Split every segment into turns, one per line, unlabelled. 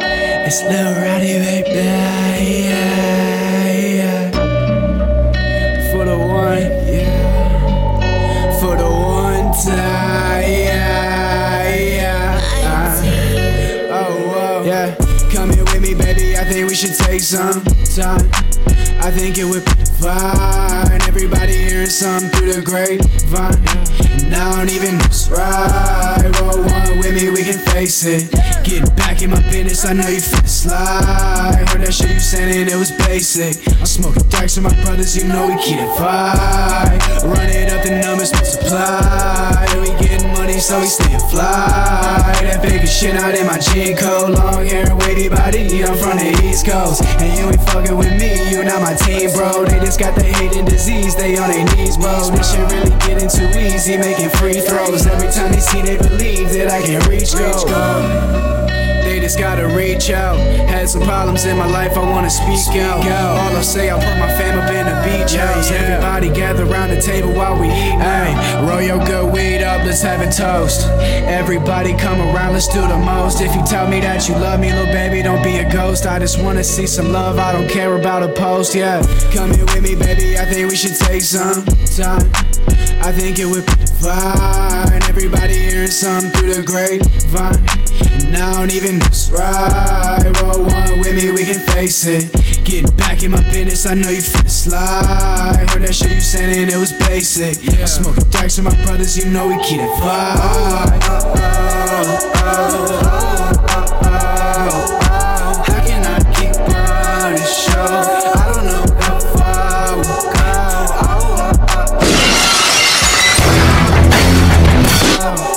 It's Lil Roddy, baby. Yeah, yeah. For the one, yeah. For the one time, yeah, yeah. Uh, oh, whoa. Yeah. Come here with me, baby. I think we should take some time. I think it would be fine. Everybody hearing something through the grapevine. And I don't even know what's right. Roll one with me, we can face it. Get back in my business, I know you feel the slide. Heard that shit you saying, it was basic. I'm smoking darks with my brothers, you know we keep it vibe. Run it up, the numbers multiply. We getting money, so we stay fly. That big shit out in my jean coat. Long hair, weighty body, you know, from the East Coast. And you ain't fucking with me, you not my team, bro. They just got the hating disease, they on their knees, bro. This shit really getting too easy, making free throws. Every time they see, they believe that I can reach goals. They just gotta reach out. Had some problems in my life, I wanna speak, out. All I say, I put my fam up in the beach house. Everybody gather round the table while we eat. Hey, roll your good weed up, let's have a toast. Everybody come around, let's do the most. If you tell me that you love me, little baby, don't be a ghost. I just wanna see some love, I don't care about a post, yeah. Come here with me, baby, I think we should take some time. I think it would be fine. Everybody hearing something through the grapevine. And I don't even know what's right. Roll one with me, we can face it. Get back in my business, I know you feel the slide. Heard that shit you saying, it was basic. I smoke the darks with my brothers, you know we keep it fly. How can I keep on this show? I don't know how far we'll go. Oh,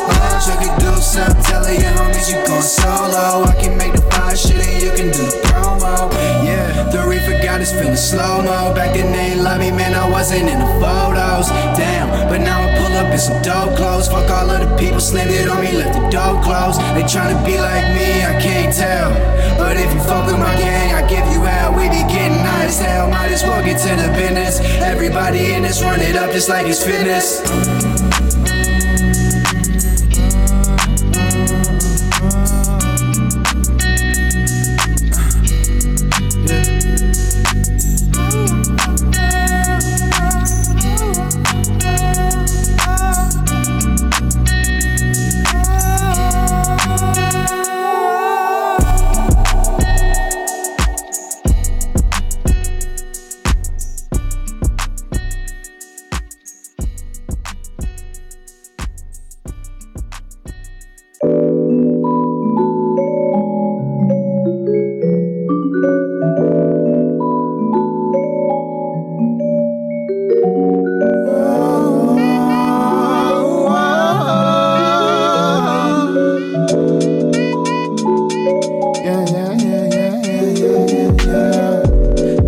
But you can do something, tell her your homies you going solo. I can make the fire shit and you can do the promo. Yeah, the reefer got us feeling slow mo. Back then they ain't love me, man, I wasn't in the photos. Damn, but now I pull up in some dope clothes. Fuck all of the people slanted on me, left the door closed. They tryna be like me, I can't tell. But if you fuck with my gang, I give you hell. We be getting high as hell, might as well get to the business. Everybody in this run it up just like it's fitness.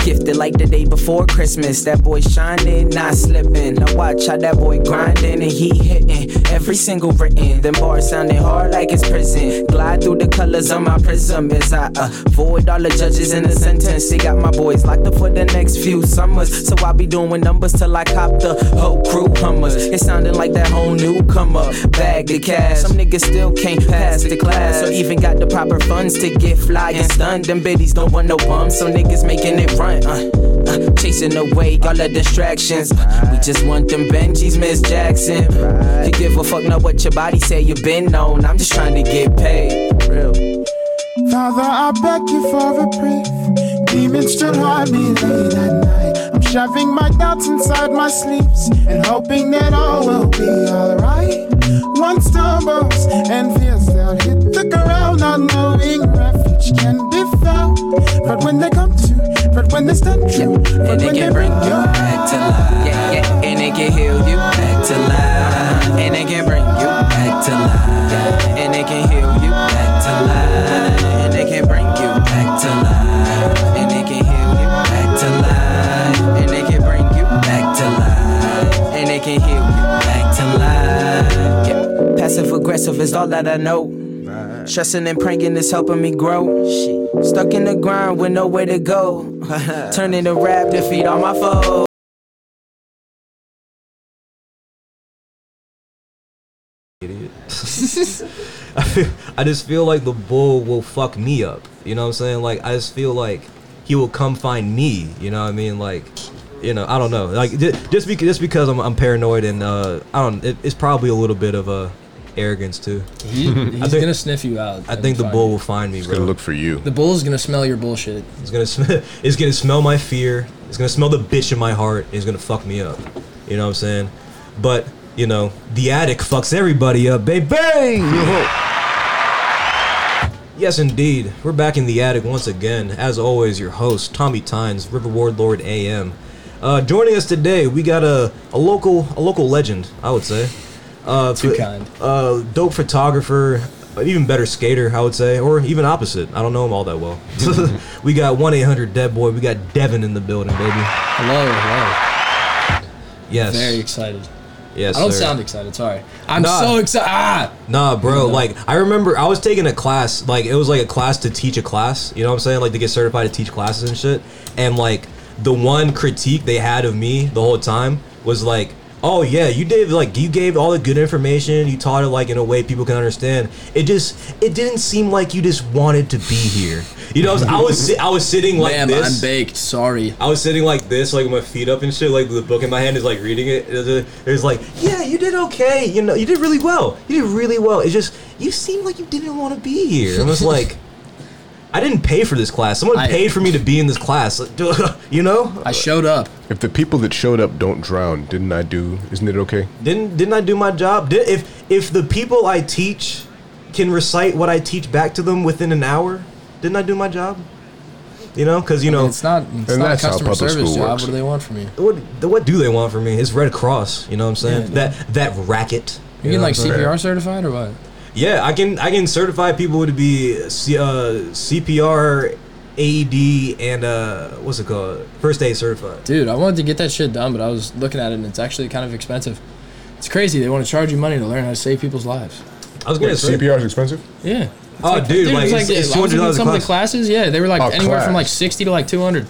Gifted like the day before Christmas. That boy shining, not slipping. Now watch how that boy grinding and he hitting every single written. Them bars sounding hard like it's prison. Glide through the colors on my prism as I avoid all the judges in the sentence. They got my boys locked up for the next few summers. So I be doing numbers till I cop the whole crew hummers. It sounding like that whole newcomer. Bag the cash. Some niggas still can't pass the class or even got the proper funds to get fly and stunned. Them biddies don't want no bums, so niggas making it run. Uh, uh, chasing away all the distractions. Uh, we just want them Benjis, Miss Jackson. You give a fuck not what your body say you been on. I'm just trying to get paid. Real.
Father, I beg you for a brief. Demons still haunt me late at night. I'm shoving my doubts inside my sleeves and hoping that all will be alright. One stumbles and fears they'll hit the ground, not knowing refuge can be found. But when they come to, but when they stand true, but
And it
when
can bring you back to life. Yeah, yeah. And it can heal you back to life. And it can bring you back to life. Yeah. And it can heal you back to life. And it can bring you back to life. And it can heal you back to life. And it can bring you back to life. And it can heal you back to life. Yeah. Passive aggressive is all that I know. Stressing and pranking is helping me grow. Stuck in the grind with nowhere to go. Turning to rap to feed all my foes.
I just feel like the bull will fuck me up. You know what I'm saying? Like I just feel like he will come find me. You know what I mean? Like you know I don't know. Like ju- just because just because I'm, I'm paranoid and uh I don't. It, it's probably a little bit of a arrogance too.
He, he's
think-
gonna sniff you out.
I
and
think the
find
bull
you.
will find me,
Gonna
bro.
look for you.
The bull's gonna smell your bullshit.
It's gonna smell. It's gonna smell my fear. It's gonna smell the bitch in my heart. And it's gonna fuck me up. You know what I'm saying? But you know, the attic fucks everybody up, baby. Yes, indeed. We're back in the attic once again. As always, your host Tommy Tynes, River Ward Lord AM. Uh, joining us today, we got a, a local a local legend, I would say. Uh,
Too
ph-
kind.
Uh, dope photographer, even better skater, I would say, or even opposite. I don't know him all that well. we got one eight hundred Dead Boy. We got Devin in the building, baby.
Hello, hello.
Yes,
Very excited.
yes.
I don't
sir.
sound excited. Sorry. I'm
Nah.
so excited. Ah,
Nah, bro. Like I remember, I was taking a class. Like it was like a class to teach a class. You know what I'm saying? Like to get certified to teach classes and shit. And like the one critique they had of me the whole time was like, "Oh yeah, you did like you gave all the good information. You taught it like in a way people can understand. It just it didn't seem like you just wanted to be here. You know, I was si- I was sitting like
ma'am,
this.
I'm baked. Sorry.
I was sitting like this, like with my feet up and shit, like with the book in my hand is like reading it. It was, uh, it was like, yeah, you did okay. You know, you did really well. You did really well. It's just you seemed like you didn't want to be here. I was like, I didn't pay for this class. Someone
I-
paid for me to be in this class. you know,
I showed up.
If the people that showed up don't drown, didn't I do? Isn't it okay?
didn't didn't I do my job? Did if if the people I teach can recite what I teach back to them within an hour, didn't I do my job? You know, because you know,
It's not. It's
And
not a
that's how
customer
public
service
school
job.
works.
What do they want from you?
what what do they want from me? It's Red Cross. You know what I'm saying?
Yeah,
that that racket. know
You getting
what I'm
like
saying?
CPR certified or what?
Yeah, I can I can certify people to be C, uh, CPR, AED, E and uh, what's it called? First aid certified.
Dude, I wanted to get that shit done, but I was looking at it and it's actually kind of expensive. It's crazy. They want to charge you money to learn how to save people's lives.
I was
Wait,
gonna say
CPR is expensive.
Yeah.
Oh, dude, like, it's, it's two
I was
hundred
looking at
dollars a
some of
class.
the classes. Yeah, they were like
Oh,
anywhere from
class.
like sixty to like two hundred.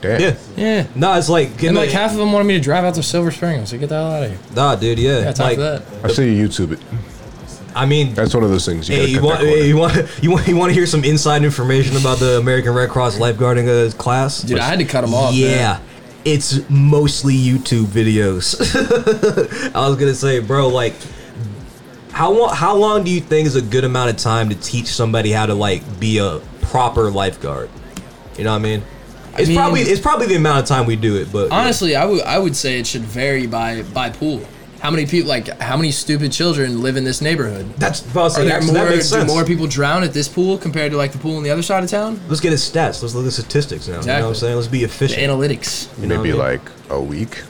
Damn.
Yeah,
Yeah.
nah, it's like getting
And like half of them wanted me to drive out to Silver Spring. I was like, get the hell out of here.
Nah, dude, yeah.
Yeah, time
like,
for that.
I say you YouTube it.
I mean,
That's one of those things. You
hey,
gotta
you
cut
want,
that corner.
hey, you want you want you want to hear some inside information about the American Red Cross lifeguarding uh, class?
Dude, I had to cut them off. man.
Yeah. It's mostly YouTube videos. I was gonna say, bro, like, how long? How long do you think is a good amount of time to teach somebody how to like be a proper lifeguard? You know what I mean? It's
mean-
probably it's probably the amount of time we do it, but
Honestly, I would I would say it should vary by by pool. How many people like how many stupid children live in this neighborhood?
that's about
Are
saying
there
that,
more,
that makes
do
sense.
more people drown at this pool compared to like the pool on the other side of town?
Let's get his stats. Let's look at statistics now. You know what I'm
Exactly.
saying? Let's be
The
efficient.
analytics.
you know
Maybe
what I
like a week.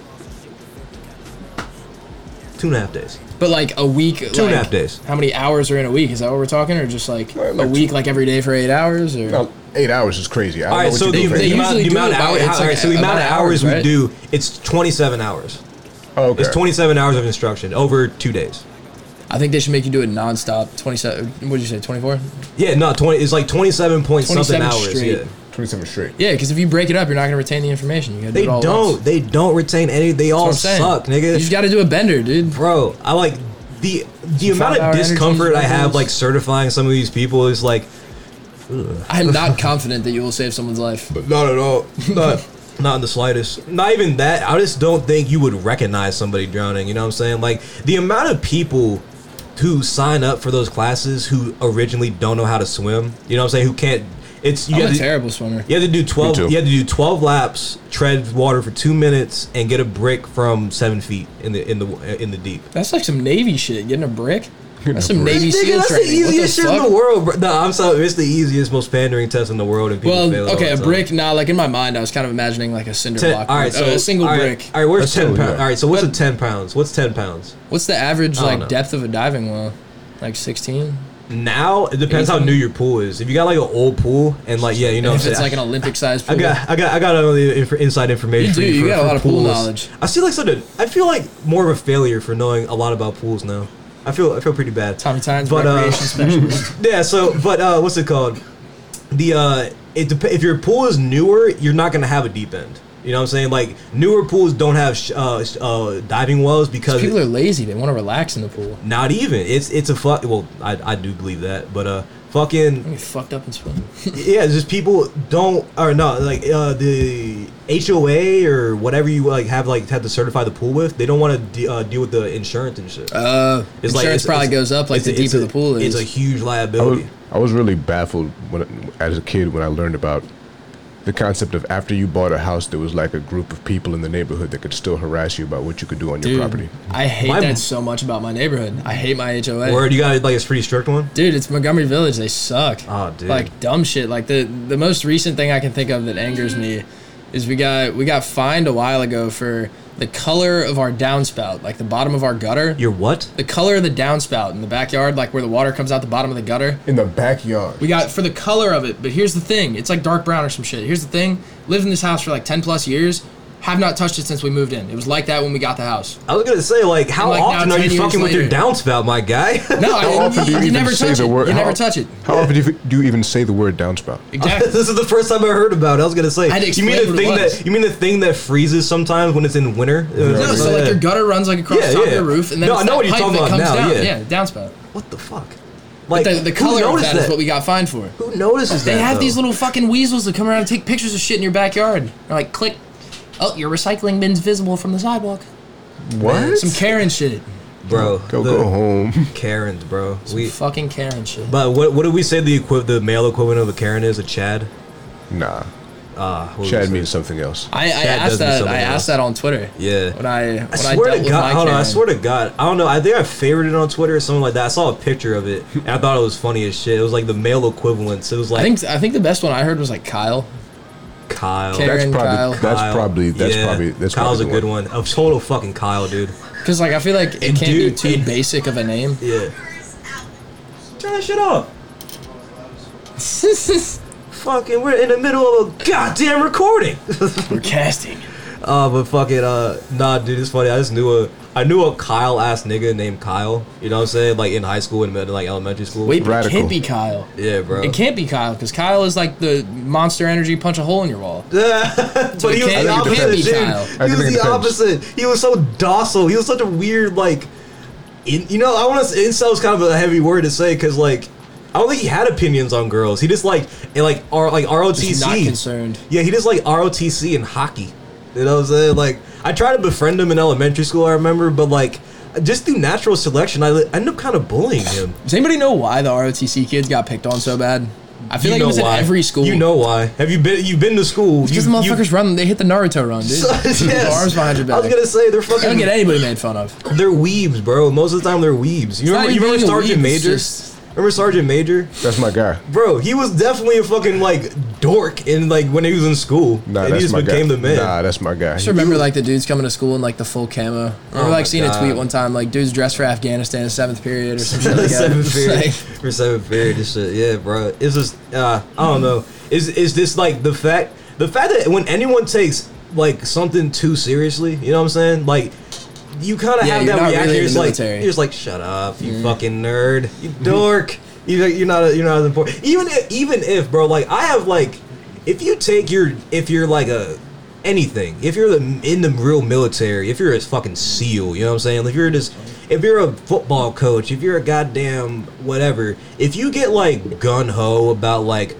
Two and a half days.
But like a week
Two and a
like,
half days.
How many hours are in a week? Is that what we're talking? Or just like
Well,
a
like
week like every day for eight hours or
No, eight hours is crazy. I don't
All right,
know what
so
you
the,
do
they-
for
the
eight
usually
amount, the
do
amount of
about-
hours,
it's
all right,
like
so the amount of
about
hours
hours,
we
right?
do, it's 27 hours.
Oh, okay.
It's 27 hours of instruction over two days.
I think they should make you do it nonstop. Twenty seven what did you say, twenty four?
Yeah, no, 20. It's like 27 point something
27
hours.
straight.
Yeah.
Twenty-seven straight.
Yeah, because if you break it up, you're not gonna retain the information. You gotta do
They
it all at
don't.
once.
They don't retain any. They all
That's what I'm saying.
suck,
You
nigga.
just gotta do a bender, dude.
Bro, I like the the amount of
Five-hour energy
discomfort I have
levels.
like certifying some of these people is like
I am not confident that you will save someone's life.
not at all. Not not in the slightest. Not even that. I just don't think you would recognize somebody drowning. You know what I'm saying? Like the amount of people who sign up for those classes who originally don't know how to swim. You know what I'm saying? Who can't? It's you
I'm
have
a
to-
terrible swimmer.
You have to do twelve.
too.
You have to do twelve laps, tread water for two minutes, and get a brick from seven feet in the in the in the deep.
That's like some Navy shit. Getting a brick. That's some
brick.
Navy SEAL
that's the
training. What the
easiest shit in the
fuck?
world, bro. No, I'm sorry. It's the easiest, most pandering test in the world, and people fail it
Well,
all
okay,
the
a
time.
brick. Nah, like in my mind, I was kind of imagining like a cinder
Ten, all
block.
right, so
a single
all right,
brick.
All right, where's
That's
ten
totally
pounds?
right.
All right, so what's a ten pounds? What's ten pounds
What's the average
I don't
like
know.
depth of a diving well? Like 16.
now? It depends how
Anything.
new your pool is. If you got like an old pool, and like yeah, you know,
if
what I'm
it's
saying?
like an Olympic sized
I
pool.
got, I got, I got all the inf- inside information.
You
for
do, you
for-
got a
for
lot of pool
pools.
knowledge.
I feel like such a, I feel like more of a failure for knowing a lot about pools now. I feel, I feel pretty bad.
Tommy Tynes
But, uh,
recreation specialist.
Yeah. So, but uh, what's it called? The uh, it dep- if your pool is newer, you're not gonna have a deep end. You know what I'm saying? Like newer pools don't have sh- uh, sh- uh, diving wells because
People are lazy. They want to relax in the pool.
not even it's it's a fuck. Well, I, I do believe that, but uh, fucking
I'm fucked up and swimming.
yeah, it's just people don't or no like uh, the HOA or whatever you like have like had to certify the pool with. They don't want to de- uh, deal with the insurance and shit.
Uh,
It's
insurance
like- it's-
probably
it's-
goes up like
it's
the
a- it's
deeper
a-
the pool is.
It's a huge
I was,
liability.
I was really baffled when, as a kid when I learned about the concept of after you bought a house, there was like a group of people in the neighborhood that could still harass you about what you could do on your
Dude,
property.
I hate
My-
that so much about my neighborhood. I hate my HOA.
Word, you got like a pretty strict one.
Dude, it's Montgomery Village. They suck.
Oh, dude.
Like dumb shit. Like the the most recent thing I can think of that angers me is we got we got fined a while ago for the color of our downspout, like the bottom of our gutter.
Your what?
the color of the downspout in the backyard, like where the water comes out the bottom of the gutter.
In the backyard.
We got for the color of it, but here's the thing: it's like dark brown or some shit. Here's the thing: lived in this house for like ten plus years, have not touched it since we moved in. It was like that when we got the house.
I was gonna say like how
Like, now
often are
10
you
years
fucking with your
later.
downspout, my guy?
No, I
How often
mean,
do
you,
you
you
even
never
say
touch
the
it.
word?
You
how,
never touch it.
How often do you, do you even say the word downspout?
Exactly.
this is the first time I heard about it. I was gonna say
I had to
you mean
explain
the
what it
thing
was.
that you mean the thing that freezes sometimes when it's in winter.
No, so like your gutter runs like across
Yeah,
the top
yeah.
of your roof, and then
No,
it's
I know
that
what you're
pipe
talking
that
about
comes
now,
down.
yeah.
yeah, downspout.
what the fuck?
But
Like
the, the
who
color of
noticed
that is what we got fined for.
Who notices that?
They have
though?
these little fucking weasels that come around and take pictures of shit in your backyard. They're like, click. Oh, your recycling bin's visible from the sidewalk.
What?
Some Karen shit.
bro.
Go
the
go home.
Karens, bro. We.
Fucking Karen shit.
But what what did we say the equi- the male equivalent of a Karen is a Chad?
nah.
Ah, what did we
Chad
say?
means something else.
I, I
Chad
asked
does do
that.
something
I
else.
asked that on Twitter.
Yeah.
When I when I,
I swear
dealt
to
with my
God, hold on, I
Karen.
swear to God, I don't know. I think I favorited it on Twitter or something like that. I saw a picture of it, and I thought it was funny as shit. It was like the male equivalents. It was
I
like
think I think the best one I heard was like Kyle.
Kyle.
Karen
That's probably
Kyle.
that's
Kyle.
probably that's
Yeah,
probably that's
Kyle's
probably
a good one. A total fucking Kyle, dude.
Cause like I feel like it
And
can't
dude,
be too
it-
basic of a name.
Yeah. Turn that shit off. Fucking, we're in the middle of a goddamn recording.
We're casting.
Uh, but fucking, uh, nah, dude, it's funny. I just knew a, I knew a Kyle ass nigga named Kyle. You know what I'm saying? Like in high school and mid- like elementary school.
Wait, but it
Radical.
can't be Kyle.
yeah, bro.
It can't be Kyle because Kyle is like the monster energy punch a hole in your wall.
but he was
it can't-
the
I think it
opposite,
depends.
dude.
Kyle. I
He
think it
was the
depends.
opposite. He was so docile. He was such a weird, like, in, you know, I want to. Incel is kind of a heavy word to say because, like, I don't think he had opinions on girls. He just like, and like, R, like ROTC.
Just not concerned.
Yeah, he just like ROTC and hockey. You know what I'm saying? Like, I tried to befriend him in elementary school. I remember, but like, just through natural selection, I li- I ended up kind of bullying him.
Does anybody know why the ROTC kids got picked on so bad? I feel like it was
why?
at every school.
You know why? Have you been? You've been to school?
because the
You-
motherfuckers
you-
run. They hit the Naruto run, dude.
yes.
Arms behind your back.
I was gonna say they're
You don't
fucking.
get anybody made fun of.
They're weebs, bro. Most of the time, they're weebs. You remember,
not
you
even
remember
being a
Sergeant
weeb, it's
Major?
just-
Remember Sergeant Major?
That's my guy.
Bro, he was definitely a fucking like dork in like when he was in school,
Nah,
and he
that's
just
my
became
guy.
the man.
Nah, that's my guy.
I just remember like the dudes coming to school in like the full camo. I remember
Oh my
like seeing
God.
a tweet one time like dudes dressed for Afghanistan in seventh period or something like that.
seventh
It's
period
like-
for seventh period and shit. Yeah, bro. It's just uh, I don't know. Is is this like the fact the fact that when anyone takes like something too seriously, you know what I'm saying? Like you kind of
Yeah,
have
you're
that
not
reaction.
really in
You're just
the
like
military.
you're just like shut up, you fucking nerd, you dork. You you're not a, you're not as important. Even if, even if bro, like I have like if you take your if you're like a anything if you're the, in the real military if you're a fucking seal you know what i'm saying if you're just if you're a football coach if you're a goddamn whatever if you get like gun-ho about like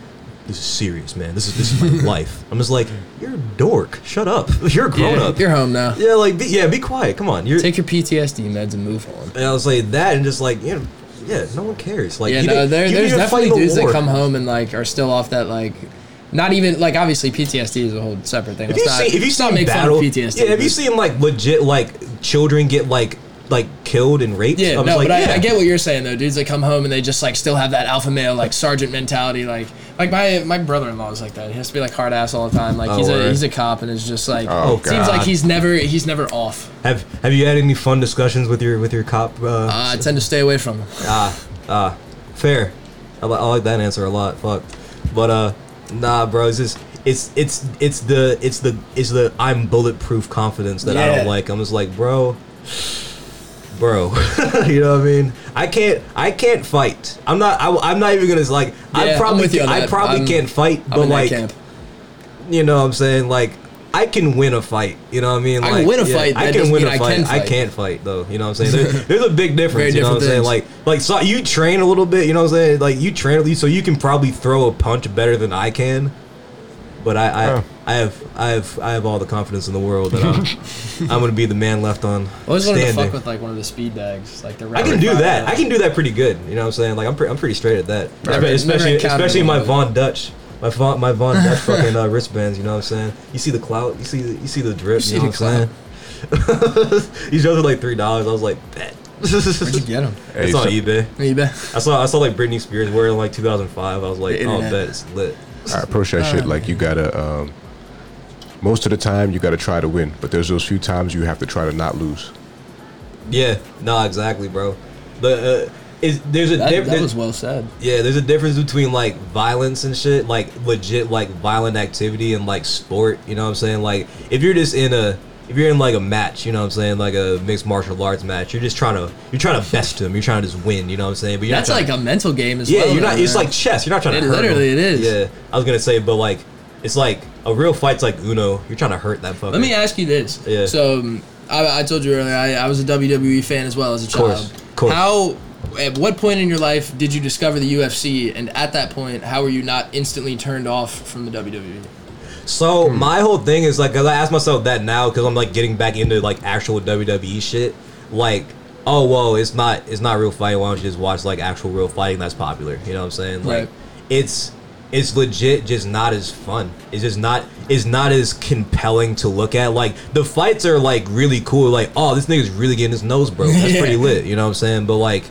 this is serious man this is this is my life i'm just like you're a dork shut up you're a grown-up
You're home now.
yeah like be, yeah be quiet come on you're
Take your PTSD meds and move on.
and i was like that and just like you know yeah no one cares like
Yeah,
you
no,
didn't-
there,
you didn't
there's
even
definitely
fight in the
dudes that
war.
come home and like are still off that like, not even like obviously PTSD is a whole separate thing.
If you
not,
see, if you
let's not
seen
make
battle,
fun of PTSD.
yeah, if you
but-
seen like legit like children get like like killed and raped,
Yeah,
I was
no,
like,
but
yeah.
I, I get what you're saying though. Dudes that come home and they just like still have that alpha male like sergeant mentality. Like, like my my brother-in-law is like that. He has to be like hard ass all the time. Like he's
word.
a he's a cop and it's just like
Oh,
seems like
Oh, God.
he's never he's never off.
Have Have you had any fun discussions with your with your cop? Uh,
Uh, I tend to stay away from him.
ah, ah, fair. I, li- I like that answer a lot. Fuck, but uh, nah, bro. It's just it's it's it's the it's the it's the I'm bulletproof confidence that I don't
Yeah.
like. I'm just like, bro, bro. you know what I mean? I can't I can't fight. I'm not I, am not even gonna like.
Yeah,
I
I'm
probably
with you on
I
that.
probably
I'm-
can't fight,
I'm
but
in that
like.
camp.
you know what I'm saying? Like, I can win a fight. You know what I mean?
I can win a fight,
I
that
can
doesn't
win
mean
a
I
fight.
can
I
fight.
can't fight though. You know what I'm saying? There's, there's a big
Very
difference. You know what I'm saying?
different
Like like so you train a little bit. You know what I'm saying? Like you train at least, so you can probably throw a punch better than I can. But I I,
Huh.
I have I have I have all the confidence in the world that I'm, I'm gonna be the man left on
I always wanted to fuck
standing.
with like one of the speed bags, like the.
I
rapid
can do
fire-
that. I can do that pretty good. You know what I'm saying? Like I'm pre- I'm pretty straight at that.
Never-
especially
never encountered
especially my
one.
Von Dutch. My Von my Von Dutch fucking uh, wristbands, you know what I'm saying? You see the clout, you see the, you see the drip,
see
you, know
the
what I'm saying? These jokes are like three dollars. I was like, bet.
Where'd you
it's
get them?
Hey,
on
so-
eBay.
eBay.
I saw I saw like Britney Spears wearing like 2005. I was like,
The
oh,
internet.
bet it's lit.
I approach that shit like you gotta. Um, most of the time, you gotta try to win, but there's those few times you have to try to not lose.
Yeah, nah, exactly, bro. The uh, is there's a
That,
diff-
that
there's-
was well said.
Yeah, there's a difference between like violence and shit, like legit like violent activity and like sport, you know what I'm saying? Like if you're just in a if you're in like a match, you know what I'm saying, like a mixed martial arts match, you're just trying to you're trying to best him, you're trying to just win, you know what I'm saying? But you're not
That's
trying-
like a mental game as
yeah,
well.
you're not.
though,
It's
man.
like chess. You're not trying
It
to. hurt
literally
them.
it is.
Yeah, I was gonna say, but like, it's like a real fight's like Uno. You're trying to hurt that fucker.
Let me ask you this.
Yeah.
So um, I, I told you earlier I, I was a WWE fan as well as a child.
Course, course.
How? At what point in your life did you discover the UFC? And at that point, how were you not instantly turned off from the E? WWE?
So
Hmm.
my whole thing is like, 'cause I ask myself that now because I'm like getting back into like actual WWE shit. Like, oh whoa, it's not it's not real fighting. Why don't you just watch like actual real fighting that's popular? You know what I'm saying? Like,
Right.
it's it's legit just not as fun. It's just not it's not as compelling to look at. Like the fights are like really cool. Like, oh, this nigga's really getting his nose broke. That's
Yeah.
pretty lit. You know what I'm saying? But like,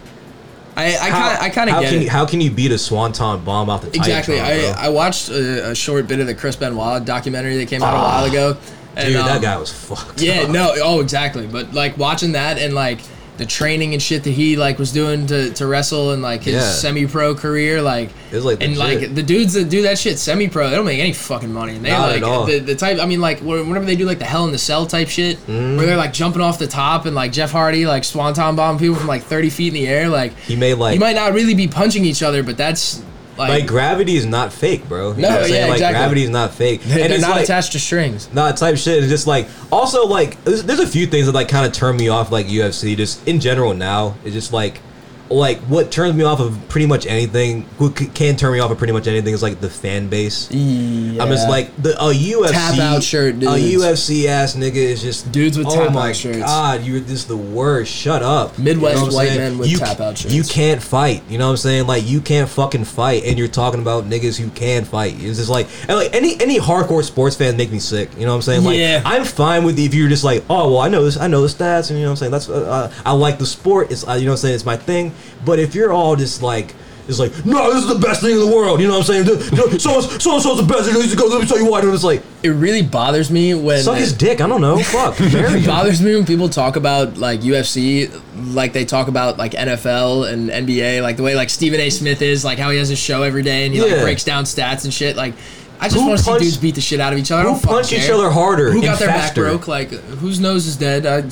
I I kind I kind of
how
get
can
it.
you, how can you beat a swanton bomb off the
Exactly.
Titantron,
I,
bro?
I watched a, a short bit of the Chris Benoit documentary that came out a while ago. And,
Ah. Dude, that
um,
guy was fucked.
Yeah,
up.
no, oh, exactly. But like watching that and like the training and shit that he like was doing to, to wrestle and like his
Yeah.
semi-pro career, like
It was, like,
and
legit.
like the dudes that do that shit semi-pro, they don't make any fucking money. And they
Not at
like
all.
the the type. I mean, like wh- whenever they do like the Hell in the Cell type shit,
Mm-hmm.
where they're like jumping off the top and like Jeff Hardy like swanton bomb people from like thirty feet in the air, like
He made like
you might not really be punching each other, but that's
Like gravity is not fake, bro. You
No,
know what I'm
yeah,
saying? Like
exactly.
gravity is not fake.
and they're
it's
not
like,
attached to strings.
Nah, type shit. It's just like also like there's, there's a few things that like kind of turn me off like UFC just in general now. It's just like like what turns me off of pretty much anything what c- can turn me off of pretty much anything is like the fan base. I'm just like the a UFC
Tap out shirt dudes.
A UFC ass nigga is just
Dudes with
oh
tap
my
out shirts.
God, you're this is the worst. Shut up.
Midwest
what I'm
white
saying?
men with
You-
tap out shirts.
You can't fight. You know what I'm saying? Like you can't fucking fight, and you're talking about niggas who can fight. It's just like and like any any hardcore sports fan make me sick. You know what I'm saying? Like
Yeah.
I'm fine with if you're just like, oh well, I know this, I know the stats, and you know what I'm saying. That's uh, uh, I like the sport. It's uh, you know what I'm saying. It's my thing. But if you're all just like. It's like, no, this is the best thing in the world. You know what I'm saying? So so and so's the best. You know, you go, let me tell you why. And it's like,
It really bothers me when
suck his dick. I don't know. Fuck. Marry
it
him.
bothers me when people talk about like UFC, like they talk about like NFL and NBA, like the way like Stephen A. Smith is, like how he has his show every day and he like
Yeah.
breaks down stats and shit. Like, I just
Who
want to see
punched-
dudes beat the shit out of each other. I
who
don't fucking
punched each
care.
other harder
Who
and
got their
faster?
back broke? Like, whose nose is dead? I,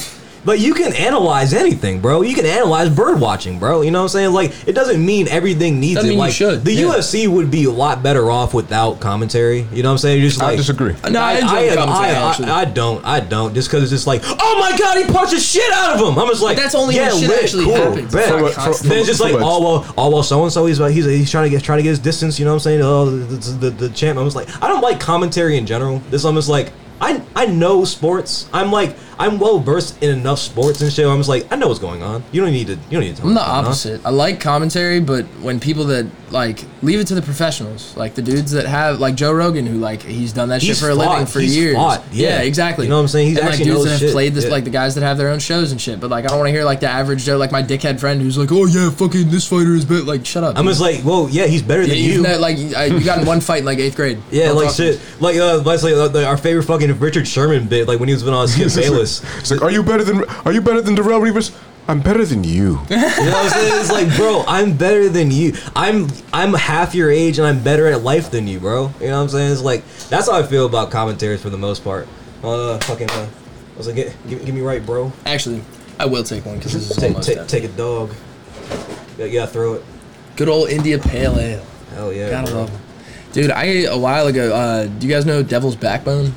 But you can analyze anything, bro. You can analyze bird watching, bro. You know what I'm saying? Like it doesn't mean everything needs
Doesn't
it.
mean you
like
should,
the
yeah.
UFC would be a lot better off without commentary. You know what I'm saying? You're just
I
like
disagree.
No, I enjoy the commentary,
I,
actually.
I don't. I don't. Just because it's just like, oh my god, he punched the shit out of him. I'm just like,
that's only
yeah,
when shit
lit,
actually
cool,
happens.
bet.
It's not
For what- for-
constant.
Then it's just like,
Correct.
oh well, oh well, so and so he's like, he's he's trying to get trying to get his distance. You know what I'm saying? Oh, the, the, the, the champ. I was like, I don't like commentary in general. This I'm just like, I I know sports. I'm like, I'm well versed in enough sports and shit. I'm just like, I know what's going on. You don't need to. You don't need to. Tell me
I'm the
what's going on.
opposite. I like commentary, but when people that like leave it to the professionals, like the dudes that have like Joe Rogan, who like he's done that
He's
shit for a
fought.
living for
He's
years.
fought,
Yeah.
yeah.
exactly.
You know what I'm saying? He's
and, like
actually
dudes
knows
that have
shit,
played this,
yeah.
like the guys that have their own shows and shit. But like, I don't want to hear like the average Joe, like my dickhead friend who's like, oh yeah, fucking this fighter is better. Like, shut up.
I'm
dude.
just like, well, yeah, he's better than
Yeah, you've
you.
ne- like I, you got in one fight in like eighth grade.
Yeah,
Don't
like
talk to me.
shit. Like, uh, that's like, uh, like our favorite fucking Richard Sherman bit, like when he was been on Skip Bayless.
It's like, are you better than are you better than Darrell Reavers? I'm better than you.
You know what I'm saying? It's like, bro, I'm better than you. I'm I'm half your age and I'm better at life than you, bro. You know what I'm saying? It's like that's how I feel about commentaries for the most part. Uh, fucking, uh, I was like, get, give, give me right, bro.
Actually, I will take one because this is
Take
almost
take,
done.
take a dog. Yeah, yeah, throw it.
good old India Pale Ale.
Hell yeah.
Gotta
bro.
love 'em. Dude, I a while ago. Uh, do you guys know Devil's Backbone?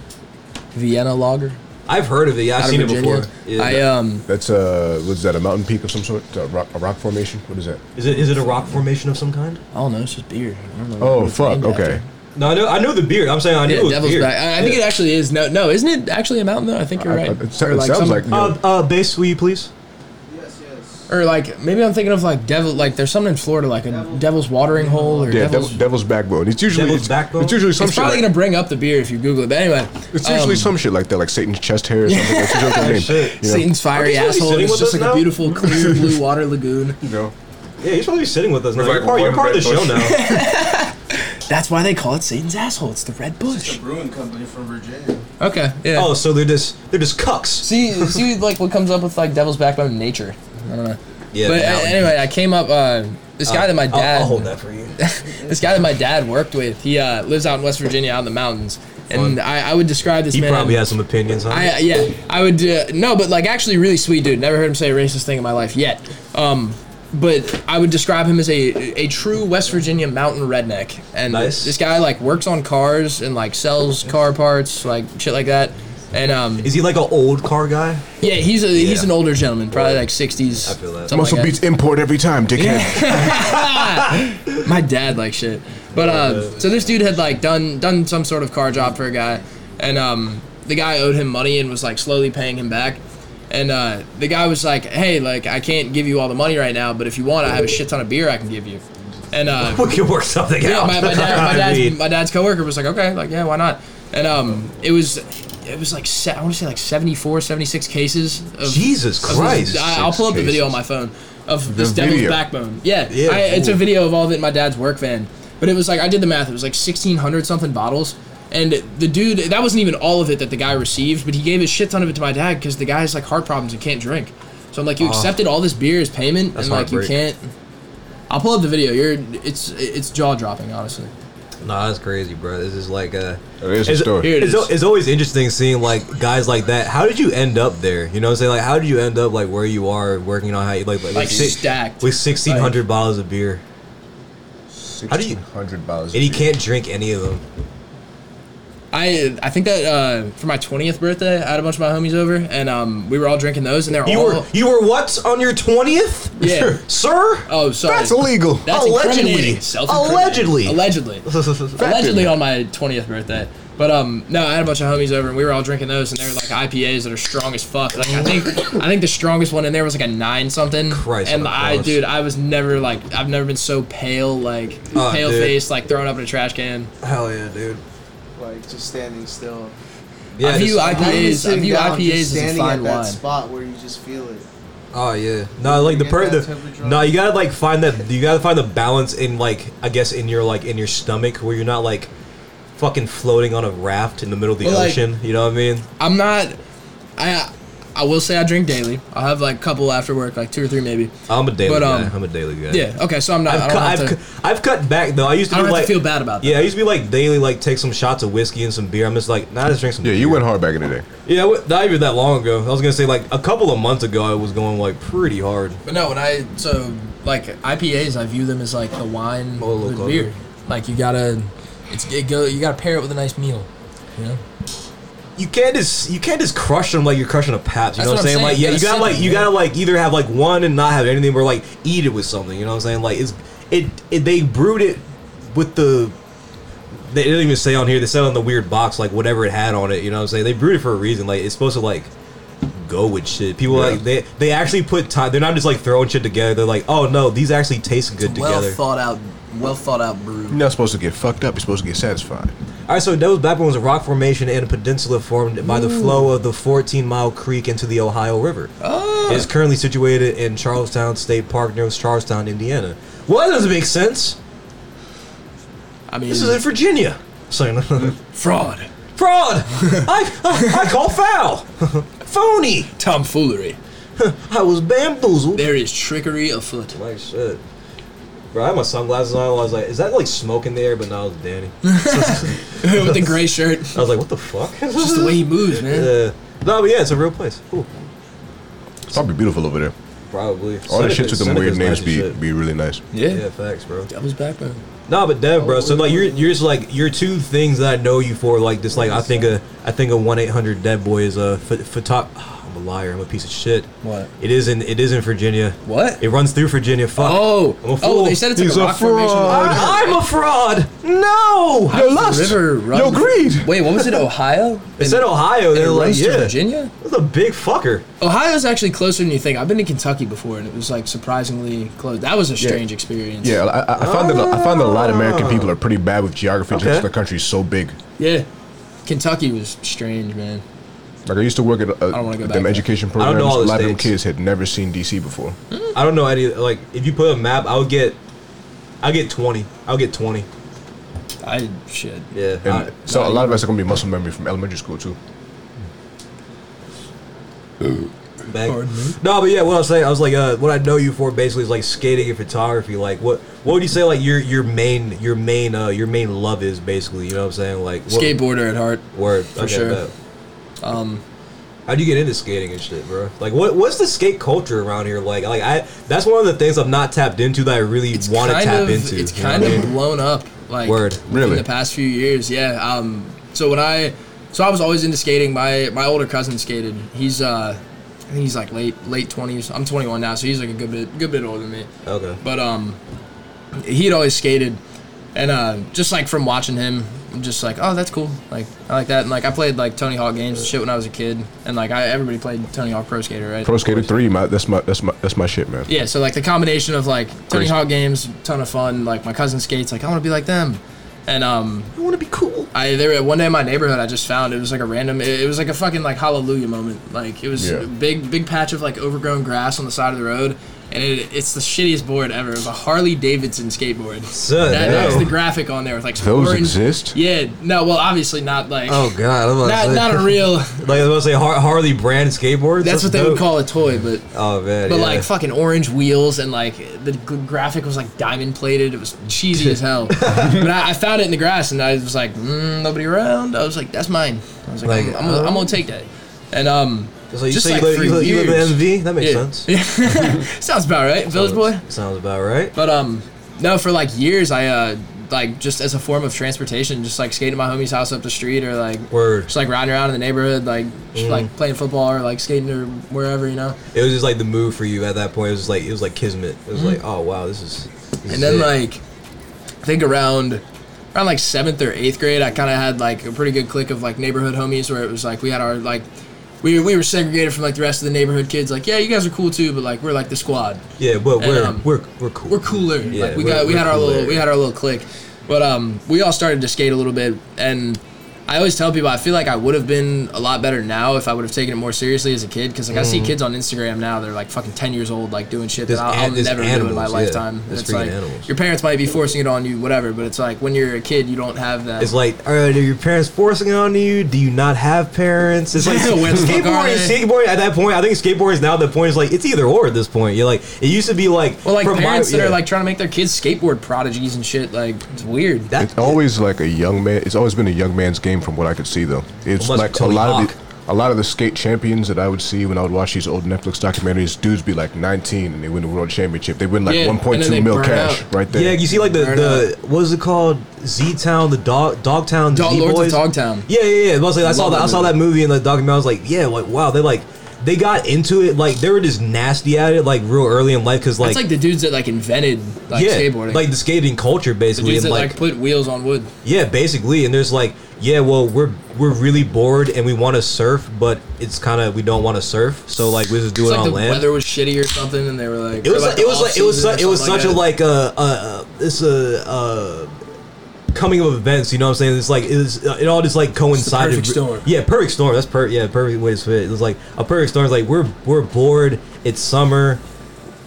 Vienna lager.
I've heard of it. Yeah, I've
out of
seen
Virginia.
it before. Yeah,
I um
That's uh, was that a mountain peak of some sort? A rock, a rock formation? What is that?
is it is it a rock formation of some kind?
I don't know, it's just beer. I don't know what
Oh
it's
fuck!
named
Okay,
after.
No, I know I know the beer. I'm saying I knew
Yeah,
it was
Devil's
beer.
Back. I, I think
Yeah.
it actually is. No, no, isn't it actually a mountain though? I think you're
I-
right.
I- it sounds- it sounds
some-
like-
Uh, uh, bass, will you please?
or like maybe I'm thinking of like devil. Like there's something in Florida like a devil's watering hole or
yeah,
devil's.
devil's, devil's backbone. It's usually
Devil's
it's,
backbone?
it's usually some
it's
shit.
probably
like-
gonna bring up the beer if you Google it. But anyway,
it's usually
um,
some shit like that, like Satan's chest hair or something. That's usually the name.
Oh, Shit.
you know?
Satan's fiery
Are they still
asshole.
sitting
It's
with
just
us
like a
now?
beautiful clear blue water lagoon.
You know,
Yeah, he's supposed to be sitting with us now.
like
You're part, you're
one
part of the
red
show
bush.
now.
That's why they call it Satan's asshole. It's the red bush.
brewing company from Virginia.
Okay. Yeah.
oh, so they're just they're just cucks.
See, see, like what comes up with like devil's backbone in nature. I don't know.
Yeah,
but
that
a-
one.
anyway, I came up. Uh, this guy that my
I'll,
dad.
I'll hold that for you.
This guy that my dad worked with. He uh, lives out in West Virginia, out in the mountains.
Fun.
And I, I would describe this
He
man.
probably has some opinions on
I,
it.
yeah, I would uh, no, but like actually really sweet dude. Never heard him say a racist thing in my life yet. Um, but I would describe him as a a true West Virginia mountain redneck. And
Nice.
this guy like works on cars and like sells car parts, like shit like that. And um,
Is he like an old car guy?
yeah, he's a he's
Yeah.
an older gentleman, probably like sixties.
I feel that.
muscle beats import every time, dickhead.
my dad like shit. But uh, so this dude had like done done some sort of car job for a guy, and um, the guy owed him money and was like slowly paying him back. And uh, the guy was like, "Hey, like I can't give you all the money right now, but if you want, I have a shit ton of beer I can give you." And uh,
We can work something
yeah,
out.
my, my, dad,
I
my, dad's,
mean,
my dad's coworker was like, okay, like, yeah, why not? And um, it was, it was like, se- I want to say like 74, 76 cases. Of,
Jesus
of this-
Christ.
I, I'll pull up the video on my phone of this devil's
video.
backbone. Yeah,
Yeah,
I, it's a
cool.
video of all of it in my dad's work van. But it was like, I did the math, it was like 1,600 something bottles. And the dude, that wasn't even all of it that the guy received, but he gave a shit ton of it to my dad because the guy has like heart problems and can't drink. So I'm like, you accepted all this beer as
Ah.
payment, and
That's
like you
heartbreak.
can't. I'll pull up the video. You're, it's, it's jaw dropping, honestly.
Nah, that's crazy, bro. This is like a.
It is a story.
Here it
it's,
is.
al- it's always interesting seeing like guys like that. How did you end up there? You know, what I'm saying like how did you end up like where you are working on how you like like,
Like
si-
stacked.
with 1600 bottles of beer How do you-
hundred dollars?
and he can't drink any of them.
I I think that uh, for my twentieth birthday, I had a bunch of my homies over, and um, we were all drinking those, and they were
You
all.
were you were what on your 20th?
Yeah.
sir.
oh, sorry.
That's illegal.
That's
Allegedly.
incriminating. Self-incriminating.
Allegedly.
Allegedly. Allegedly on my twentieth birthday. But um, no, I had a bunch of homies over, and we were all drinking those, and they were like IPAs that are strong as fuck. Like I think I think the strongest one in there was like a nine something.
Christ, I'm
and I,
close.
dude, I was never like I've never been so pale, like
Oh,
pale
dude.
faced, like thrown up in a trash can.
Hell yeah, dude.
Like just standing still.
Yeah.
I view
just-
Not even
IPAs. I
sitting
view
down, just
IPAs as a
standing
fine
at that
wine.
spot where you just feel it.
Oh yeah. No, like the
get
per
that
the
temperature
No,
up.
you gotta like find that you gotta find the balance in like I guess in your like in your stomach where you're not like fucking floating on a raft in the middle of the
Well, like-
ocean. you know what I mean?
I'm not. I I will say I drink daily. I'll have like a couple after work, like two or three maybe.
I'm a daily
But, um,
guy. I'm a daily guy.
Yeah. Okay. So I'm not.
Uh, I've, cut,
I've I do not
I've,
have to,
cu- I've cut back though. I used to
I don't
be
have
like
to feel bad about that.
Yeah, I used to be like daily, like take some shots of whiskey and some beer. I'm just like, nah, I just drink some.
yeah,
beer.
you went hard back in the day.
Yeah, I went- not even that long ago. I was gonna say like a couple of months ago, I was going like pretty hard.
But no, when I so like IPAs, I view them as like the wine
Oh,
with
look,
beer.
look.
Like you gotta, it's it go. You gotta pair it with a nice meal. You know.
You can't just you can't just crush them like you're crushing a Pabst. You
That's
know what I'm saying? Like yeah, you
sip
gotta
it,
like you
yeah.
gotta like either have like one and not have anything, or like eat it with something. You know what I'm saying? Like it's it, it they brewed it with the. They didn't even say on here. They said on the weird box like whatever it had on it. You know what I'm saying? They brewed it for a reason. Like it's supposed to like go with shit. People
Yeah.
like they they actually put time. They're not just like throwing shit together. They're like, oh no, these actually taste good together.
thought out, well thought out brew.
You're not supposed to get fucked up. You're supposed to get satisfied.
All right, so Devil's Backbone was a rock formation and a peninsula formed by the flow of the 14 Mile Creek into the Ohio River. It is currently situated in Charlestown State Park near Charlestown, Indiana. Well, that doesn't make sense.
I mean,
This is in Virginia. Saying
fraud,
fraud. I, uh, I I call foul. Phony.
tomfoolery.
I was bamboozled.
There is trickery afoot.
Like shit. Bro, I had my sunglasses on. I was like, is that like smoke in the air? But no, it's Danny. I
with the gray shirt,
was like, what the fuck?
just the way he moves, man.
Uh, no, but yeah, it's a real place. Cool.
It's probably beautiful over there.
Probably.
All the shits
Seneca's-
with them weird
Seneca's
names
nice
be
as shit.
be really nice.
Yeah.
Yeah, facts, bro.
Devil's backbone.
Nah, but Dev, bro. So like, you're
Oh.
you're just like your two things that I know you for. Like this, like I think a I think a one eight hundred Dead Boy is a for, for top. I'm a liar. I'm a piece of shit.
What?
It is in it is in Virginia.
What?
It runs through Virginia. Fuck.
Oh,
I'm a
oh,
fool.
they said it's like
He's
a
a
rock formation.
fraud.
I, am a fraud. No.
How does the
lust.
river run
Your
through-
greed.
Wait, what was it? Ohio?
They said Ohio.
And
They're
it
like,
runs
yeah.
to Virginia.
That's a big fucker.
Ohio's actually closer than you think. I've been to Kentucky before, and it was like surprisingly close. That was a strange experience.
Yeah, I, I- I found that I found that a lot of American people are pretty bad with geography just
Okay.
'cause the country's so big.
yeah. Kentucky was strange, man.
Like I used to work at
don't wanna go
uh,
back
them
there.
education
don't know
programs. A
all the
lot of them
states.
kids had never seen DC before.
I don't know any. Like, if you put a map, I would get. I get twenty. I'll get twenty.
I shit.
Yeah.
And
Uh,
I-
so a lot of us are gonna be muscle memory from elementary school too.
back. No, but yeah, what I was saying, I was like, uh, what I know you for basically is like skating and photography. Like, what what would you say like your your main your main uh your main love is basically? You know what I'm saying? Like what,
Skateboarder at heart.
Word for
sure.
Um, how do you get into skating and shit, bro? Like, what what's the skate culture around here? Like, like I that's one of the things I'm not tapped into that I really want to
kind
tap
of,
into.
It's
you know what
kind
I
of
mean?
blown up, like
Word.
Really?
in the past few years. Yeah. Um. So when I, so I was always into skating. My my older cousin skated. He's uh, I think he's like late late twenties. I'm 21 now, so he's like a good bit good bit older than me.
okay.
But um, he'd always skated, and uh, just like from watching him, I'm just like, oh, that's cool. Like I like that. And like I played like Tony Hawk games and shit when I was a kid. And like I everybody played Tony Hawk Pro Skater, right?
Pro Skater Three, my that's my that's my that's my shit, man.
Yeah, so like the combination of like Tony
Crazy.
Hawk games, ton of fun. Like my cousin skates, like I want to be like them, and um,
I want to be cool.
I there one day in my neighborhood I just found it was like a random, it, it was like a fucking like hallelujah moment. Like it was
Yeah.
a big big patch of like overgrown grass on the side of the road, and it, it's the shittiest board ever. It was a Harley Davidson skateboard.
Son,
that, that was
no.
the graphic on there with like some
Those
orange-
exist?
Yeah, no, well obviously not like
Oh god, I'm about to
not
say-
not a real.
like I was about to say Har- Harley brand skateboards.
That's what they
dope.
would call a toy, but
Oh man,
But
yeah.
like fucking orange wheels and like the g- graphic was like diamond plated. It was cheesy as hell. but I, I found it in the grass and I was like, mm, nobody around. I was like, that's mine. I was like,
Like, oh.
I'm, I'm, gonna, I'm gonna take that. And um,
So you
just
say
like
you, live,
for
you, live, you live
years.
in MV? That makes
yeah.
sense.
sounds about right, Village Boy.
Sounds- Sounds about right.
But um, no, for like years I uh like just as a form of transportation, just like skating to my homie's house up the street or like.
Word.
Just like riding around in the neighborhood, like just,
Mm.
like playing football or like skating or wherever, you know.
It was just like the move for you at that point. It was just like it was like kismet. It was like oh wow, this is. This is
Mm-hmm. and then
it.
like I think around around like seventh or eighth grade, I kind of had like a pretty good clique of like neighborhood homies where it was like we had our like we we were segregated from like the rest of the neighborhood kids. Like yeah, you guys are cool too, but like we're like the squad.
yeah, but we're
um,
we're we're cool.
We're cooler.
Yeah,
like we
we're-
got we
we're
had our little
cooler.
we had our little clique, but um we all started to skate a little bit and. I always tell people I feel like I would have been a lot better now if I would have taken it more seriously as a kid because like I see kids on Instagram now they're like fucking ten years old like doing shit
Mm. There's
that I'll,
an-
I'll
there's
never do in my
animals, yeah.
lifetime.
There's
it's
freaking
like
animals.
your parents might be forcing it on you, whatever, but it's like when you're a kid you don't have that.
It's like, all right, are your parents forcing it on you? Do you not have parents? It's like
Where the fuck are
skateboarding.
they?
Skateboarding at that point, I think skateboarding is now the point. It's like it's either or at this point. You're like, it used to be like,
well, like
from my-
parents that
yeah.
are like trying to make their kids skateboard prodigies and shit. Like it's weird.
that.
It's always like a young man. It's always been a young man's game, from what I could see, though.
Unless
It's
you're
like a
Tony
lot
Hawk.
of the, a lot of the skate champions that I would see when I would watch these old Netflix documentaries. Dudes be like 19 and they win the world championship. They win like
Yeah, and then
1.2
they
mil
burn
cash
out.
right there.
yeah, you see like the
Fair
the what is it called? Z Town, the dog Dogtown
Dog-
Z
Lords of
Boys.
Dogtown.
Yeah, yeah, yeah. I was like, I saw
Love
that.
that
I saw
movie.
that movie in the documentary. I was like, yeah, like wow, they like they got into it. Like they were just nasty at it, like real early in life, because like,
it's like the dudes that like invented like
yeah,
skateboarding.
like the skating culture
the
basically,
dudes
and
that
like,
like put wheels on wood.
yeah, basically. And there's like, yeah, well, we're we're really bored and we want to surf, but it's kind of we don't want to surf, so like we just do it
It's like
on
the
land.
weather was shitty or something, and they were like,
It was
or,
like, it was
the
like it was
off-season
su- it was
or
such a
something
like uh, uh this uh, uh coming of events. You know what I'm saying? It's like it, was, uh, it all just like coincided.
perfect storm.
Yeah, perfect storm. That's per yeah perfect way to fit. It was like a perfect storm. It's like we're we're bored. It's summer.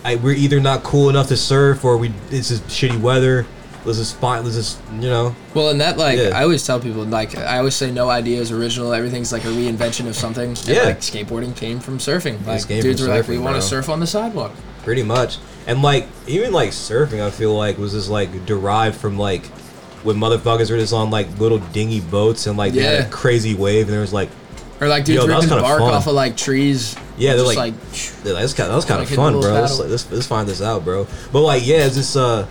I, we're either not cool enough to surf or we it's just shitty weather. Let's just find. Let's just you know.
that. well, and that like
Yeah.
I always tell people like I always say no idea is original. Everything's like a reinvention of something. And,
Yeah.
like skateboarding came from surfing. Like
came
dudes
from
were like, we
surfing,
want
bro.
to surf on the sidewalk.
pretty much and like even like surfing i feel like was just like derived from like when motherfuckers were just on like little dingy boats and like they had
Yeah.
a crazy wave and there was like
Or like dudes
Yo, that was
ripping
kinda
bark
fun.
off of like trees.
Yeah, they're
Just,
like- Yeah, that's kind. That was kind
Like
of
a
fun,
dual
bro. Let's,
battle.
let's let's find this out, bro. But like, yeah, it's just uh,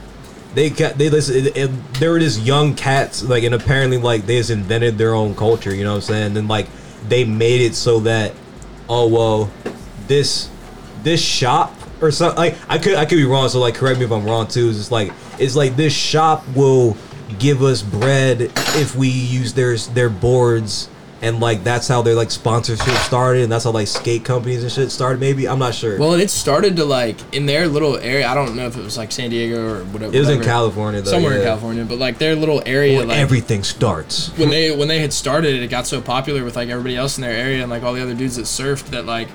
they got they listen. It, it, they were just young cats, like, and apparently like they just invented their own culture. You know what I'm saying? And like they made it so that oh well, this this shop or something. Like I could I could be wrong. So like, correct me if I'm wrong too. It's just like it's like this shop will give us bread if we use their their boards and like that's how their like sponsorship started and that's how like skate companies and shit started maybe i'm not sure
Well, and it started to like in their little area. I don't know if it was like San Diego or whatever.
It was in
whatever,
California, though.
somewhere in
yeah.
California, but like their little area,
Where
like
everything starts.
when they when they had started it, it got so popular with like everybody else in their area and like all the other dudes that surfed that like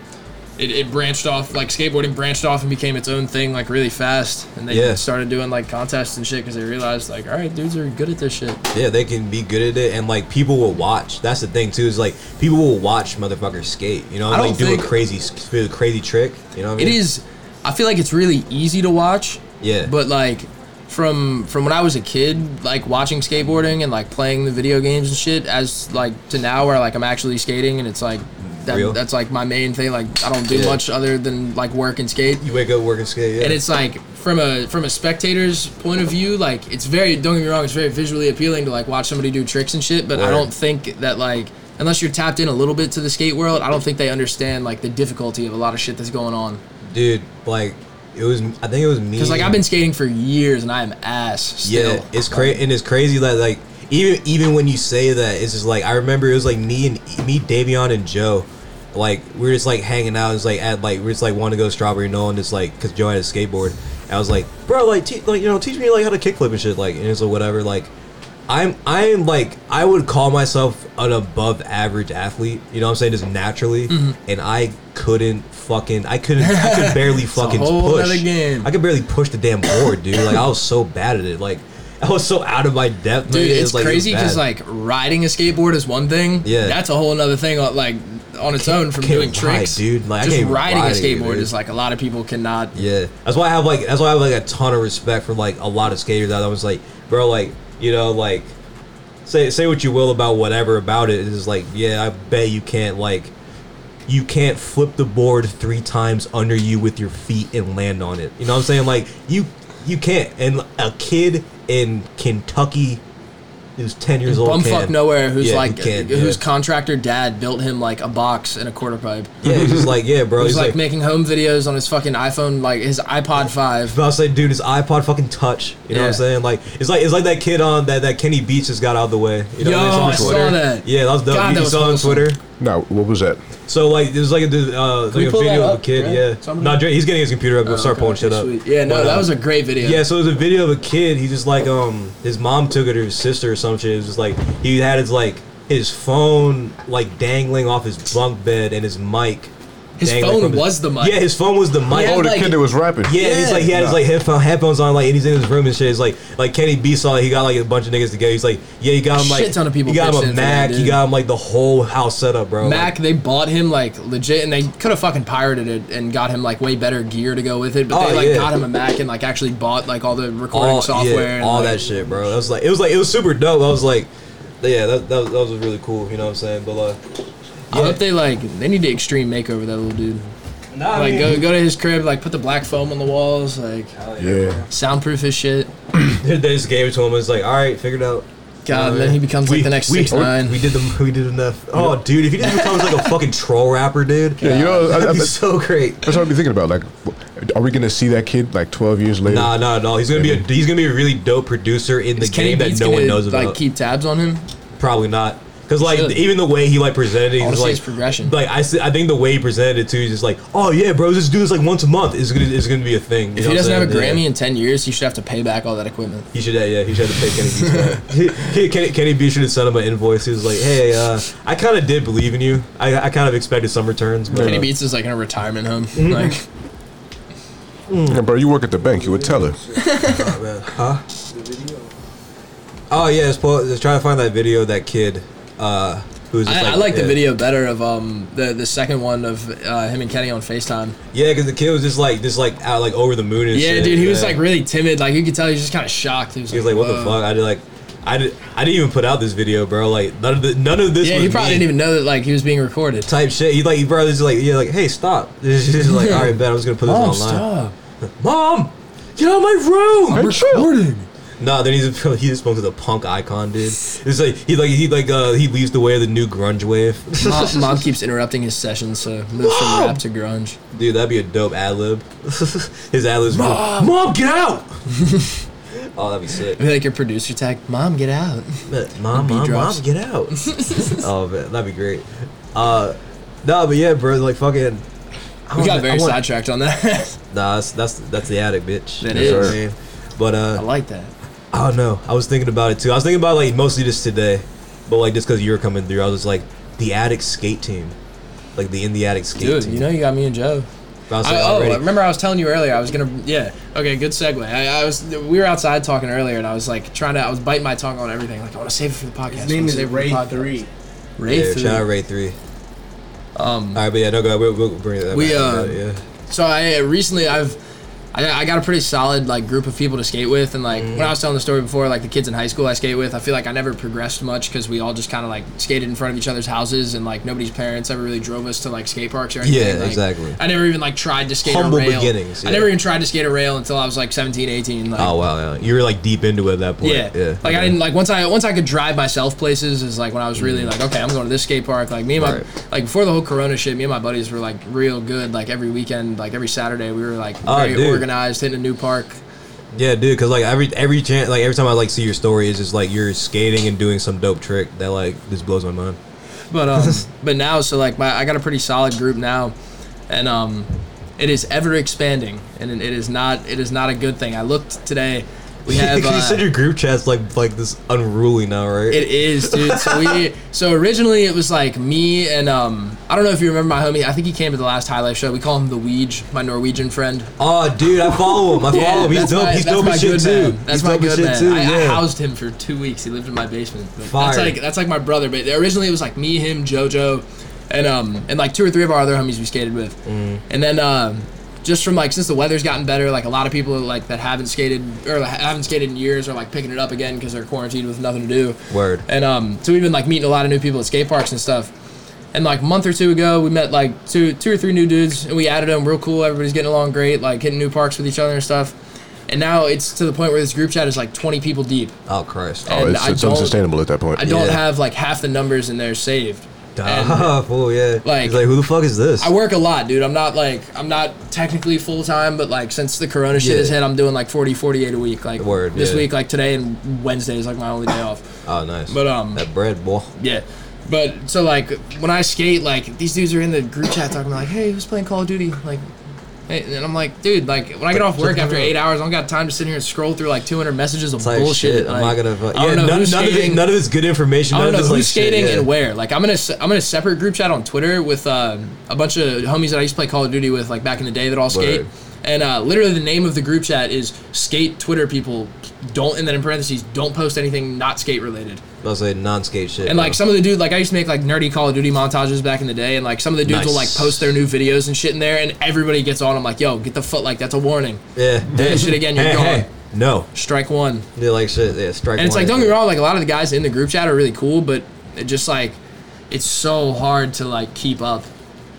it, it branched off like skateboarding branched off and became its own thing like really fast and they
Yeah.
started doing like contests and shit because they realized like all right dudes are good at this shit
Yeah, they can be good at it, and like people will watch. That's the thing too. Is like people will watch motherfuckers skate. You know,
I don't
like do a
think-
crazy, s- do a crazy trick. You know what I
it
mean?
is i feel like it's really easy to watch
Yeah.
but like from from when i was a kid like watching skateboarding and like playing the video games and shit as like to now where like i'm actually skating and it's like
Real.
that, that's like my main thing like i don't do
Yeah.
much other than like work and skate
you wake up, work and skate. Yeah.
and it's like from a from a spectator's point of view like it's very don't get me wrong it's very visually appealing to like watch somebody do tricks and shit but i
Word.
don't think that like unless you're tapped in a little bit to the skate world i don't think they understand like the difficulty of a lot of shit that's going on
dude, like it was. I think it was me.
because like i've
and-
been skating for years and i am ass still.
Yeah, it's crazy, and it's crazy that like even even when you say that, it's just like I remember it was like me and me, Davion and Joe, like we were just like hanging out. It's like at like we are just like want to go strawberry knoll and just like because Joe had a skateboard. I was like, bro, like te- like you know, teach me like how to kickflip and shit, like and it's like whatever, like. I'm I'm like I would call myself an above average athlete, you know what I'm saying, just naturally,
Mm-hmm.
and I couldn't fucking I couldn't I could barely fucking
whole
push.
nother game.
I could barely push the damn board, dude. Like I was so bad at it. Like I was so out of my depth.
dude
man. It
it's,
was, like, it was
crazy because
bad.
like riding a skateboard is one thing
Yeah.
that's a whole other thing uh, like on its own from
can't
doing
ride,
tricks
dude. Like, I
just
can't even
riding a
ride it,
skateboard
dude.
is like a lot of people cannot
yeah, that's why I have like that's why I have like a ton of respect for like a lot of skaters out. there. I was like, bro, like you know, like say say what you will about whatever about it. It's just like yeah, I bet you can't like you can't flip the board three times under you with your feet and land on it. You know what I'm saying? Like you you can't. And a kid in Kentucky who's ten years old.
bumfuck
can.
nowhere who's
Yeah,
like
he can,
whose
yeah.
contractor dad built him like a box and a quarter pipe.
Yeah, he's just like, yeah, bro.
Who's
he's
like, making home videos on his fucking iPhone, like his iPod five.
But I was like, dude, his iPod fucking touch. You know what I'm
Yeah.
saying? Like, it's like it's like that kid on that that Kenny Beach just got out of the way. You know
Yo,
what I'm
I
saying?
saw
On Twitter.
that.
Yeah, that was dope.
God,
you
that was
saw it on
wholesome.
Twitter.
No, what was that?
So like, there's like a uh, like
we
a
pull
video
that
of a
up,
kid.
Dre?
Yeah,
Somebody- Oh,
no, Dre, he's getting his computer up. We'll start pulling shit up.
Sweet. Yeah, no,
But,
that
uh,
was a great video.
yeah, so it was a video of a kid. He just like um his mom took it to his sister or some shit. It was just like he had his like his phone like dangling off his bunk bed and his mic.
His
dangling
phone
from
was the mic.
Yeah, his phone was the mic.
had,
Oh, the
like-
kid that was rapping.
Yeah, and he's like he had his like headphone headphones on, like and he's in his room and shit. It's like like Kenny B saw it, he got like a bunch of niggas together. He's like, yeah, he got him like
Shit ton of people
He got
pitched
him a
in for
Mac.
that,
He
dude.
got him like the whole house set up, bro.
Mac, they bought him like legit, and they could have fucking pirated it and got him like way better gear to go with it. But
Oh,
they like
yeah.
got him a Mac and like actually bought like all the
Like,
recording
all
software,
yeah,
and,
all
like-
that shit, bro. That was like it was like it was super dope. I was like, yeah, that that, was- that was really cool. You know what I'm saying? But uh,
I hope they like they need to extreme makeover that little dude.
nah, I
Like
mean-
go go to his crib, like put the black foam on the walls, like
Yeah.
soundproof his shit.
they just gave it to him. It's like, all right, figured out.
God,
Uh,
then he becomes like the next
we,
six nine.
We did the we did enough. Oh, dude, if he didn't become like a fucking troll rapper, dude,
Yeah, you know, I, I,
that'd be
that's
so great.
what I've been thinking about. Like, are we gonna see that kid like 12 years later?
Nah, nah, no. He's gonna be a he's gonna be a really dope producer in the
Is Kenny
game that
Beats
no one
gonna,
knows about.
Like keep tabs on him.
Probably not. Cause like
Should.
even the way he like presented, it, he
I wanna
was
see
like
his progression.
Like I, see- I think the way he presented it too, he's just like, oh yeah, bro, this dude is like once a month is gonna is gonna be a thing. You
If
know
he
what
doesn't
I'm
have a
saying?
Grammy
Yeah.
in ten years, he should have to pay back all that equipment.
he should have yeah, he should have to pay Kenny B's back. He- he- Kenny, Kenny B should have sent him an invoice. He was like, hey, uh, I kind of did believe in you. I, I kind of expected some returns, but
Kenny
uh,
Beats is like in a retirement home. Like
Yeah, bro, you work at the bank. You would tell her.
oh, man. huh? Oh yeah, it's, po- it's trying to find that video of that kid. Uh, who's just
I,
like,
I like the
yeah.
video better of um the the second one of uh, him and Kenny on Facetime.
Yeah, because the kid was just like, just like out, like over the moon and
Yeah,
shit.
dude, he was
yeah.
like really timid. Like you could tell he was just kind of shocked. He was,
He was like, "What the
"Whoa."
fuck?" I did like, I, did, I didn't even put out this video, bro. Like none of the, none of this.
Yeah,
was
he probably
me
didn't even know that like he was being recorded.
type shit. He like, bro, this is like, yeah, like, hey, stop. This is like, all right, bet I was gonna put this online. Mom, get out of my room.
recording.
No, then he's he just spoke to the punk icon dude. It's like he like he like uh he leaves the way of the new grunge wave.
Mom, mom keeps interrupting his session, so moves from rap to grunge.
dude, that'd be a dope ad lib. His ad lib's mom, mom, get out. oh, that'd be sick.
It'd be like your producer tag, mom, get out.
Mom,
Beat
mom,
drops.
mom, get out. oh man, that'd be great. Uh, no, but yeah, bro, like fucking. I
We
don't
got
know,
very
I want-
sidetracked on that.
Nah, that's that's, that's the attic, bitch.
That
That is.
is.
But uh,
I like that.
I don't know. I was thinking about it too. I was thinking about like mostly just today, but like just because you were coming through, I was just like the attic skate team, like the in the attic skate
Dude,
team.
you know you got me and Joe.
I was like,
I, oh,
already-
remember I was telling you earlier I was gonna yeah okay good segue I, I was we were outside talking earlier and I was like trying to I was biting my tongue on everything like I want to save it for the podcast.
His
I
name
wanna
is
save it for the
Ray
podcast.
Three.
Ray
yeah,
three.
shout out Ray three.
Um,
All right, but yeah, no, go. ahead. We'll, we'll bring that.
We,
back.
uh,
yeah,
so I uh, recently I've I, I got a pretty solid like group of people to skate with and like when I was telling the story before like the kids in high school I skate with I feel like I never progressed much because we all just kind of like skated in front of each other's houses and like nobody's parents ever really drove us to like skate parks or anything.
Yeah,
Like,
exactly.
I never even like tried to skate
Humble
a rail.
beginnings,
I
yeah.
never even tried to skate a rail until I was like 17, 18. Like,
Oh wow, yeah. you were like deep into it at that point.
Yeah.
Yeah, yeah.
Like I didn't like once I once I could drive myself places is like when I was really like okay I'm going to this skate park like me and my
Mm. Right.
like before the whole Corona shit me and my buddies were like real good like every weekend like every Saturday we were like
Oh,
very
dude.
organized hitting a new park.
yeah, dude. Because like every every chance, like every time I like see your story, it's just like you're skating and doing some dope trick that like just blows my mind.
But um but now so like my I got a pretty solid group now, and um it is ever expanding and it is not it is not a good thing. I looked today. We have.
you
uh,
said your group chat's like like this unruly now, right?
It is, dude. So we so originally it was like me and um I don't know if you remember my homie. I think he came to the last High Life show. We call him the Weege, my Norwegian friend.
oh, dude, I follow him. I follow
Yeah,
him. Oh, He's
that's
dope.
my-
He's
that's
dope
my
as shit
good
too.
man. That's
He's
my
dope as
good man.
shit too.
I, I
Yeah.
housed him for two weeks. He lived in my basement. But That's
Fire.
like that's like my brother. But originally it was like me, him, JoJo, and um and like two or three of our other homies we skated with.
Mm.
And then um just from like since the weather's gotten better, like a lot of people like that haven't skated or haven't skated in years are like picking it up again because they're quarantined with nothing to do.
Word.
And um, so we've been like meeting a lot of new people at skate parks and stuff. And like a month or two ago, we met like two, two or three new dudes, and we added them. Real cool. Everybody's getting along great, like hitting new parks with each other and stuff. And now it's to the point where this group chat is like 20 people deep.
Oh Christ!
And
Oh, it's,
I
it's
don't-
unsustainable at that point.
I don't
Yeah.
have like half the numbers in there saved. And
Duh, Oh, fool, yeah.
like-
Like, He's like, who the fuck is this?
I work a lot, dude. I'm not like I'm not technically full time, but like since the corona shit
Yeah.
has hit, I'm doing like 40, 48 a week. Like
Word,
this
yeah.
week, like today and Wednesday is like my only day off.
oh, nice.
But, um,
that bread, boy.
Yeah. But so like when I skate, like these dudes are in the group chat talking about like, hey, who's playing Call of Duty? Like, hey, and I'm like, dude, like when I get off work after eight hours, I don't got time to sit here and scroll through like 200 messages of
Type
bullshit.
shit.
like,
I'm not gonna. Fuck.
I
Yeah,
don't know
none,
who's
none of it,
skating.
none of it's good information.
I
None
don't
of
know
it's
who's
like
skating
shit, yeah.
and where. Like I'm gonna s- I'm gonna separate group chat on Twitter with uh, a bunch of homies that I used to play Call of Duty with like back in the day that all skate.
Word.
And uh, literally the name of the group chat is skate Twitter people don't and then in parentheses don't post anything not skate related.
I'll say non-skate shit.
And
bro.
like some of the dude, like I used to make like nerdy Call of Duty montages back in the day, and like some of the dudes will like
Nice.
post their new videos and shit in there, and everybody gets on. I'm like, yo, get the foot, like that's a warning.
yeah, hey,
shit again, you're
hey,
gone.
hey, no,
Strike one.
they're like shit. Yeah, strike.
And it's
one
like,
at
don't get
that.
me wrong, like a lot of the guys in the group chat are really cool, but it just like, it's so hard to like keep up.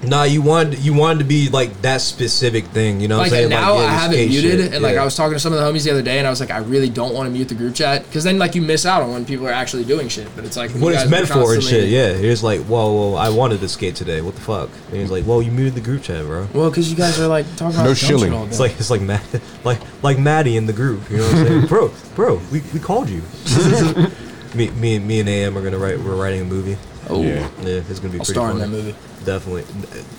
Nah, you wanted you wanted to be like that specific thing. You know,
Like
what I'm saying?
now,
like, yeah,
I
the
have it
skate
muted,
shit,
and like
yeah.
I was talking to some of the homies the other day, and I was like, I really don't want to mute the group chat because then like you miss out on when people are actually doing shit. But it's like when
What
you
it's
guys are
meant for and shit,
constantly-
yeah. He was like, whoa, whoa, I wanted to skate today. What the fuck? And he's like, well, you muted the group chat, bro.
Well, because you guys are like talking about
No
dumb shit
shilling.
all day.
It's like it's like Matt, like like Maddie in the group. You know what I'm saying, bro, bro. We, we called you. me me and me and AM are gonna write. We're writing a movie.
oh,
Yeah.
Yeah, it's gonna be pretty
I'll star in
funny.
that movie.
Definitely.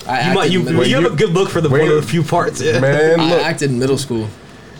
I
you might
acted
you,
in the movie.
you have a good look for the
Wait.
one of the few parts. Yeah.
Man,
I
look.
acted in middle school.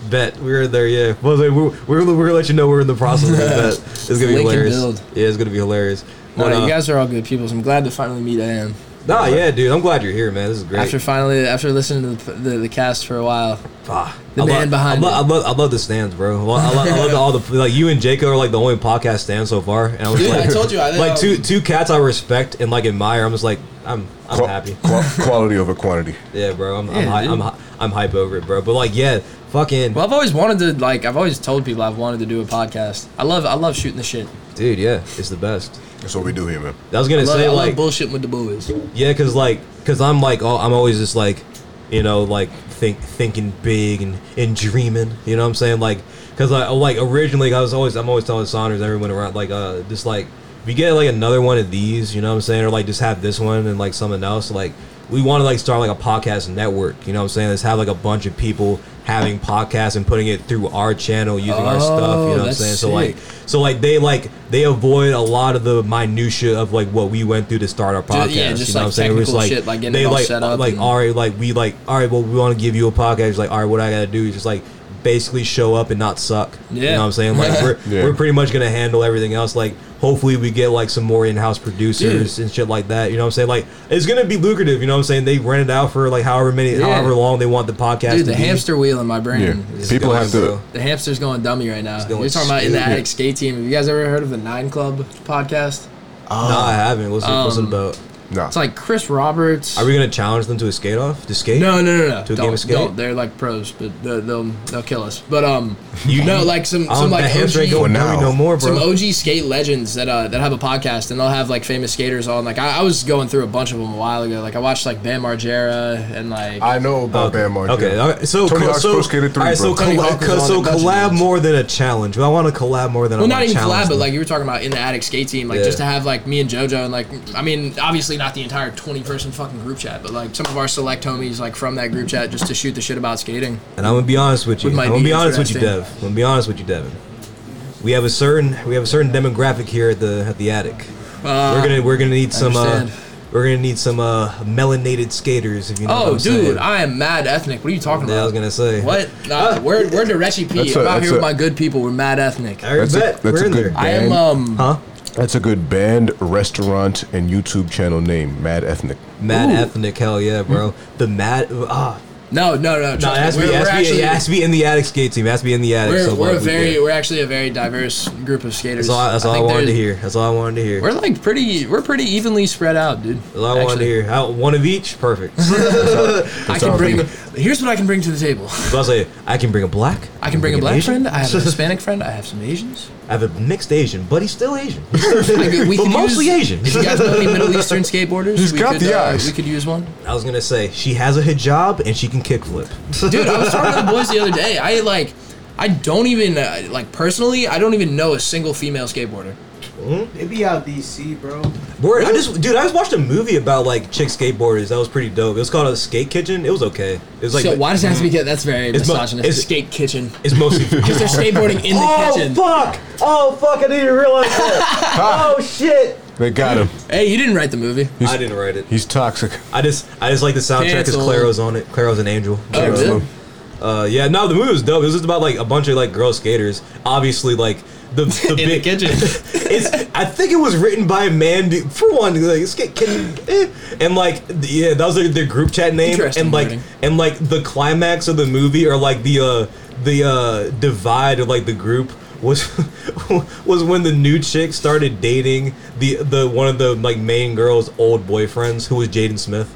Bet we were there. Yeah. Well, like, we're, we're we're gonna let you know we're in the process. of that. It's gonna be
Link and
hilarious.
build.
Yeah, it's gonna be hilarious.
No,
But,
no,
uh,
you guys are all good people. So I'm glad to finally meet Ann.
nah, yeah, dude. I'm glad you're here, man. This is great.
After finally, after listening to the, the, the cast for a while,
Ah,
The
I
man
love, I
behind it.
love, I love, I love the stands, bro. I love, I love, I love all the like you and Jacob are like the only podcast stands so far. And I was
Dude,
like,
I told you, I-
like two two cats I respect and like admire. I'm just like I'm I'm
Qua-
happy.
qua- quality over quantity.
Yeah, bro. I'm
Yeah,
I'm, hy-
dude.
I'm hy- I'm hype over it, bro. But like, yeah, Fucking
Well, I've always wanted to like. I've always told people I've wanted to do a podcast. I love. I love shooting the shit.
dude, yeah, it's the best.
That's what we do here, man.
I was gonna
I love,
say
I love
like
bullshitting with the boys.
Yeah, cause like, cause I'm like, oh, I'm always just like, you know, like think thinking big and and dreaming. You know what I'm saying? Like, cause I like originally I was always I'm always telling Saunders everyone around like uh just like if you get like another one of these, you know what I'm saying, or like just have this one and like something else. Like we want to like start like a podcast network. You know what I'm saying? Let's have like a bunch of people having podcasts and putting it through our channel using our stuff. You know
Oh,
what I'm
that's
saying? So like,
sick.
so like they like they avoid a lot of the minutia of like what we went through to start our podcast.
Ju- yeah, just,
you know what
like,
I'm saying? It was
technical
like
shit, like, getting
they
it all
like
set up
like
and-
all right, like we like all right, well we want to give you a podcast. It's Like all right, what I gotta do is just like basically show up and not suck. you
Yeah.
know what I'm saying? Like we're
Yeah.
we're pretty much gonna handle everything else. Like hopefully we get like some more in-house producers and shit like that. You know what I'm saying? Like it's gonna be lucrative. You know what I'm saying? They rent it out for like however many,
Yeah.
however long they want the podcast.
Dude,
to
the
be.
hamster wheel in my
Yeah,
brain. is
people
going-
have to.
The hamster's going dummy right now.
going
You're talking about in the
stupid.
attic skate team. Have you guys ever heard of the Nine Club podcast?
No,
Oh.
I haven't. What's it, what's it
Um,
about?
Nah,
It's like Chris Roberts.
Are we gonna challenge them to a skate off? To skate?
No, no, no, no.
To a
don't,
game of skate?
don't. They're like pros, but they'll they'll, they'll kill us. But um,
You
you know, like some
I
some
don't- that
like
Um, hamster ain't
OG,
going
For
dummy
now.
no more,
some
bro.
OG skate legends that uh that have a podcast, and they'll have like famous skaters on. Like I, I was going through a bunch of them a while ago. Like I watched like Bam Margera and like
I know about
Oh, Okay.
Bad Margera.
Okay, all right. so
Tony
co-
Hawk's
so,
Pro Skater 3,
all right, so,
bro.
colla-
Tony Hawk is
co-
on
so
a bunch of
collab
dudes.
more than a challenge. I want to collab more than I
Well,
want
not
to
even collab,
challenge
but
them.
like you were talking about in the attic skate team, like
Yeah.
just to have like me and JoJo and like I mean, obviously not the entire twenty person fucking group chat, but like some of our select homies like from that group chat just to shoot the shit about skating.
And I'm gonna be honest with you.
With my
I'm gonna be
knees
honest with you,
resting.
Dev. I'm gonna be honest with you, Devin. We have a certain we have a certain demographic here at the at the attic. we're
Uh,
gonna we're gonna need some uh,
understand.
we're gonna need some uh, melanated skaters if you know. what
Oh,
I'm
dude,
saying.
I am mad ethnic. What are you talking
yeah,
about?
I was gonna say Ah,
What? Nah, we're we're Derechi P.
That's
I'm out
a- that's
here with
a-
my good people. We're mad ethnic.
I
That's a-
bet
that's
we're
a
in
good
there,
I am
Band?
um.
huh?
That's a good band, restaurant, and YouTube channel name, Mad Ethnic.
Mad ethnic, hell yeah, bro. The mad ah.
No, no, no.
No, it has
Trust
to
me.
be,
Hmm. We're,
it has
we're
to be-
actually
it has to be in the attic skate team. It has to be in the attic.
we're,
so
we're
what
a
we
very
did.
we're actually a very diverse group of skaters.
That's all, that's all I
think
wanted to
there's-
hear. That's all I wanted to hear.
We're like pretty. We're pretty evenly spread out, dude.
That's all I wanted to
actually.
hear. How- one of each? Perfect. So
I can bring. Here's what I can bring to the table.
I'll say, I can bring a black.
I can bring a
an
black
Asian.
friend. I have a Hispanic friend. I have some Asians.
I have a mixed Asian, but he's still Asian.
I could-
but
could
mostly
use-
Asian.
If you guys know any Middle Eastern skateboarders,
He's
we
got
could,
the
uh,
eyes.
We could use one.
I was gonna say she has a hijab and she can kickflip.
Dude, I was talking to the boys the other day. I like. I don't even uh, like personally. I don't even know a single female skateboarder.
It be out DC, bro.
Word, I just, dude, I just watched a movie about like chick skateboarders. That was pretty dope. It was called a Skate Kitchen. It was okay. It was like Mm-hmm.
so why does it have to be? That's very
It's mo-
misogynistic.
it's-
skate kitchen.
it's mostly
Because they're skateboarding in the
oh
kitchen.
fuck! Oh fuck! I didn't even realize that. oh shit!
They got him.
Hey, you didn't write the movie.
I didn't write it.
He's toxic.
I just I just like the soundtrack because
Cancel.
Claro's on it. Claro's an angel.
Oh,
That's
really?
him.
Uh, yeah, no, the movie was dope. It was just about like a bunch of like girl skaters. Obviously, like the the
In the
big.
kitchen.
it's I think it was written by a man dude, for one. Like, skate kitchen, eh. and like the- yeah, that was like their group chat name.
Interesting
And like
wording.
and like the climax of the movie or like the uh the uh divide of like the group was was when the new chick started dating the the one of the like main girl's old boyfriends who was Jaden Smith.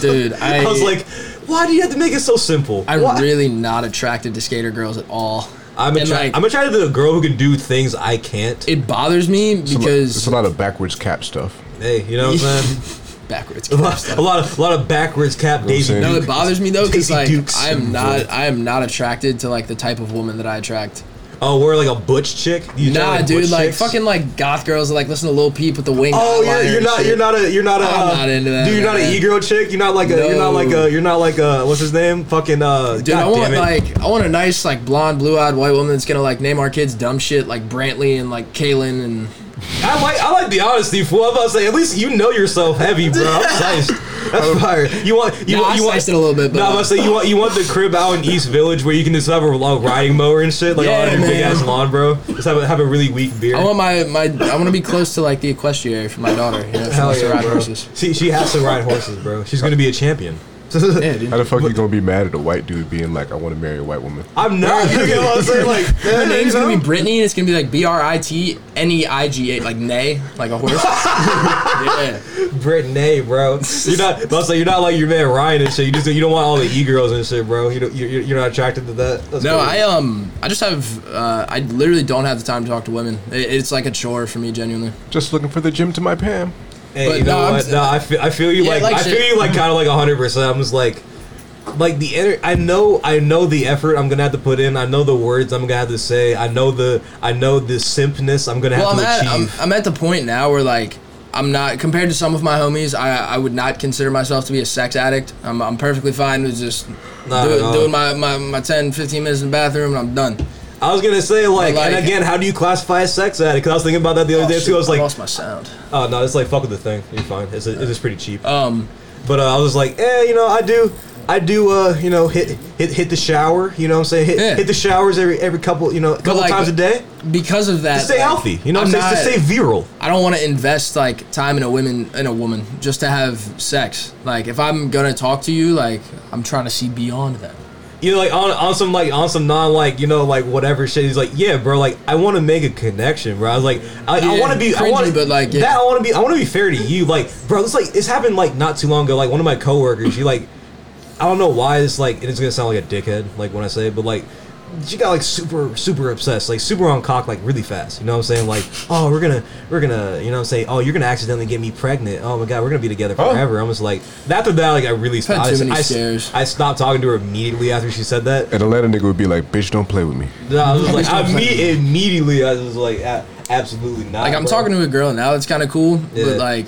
Dude, I-
was like, why do you have to make it so simple?
I'm
Why-
really not attracted to skater girls at all.
I'm
And,
attra-
like,
I'm attracted to a girl who can do things I can't.
It bothers me
It's a lot-
because
it's a lot of backwards cap stuff.
hey, you know what I'm saying?
backwards.
a lot, a lot of a lot of backwards cap Daisy.
saying?
No,
Duke.
it bothers me though because
Daisy
like
Dukes
I am
and
not I am not attracted to like the type of woman that I attract.
Oh, we're like a butch chick. You try,
nah,
like,
dude,
butch
like
chicks?
fucking like goth girls that like listen to Lil Peep with the wing.
Oh yeah,
eyeliner
you're
and
not
shit.
you're not a you're not a
I'm
uh,
not into that,
dude. You're not an
man.
e girl chick. You're not like a you're not like
No.
a you're not like a what's his name? Fucking uh,
Dude, I
God damn
want
it.
like I want a nice like blonde, blue-eyed white woman that's gonna like name our kids dumb shit like Brantley and like Kaylin and
I like I like the honesty, fool. I'm about to say at least you know yourself heavy, bro. I'm sliced. That's fire. You want you
Nah,
want
I
you want
sliced it a little bit, but-
No, I'm about to say you want you want the crib out in East Village where you can just have a long riding mower and shit, like
Yeah,
on your big
man.
ass lawn, bro. Just have a, have a really weak beard.
I want my my I want to be close to like the equestriary for my daughter. You know, she
Hell
wants to
yeah,
ride
bro.
horses.
She, she has to ride horses, bro. She's gonna be a champion.
Yeah, How the fuck you gonna be mad at a white dude being like, I want to marry a white woman?
I'm not. You get what I'm saying? Like,
Her
yeah,
name's
you know?
gonna be Brittany, and it's gonna be like B R I T N E I G A, like nay, like a horse. yeah,
Brittany, bro. You're not. That's like you're not like your man Ryan and shit. You just you don't want all the e girls and shit, bro. You don't, you're, you're not attracted to that. That's
no, I
crazy.
um, I just have, uh, I literally don't have the time to talk to women. It, it's like a chore for me, genuinely.
Just looking for the gym to my Pam.
Hey,
but
you know
no, I'm
what?
s-
no, I feel I feel you
Yeah,
like,
like
I
shit.
feel you like kind of like hundred percent. I'm just like. Like the inner, I know, I know the effort I'm gonna have to put in. I know the words I'm gonna have to say. I know the, I know the simpness I'm gonna have
Well, I'm
to
at, I'm,
achieve.
I'm at the point now where like. I'm not compared to some of my homies. I I would not consider myself to be a sex addict. I'm, I'm perfectly fine with just
Not
do-
at all.
doing my, my, my 10, 15 minutes in the bathroom and I'm done.
I was gonna say like,
Like-
and again, how do you classify a sex addict? Because I was thinking about that the other
Oh,
day
shoot,
too. I was like,
lost my sound.
oh no, it's like fuck with the thing. You're fine. It's it's just pretty cheap.
Um,
But uh, I was like, eh, you know, I do, I do, uh, you know, hit hit hit the shower. You know, what I'm saying hit,
Yeah.
hit the showers every every couple, you know, a couple
like,
times a day
because of that,
to stay
like,
healthy. You know,
I'm
what I'm saying to
not-
stay virile.
I don't want to invest like time in a woman in a woman just to have sex. Like if I'm gonna talk to you, like I'm trying to see beyond that.
You know, like on on some like on some non like you know like whatever shit. He's like, yeah, bro, like I want to make a connection, bro. I was like, I, I
Yeah,
want to be, I
cringy,
want to,
but, like, yeah.
that. I want to be, I want to be fair to you, like, bro. It's like this happened like not too long ago. Like one of my coworkers, she like, I don't know why it's like, and it's gonna sound like a dickhead, like when I say, it, but like. She got like super, super obsessed, like super on cock, like really fast. You know what I'm saying? Like, oh, we're gonna, we're gonna, you know what I'm saying? Oh, you're gonna accidentally get me pregnant. Oh my god, we're gonna be together
Oh.
forever. I'm just like, after that, like I really
had
stopped.
too many
I, s-
scares.
I stopped talking to her immediately after she said that.
An Atlanta nigga would be like, bitch, don't play with me.
No, I was just like, I me immediately, I was like, a- absolutely not.
Like I'm
bro.
talking to a girl now, it's kind of cool,
Yeah.
but like,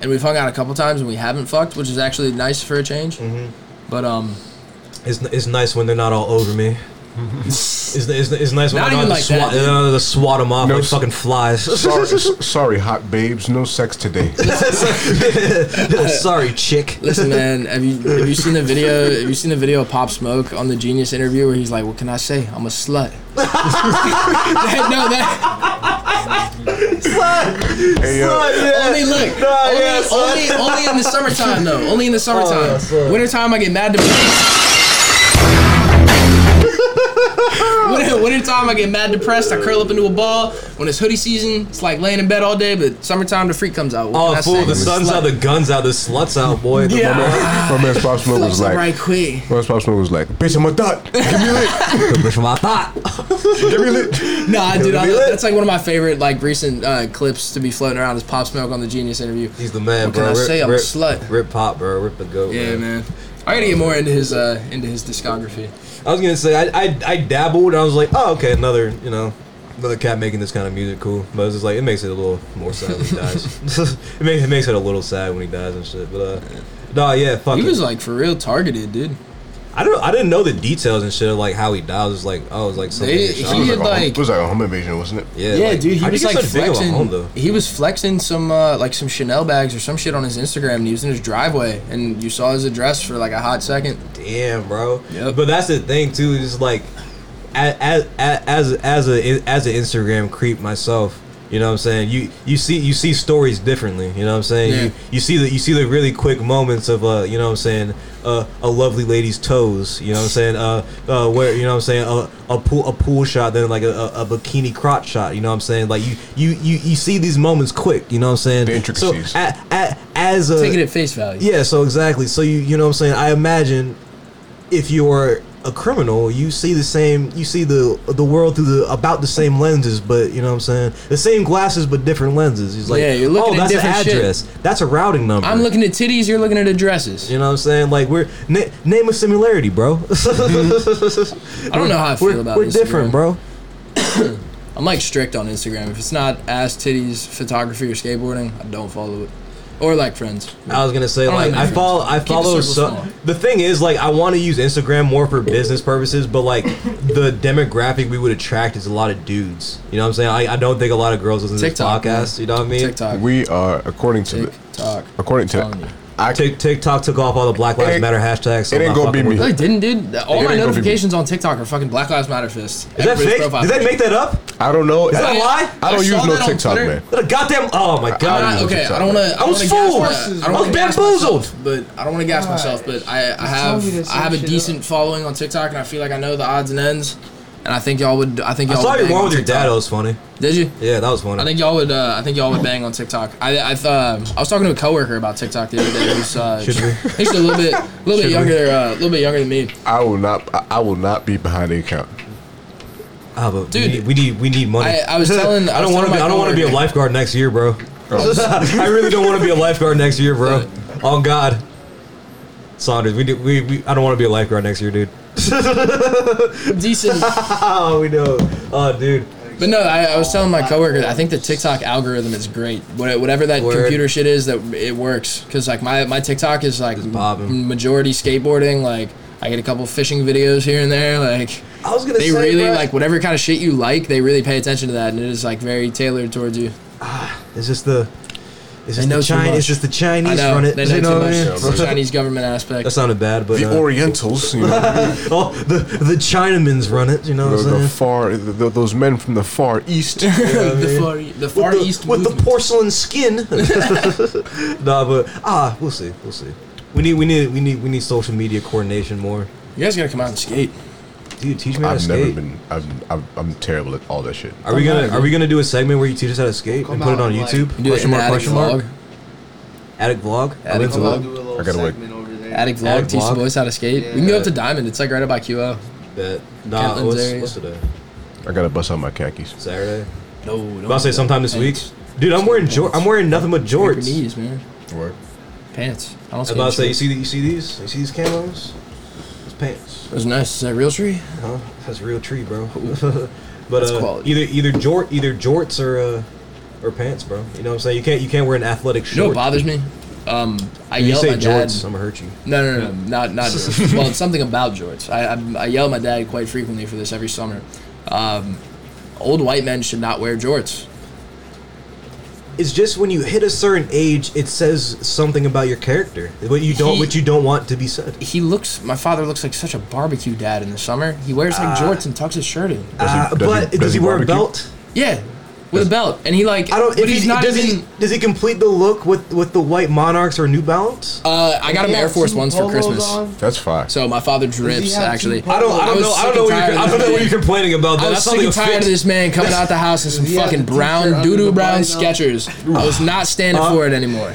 and we've hung out a couple times and we haven't fucked, which is actually nice for a change.
Mm-hmm.
But um,
It's, it's nice when they're not all over me. it's, it's, it's nice when
Not
I don't
even
have
like
to swat,
that, dude.
I don't have to swat them off
No
like
s-
fucking flies.
Sorry, s- sorry, hot babes, no sex today.
Sorry, chick.
listen, man, have you have you seen the video? Have you seen the video of Pop Smoke on the Genius interview where he's like, "What can I say? I'm a slut." That- no, that
hey,
Oh,
yo,
only look.
Nah,
only,
yeah, son. Oh,
only, only in the summertime though. Only in the
yeah,
summertime.
son.
Wintertime, I get mad depressed. Winter, wintertime, I get mad depressed. I curl up into a ball. When it's hoodie season, it's like laying in bed all day. But summertime, the freak comes out. What can
Oh,
I
fool,
say?
the sun's out, the gun's out, the slut's out, boy. The
Yeah.
woman-
my man's pop smoke was
Flips up
like,
right quick.
my man's pop smoke was like, bitch, I'm a thot. Give me lit.
the bitch from my thought.
Give me lit.
Nah, dude, I,
be lit.
that's like one of my favorite like recent uh, clips to be floating around is Pop Smoke on the Genius interview.
He's the man,
What
bro.
can I
rip,
say? I'm a
rip,
slut.
Rip pop, bro. Rip the goat.
Yeah, man. I gotta get more into his uh, into his discography.
I was gonna say I, I I dabbled. I was like, oh okay, another you know, another cat making this kind of music, cool. But it's just like it makes it a little more sad when he dies. it makes it makes it a little sad when he dies and shit. But uh, nah, yeah, fuck.
He
it.
was like for real targeted, dude.
I don't I didn't know the details and shit of like how he died. I was just like, oh, it was like something.
They-
in the
he
shower.
It was
had,
a home-
like-
it was like a home invasion, wasn't it?
yeah,
yeah,
like,
dude, he
how'd you
was
get
like
such big of a
flexing.
home, though?
he was flexing some uh, like some Chanel bags or some shit on his Instagram, and he was in his driveway, and you saw his address for like a hot second.
Damn, bro.
Yep.
But that's the thing too. Is like, as as as a as an Instagram creep myself, you know what I'm saying. You you see you see stories differently. You know what I'm saying.
Yeah.
You you see the you see the really quick moments of uh you know what I'm saying uh, a lovely lady's toes. You know what I'm saying. Uh, uh where you know what I'm saying a, a pool a pool shot then like a, a, a bikini crotch shot. You know what I'm saying. Like you you you you see these moments quick. You know what I'm saying.
The intricacies.
So a, a, as a
Take it at face value.
yeah, so exactly. So you you know what I'm saying? I imagine if you're a criminal, you see the same you see the the world through the about the same lenses, but you know what I'm saying? The same glasses but different lenses. He's like,
Yeah, you're looking
"Oh,
at
that's an
different shit."
address. That's a routing number."
I'm looking at titties. You're looking at addresses.
you know what I'm saying? Like we're na- name a similarity, bro.
Mm-hmm. I don't know how I feel
we're
about.
we're
Instagram.
different, bro.
I'm like strict on Instagram. If it's not ass titties, photography, or skateboarding, I don't follow it. Or like friends.
I was gonna say
don't
like
like
I
metrics.
follow I
Keep the
follow
circle
so,
small.
the thing is like I want to use Instagram more for business purposes, but like the demographic we would attract is a lot of dudes. You know what I'm saying? I, I don't think a lot of girls listen to this
TikTok,
podcast. You know what I mean?
TikTok.
We are, according to the,
TikTok.
according to,
Telling you.
I-
Tik TikTok took off all the Black Lives
ain't-
Matter hashtags. so
it
I'm
ain't
not
gonna
fucking
be
with
me.
No,
it.
they didn't, dude. All
It
my
ain't gonna be-
notifications on TikTok are fucking Black Lives Matter fists.
Is that fake? Did they make that up? Is
I don't know.
that
I-
a lie?
I don't
I
use
saw
no
that on
TikTok,
Twitter.
man.
What a goddamn! Oh my
don't
god!
use
okay,
TikTok,
I don't want
man.
to.
I was fooled. I was bamboozled.
But I don't want to gas myself. But I, I
told me to
have I
send
have a
shit
decent following on TikTok, and I feel like I know the odds and ends. And I think y'all would. I think
I
y'all.
saw
would
your
bang
one
on
with your
TikTok.
dad. That was funny.
Did you?
Yeah, that was funny.
I think y'all would. Uh, I think y'all would bang on TikTok. I, I, uh, I was talking to a coworker about TikTok the other day. Who's uh,
Should we?
he's a little bit, a little bit younger, uh, a little bit younger than me.
I will not. I- I will not be behind the account.
Ah, but
Dude.
we need, we need we need money.
I- I was telling- I
I don't
was
want to
telling
be.
my
I don't want to be a
coworker.
lifeguard next year, bro. I really don't want to be a lifeguard next year, bro. Oh God, Saunders, we do. We, we I don't want to be a lifeguard next year, dude.
Decent,
Oh, we know. Oh, dude.
but no. I, I was telling my coworker. I think the TikTok algorithm is great. What- Whatever that
Word.
computer shit is, that it works. Cause like my my TikTok is like
bobbing.
majority skateboarding. Like I get a couple fishing videos here and there. Like
I was gonna
they
say,
really
bro,
like whatever kind of shit you like. They really pay attention to that, and it is like very tailored towards you.
It's just the. It's
They
just
know
the
too
Chinese.
much.
It's just the
I
Chinese
know.
run it.
They
You know
know,
what I
too
mean?
much. It's the Chinese government aspect.
That sounded bad, but
The
uh,
Orientals, you know,
oh, the the Chinamans run it. You know
the,
what I'm
the
saying?
far, the, the- those men from the far east.
the far, E, the far
with the,
east
with the
movement.
porcelain skin. nah, but ah, we'll see, we'll see. We need, we need, we need, we need social media coordination more.
You guys gotta come out and skate.
Dude, teach me how to
I've
skate.
never been. I've, I've, I'm terrible at all that shit.
Are we
Come
gonna
on,
Are we gonna do a segment where you teach us how to skate
Come
and put it
on,
on
like-
YouTube?
Do
question
an
mark?
attic
Question
vlog.
mark? Attic vlog. I'm
Attic
into
vlog.
it.
do a little
I gotta wait.
segment over there.
Attic vlog.
Attic
teach
vlog.
the boys how to skate. We can go up to Diamond. It's like right up by QO.
Bet. Nah,
Kentland's
what's,
area.
what's today?
I gotta bust out my khakis.
Saturday.
No, no.
About to say sometime this week. Dude, I'm wearing jor- I'm wearing nothing but
Your
jorts.
knees, man. Pants. I don't
I'm about to say,
skate.
you
in
see, the- you see these? You see these camos? These pants.
shorts. It was nice. Is that real tree?
Huh? That's a real tree, bro. but
That's
uh,
quality.
either either jort either jorts or uh, or pants, bro. You know what I'm saying? You can't you can't wear an athletic
You know
short.
what bothers me? Um, I
If you
yell at
say
my dad.
jorts, I'm gonna hurt you.
No, no, no, no, not not. jorts. well, it's something about jorts. I, I I yell at my dad quite frequently for this every summer. Um, old white men should not wear jorts.
It's just when you hit a certain age, it says something about your character. What you don't
He-
what you don't want to be said.
He looks. My father looks like such a barbecue dad in the summer. He wears
Uh,
like jorts and tucks his shirt in.
he-
Uh,
does he-
but does he,
does he
wear a
barbecue?
belt?
Yeah, with a belt, and he like.
I don't.
But
If
he's
he,
not
does
even.
he does he complete the look with with the white Monarchs or New Balance?
uh, I got him Air Force Ones for Christmas.
That's fine.
So my father drips
have
actually.
two I
Oh, I was sick and tired of this man.
complaining about.
I was sick and tired of this man coming out the house in some
he have
fucking
the t-shirt
brown
under
doo
the
doo brown
button up?
Skechers. I was not standing for it anymore.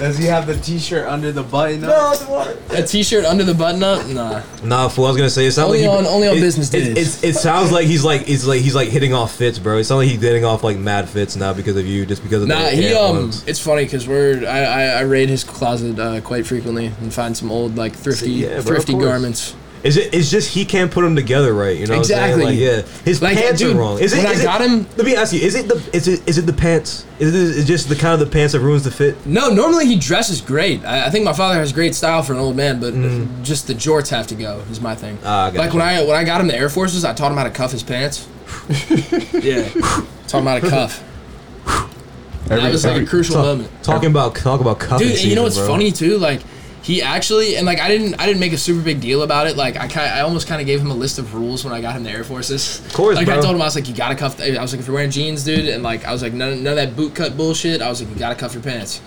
Does he have the T-shirt under the button?
No,
up?
A T-shirt under the button up? Nah.
Nah, fool. I was gonna say it sounds
Only
like he-
on- only on
it-
business
it-
days.
it's- It, sounds like he's like it's like he's like hitting off fits, bro. It sounds like he's hitting off like mad fits now because of you, just because of
Nah,
the
he
Air
um.
Ones.
It's funny because we're I, I I raid his closet uh, quite frequently and find some old like thrifty
Yeah, bro, of
thrifty
course.
garments.
Is it? It's just he can't put them together right. You know
Exactly.
What I'm saying? Like, yeah, his
Like,
pants
dude,
are wrong. Is it?
when I
is it-
got him-
Let me ask you: Is it the? Is it? Is it the pants? Is it, is it just the kind of the pants that ruins the fit?
No, normally he dresses great. I, I think my father has great style for an old man, but just the jorts have to go is my thing.
Mm-hmm. Ah, I got
like
you.
when I when I got him the Air Forces, I taught him how to cuff his pants. yeah, taught him how to cuff. that was like a crucial
Talk-
moment.
Talking about talk about cuffing.
Dude, and you
season,
know what's
bro.
funny too? Like he actually and like I didn't I didn't make a super big deal about it. Like I kind I almost kind of gave him a list of rules when I got him the Air Forces. Of
course,
Like I
bro.
told him I was like you gotta cuff. I was like if you're wearing jeans, dude, and like I was like none, none of that boot cut bullshit. I was like you gotta cuff your pants.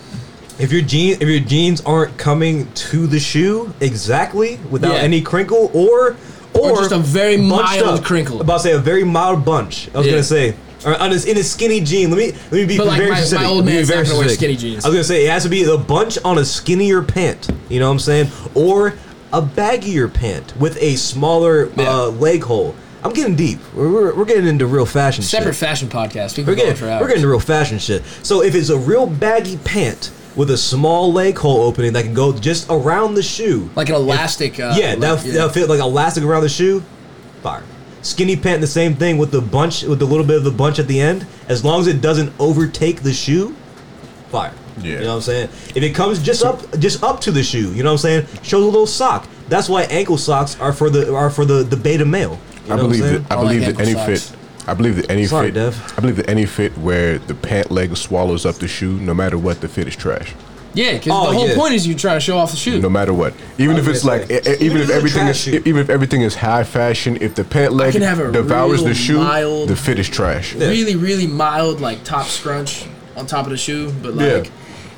If your jeans if your jeans aren't coming to the shoe exactly without
Yeah.
any crinkle or or,
just a very
bunched
mild
up,
crinkle.
About to say a very mild bunch. I was
Yeah.
gonna say. Or on his, in a skinny jean. Let me let me be
But, like,
very
my- my
specific.
old
Let me be
man's not
very
gonna wear
specific.
skinny jeans.
I was gonna say it has to be a bunch on a skinnier pant. You know what I'm saying? Or a baggier pant with a smaller
Yeah.
uh, leg hole. I'm getting deep. We're, we're, we're getting into real fashion. shit.
Separate fashion podcast. We can
We're
go on
getting,
for hours.
we're getting to real fashion shit. So if it's a real baggy pant with a small leg hole opening that can go just around the shoe,
like an elastic. Uh,
yeah, that
like-
will fit like elastic around the shoe, fire. Skinny pant, the same thing with the bunch, with a little bit of the bunch at the end. As long as it doesn't overtake the shoe, fire.
Yeah.
you know what I'm saying. If it comes just up, just up to the shoe, you know what I'm saying. Shows a little sock. That's why ankle socks are for the are for the the beta male. You know
I
what I'm
believe
saying?
that. I
All that
believe that
ankle
any
socks.
fit. I believe that any
Sorry,
fit.
Dev.
I believe that any fit where the pant leg swallows up the shoe, no matter what, the fit is trash.
Yeah, because
Oh,
the whole
yeah.
point is you try to show off the shoe.
No matter what, even if it's like, e- e- even if
it's a
everything
trash
is,
shoe.
even if everything is high fashion, if the pant leg
can have a
devours the
real
shoe,
mild-
the fit is trash.
Really, really mild, like top scrunch on top of the shoe. But
Yeah.
like,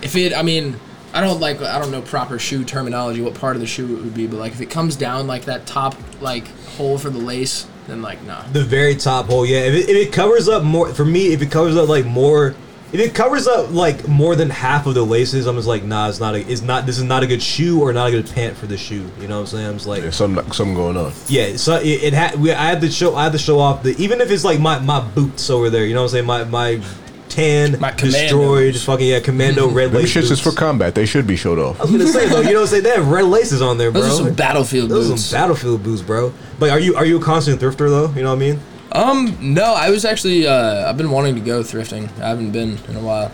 if it, I mean, I don't like, I don't know proper shoe terminology, what part of the shoe it would be, but like if it comes down like that top like hole for the lace, then like nah.
The very top hole, yeah. If it, if it covers up more, for me, if it covers up like more, if it covers up like more than half of the laces, I'm just like, nah, it's not a, it's not, this is not a good shoe or not a good pant for the shoe. You know what I'm saying? I'm just like,
There's something, something going on.
yeah. So it, it had, we, I had to show, I had to show off the, even if it's like my my boots over there. You know what I'm saying? My my tan,
My Mm-hmm.
destroyed,
commandos.
fucking yeah, commando red
Them
lace.
shits is
boots.
for combat. They should be showed
I
off.
was gonna say though, you know what I'm saying? They have red laces on there, bro.
Those are some battlefield
Those are
boots.
some battlefield boots, bro. Like, are you are you a constant thrifter though? You know what I mean?
um, no, I was actually, uh, I've been wanting to go thrifting. I haven't been in a while.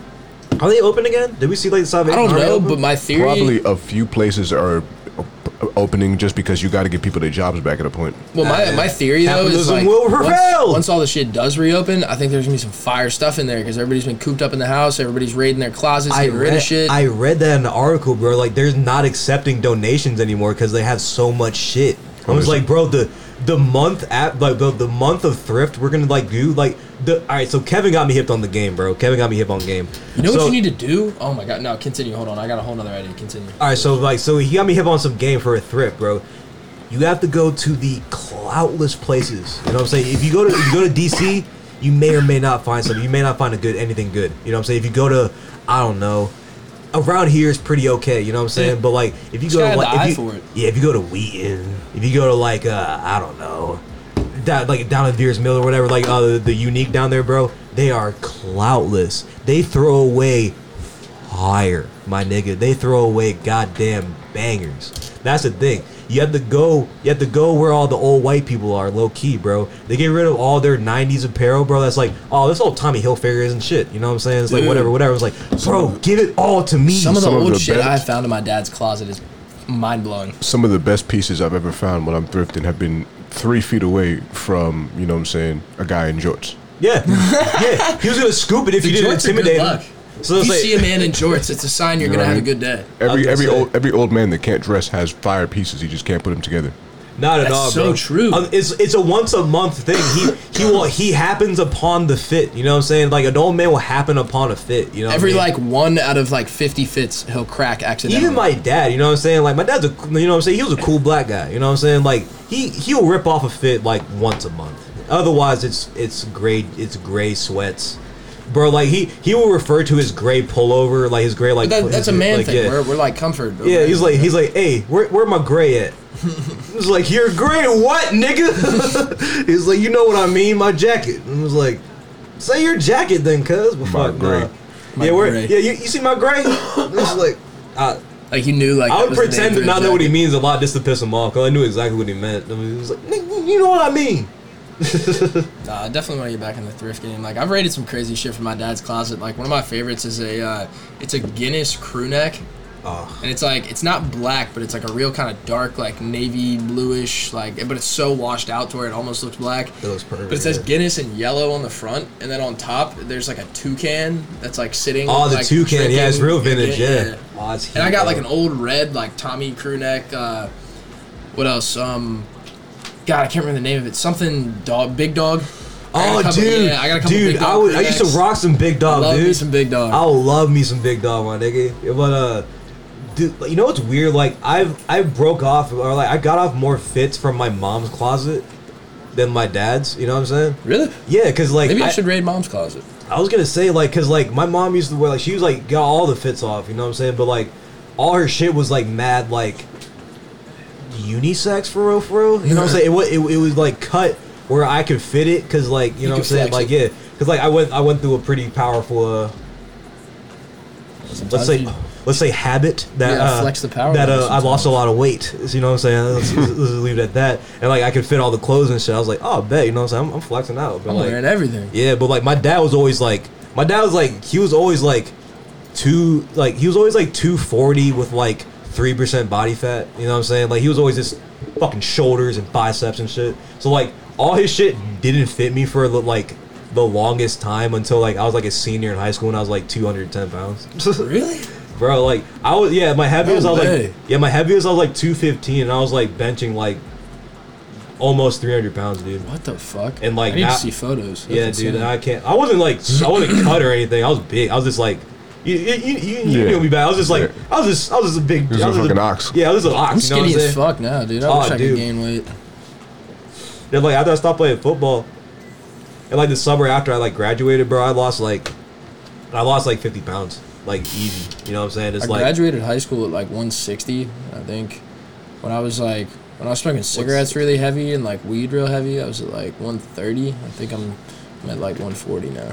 Are they open again? Did we see like the
I
Salvation?
don't
Army
know,
open?
but my theory.
Probably a few places are op- opening just because you got to get people their jobs back at a point.
Well, my, my theory though is
Capitalism
like
will
once,
prevail.
once all the shit does reopen, I think there's gonna be some fire stuff in there because everybody's been cooped up in the house, everybody's raiding their closets,
I
getting rid
read,
of shit.
I read that in the article, bro. Like, they're not accepting donations anymore because they have so much shit. I was
Understood.
like, bro, the the month at like the, the month of thrift, we're gonna like do like the all right. So Kevin got me hipped on the game, bro. Kevin got me hip on game.
you know
So-
what you need to do? Oh my god, no, continue. Hold on, I got a whole nother idea. Continue.
All right, so like, so he got me hip on some game for a thrift, bro. You have to go to the cloutless places. You know what I'm saying? If you go to if you go to DC, you may or may not find something. You may not find a good anything good. You know what I'm saying? If you go to, I don't know, around here is pretty okay. You know what I'm saying?
Yeah.
But like, if you
Just
go
gotta
to
have
like,
the
if
eye
you-
for it.
yeah, if you go to Wheaton, if you go to like, uh, I don't know, down, like down at Deers Mill or whatever, like uh, the, the unique down there, bro. They are cloutless. They throw away higher, my nigga. They throw away goddamn bangers. That's the thing. You have to go. You have to go where all the old white people are, low key, bro. They get rid of all their '90s apparel, bro. That's like, oh, this old Tommy Hilfiger isn't shit. You know what I'm saying? It's like
Dude.
whatever, whatever. It's like, bro, give it all to me.
Some of the
Some of
old
the
shit
best-
I found in my dad's closet is mind blowing.
Some of the best pieces I've ever found when I'm thrifting have been three feet away from, you know what I'm saying, a guy in jorts.
yeah, yeah. He was gonna scoop it if you didn't intimidate him. So
if
it's
you
like,
see a man in jorts, it's a sign you're gonna have a good day.
Every
gonna
every
say.
old every old man that can't dress has fire pieces. He just can't put them together.
Not at
That's
all,
so
bro.
true.
Um, it's it's a once a month thing. He he will he happens upon the fit. You know what I'm saying? Like an old man will happen upon a fit. You know, what I
Every
mean?
like one out of like 50 fits, he'll crack accidentally.
even my dad. You know what I'm saying? Like my dad's a you know what I'm saying. He was a cool black guy. You know what I'm saying? Like he he'll rip off a fit like once a month. Otherwise, it's it's gray it's gray sweats. Bro, like he he will refer to his gray pullover, like his gray like.
But that,
pl-
that's a
his-
man
like,
thing.
yeah.
We're, we're like comfort.
Yeah, he's like he's like, hey, where where my gray at? I was like, you're gray at what, nigga? he's like, you know what I mean, my jacket. I was like, say your jacket then, cuz. Well,
My
fuck,
gray.
nah.
My
yeah, where?
gray.
Yeah, you, you see my gray? I was like, I,
like you knew like
I would
that was the name
pretend
for
to
his
not know
jacket.
what he means a lot just to piss him off, cause I knew exactly what he meant. I mean, he was like, nigga, you know what I mean?
Nah, Uh, I definitely want to get back in the thrift game. Like I've raided some crazy shit from my dad's closet. Like one of my favorites is a, uh, it's a Guinness crew neck,
Oh,
and it's like it's not black, but it's like a real kind of dark, like navy bluish, like but it's so washed out to where it almost looks black.
that was perfect.
But it says
yeah.
Guinness in yellow on the front, and then on top there's like a toucan that's like sitting.
Oh, the
like,
toucan. Yeah, it's
drinking
real
a Guin-
vintage. Yeah. Oh, it's
And I
heat,
got like
bro.
an old red, like Tommy crew neck. Uh, what else? Um, God, I can't remember the name of it. Something dog, big dog. I got
Oh,
a couple-
dude,
yeah, I got a couple
dude,
big
I
dog
would. I used to
crew necks.
rock some big dog,
love me
dude.
some big dog.
I would love me some big dog, my nigga. Yeah, But uh, dude, like, you know what's weird? Like I've I broke off or like I got off more fits from my mom's closet than my dad's. You know what I'm saying?
Really?
Yeah, cause like
Maybe I, should raid mom's closet.
I was gonna say like, cause like my mom used to wear like she was like got all the fits off, you know what I'm saying? But like, all her shit was like mad like unisex for real, for real. You know what I'm saying? It was it, it was like cut where I could fit it, cause like you, know what I'm
could
saying? Like
flex it.
yeah, cause like I went I went through a pretty powerful uh, let's
Sometimes
say uh,
you-
let's say habit that
Yeah,
uh,
flex the power
that uh,
levels
I lost a lot of weight. So, you know what I'm saying? Let's, let's let's leave it at that. And like I could fit all the clothes and shit. I was like, oh, I bet you know what I'm saying? I'm, I'm flexing out. But
I'm
like,
wearing everything.
yeah, but like my dad was always like my dad was like he was always like two like he was always like two forty with like three percent body fat. You know what I'm saying? Like he was always just fucking shoulders and biceps and shit. So like all his shit didn't fit me for the, like the longest time until like I was like a senior in high school and I was like 210 pounds.
Really?
bro. Like I was, yeah, my heaviest
No
I was
way.
like, yeah, my heaviest I was like two fifteen, and I was like benching like almost three hundred pounds, dude.
What the fuck?
And, like,
I need
now-
to see photos. That's
yeah,
insane.
dude. And I can't. I wasn't like I wasn't cut or anything. I was big. I was just like. You, you, you, you you
Yeah.
knew me back. I was just like,
Yeah.
I was just, I was just a big,
You was
I
a
was
fucking ox.
Yeah, I was just an ox.
I'm
you know what
skinny
I'm
as
saying?
fuck now, dude. I
Oh,
wish I could
dude.
gain weight.
Then like after I stopped playing football, and like the summer after I like graduated, bro, I lost like, I lost like fifty pounds, like easy. You know what I'm saying? It's
I
like
graduated high school at like 160, I think. When I was like, when I was smoking cigarettes really heavy and like weed real heavy, I was at like 130. I think I'm, I'm at like 140 now.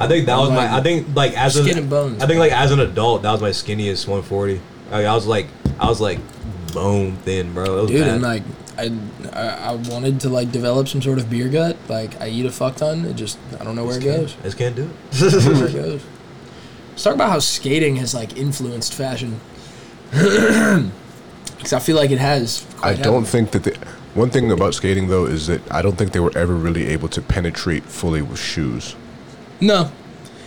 I think that was my. I think like as
Skin
an,
and bones.
I think like as an adult, that was my skinniest 140. Like, I was like, I was like bone thin, bro. It was
Dude,
bad.
and like, I, I I wanted to like develop some sort of beer gut. Like, I eat a fuck ton. It just, I don't know where it goes.
I just can't do it.
I don't know where it goes. Let's talk about how skating has like influenced fashion. Because I feel like it has.
I
quite heavily.
don't think that the one thing about skating though is that I don't think they were ever really able to penetrate fully with shoes.
No.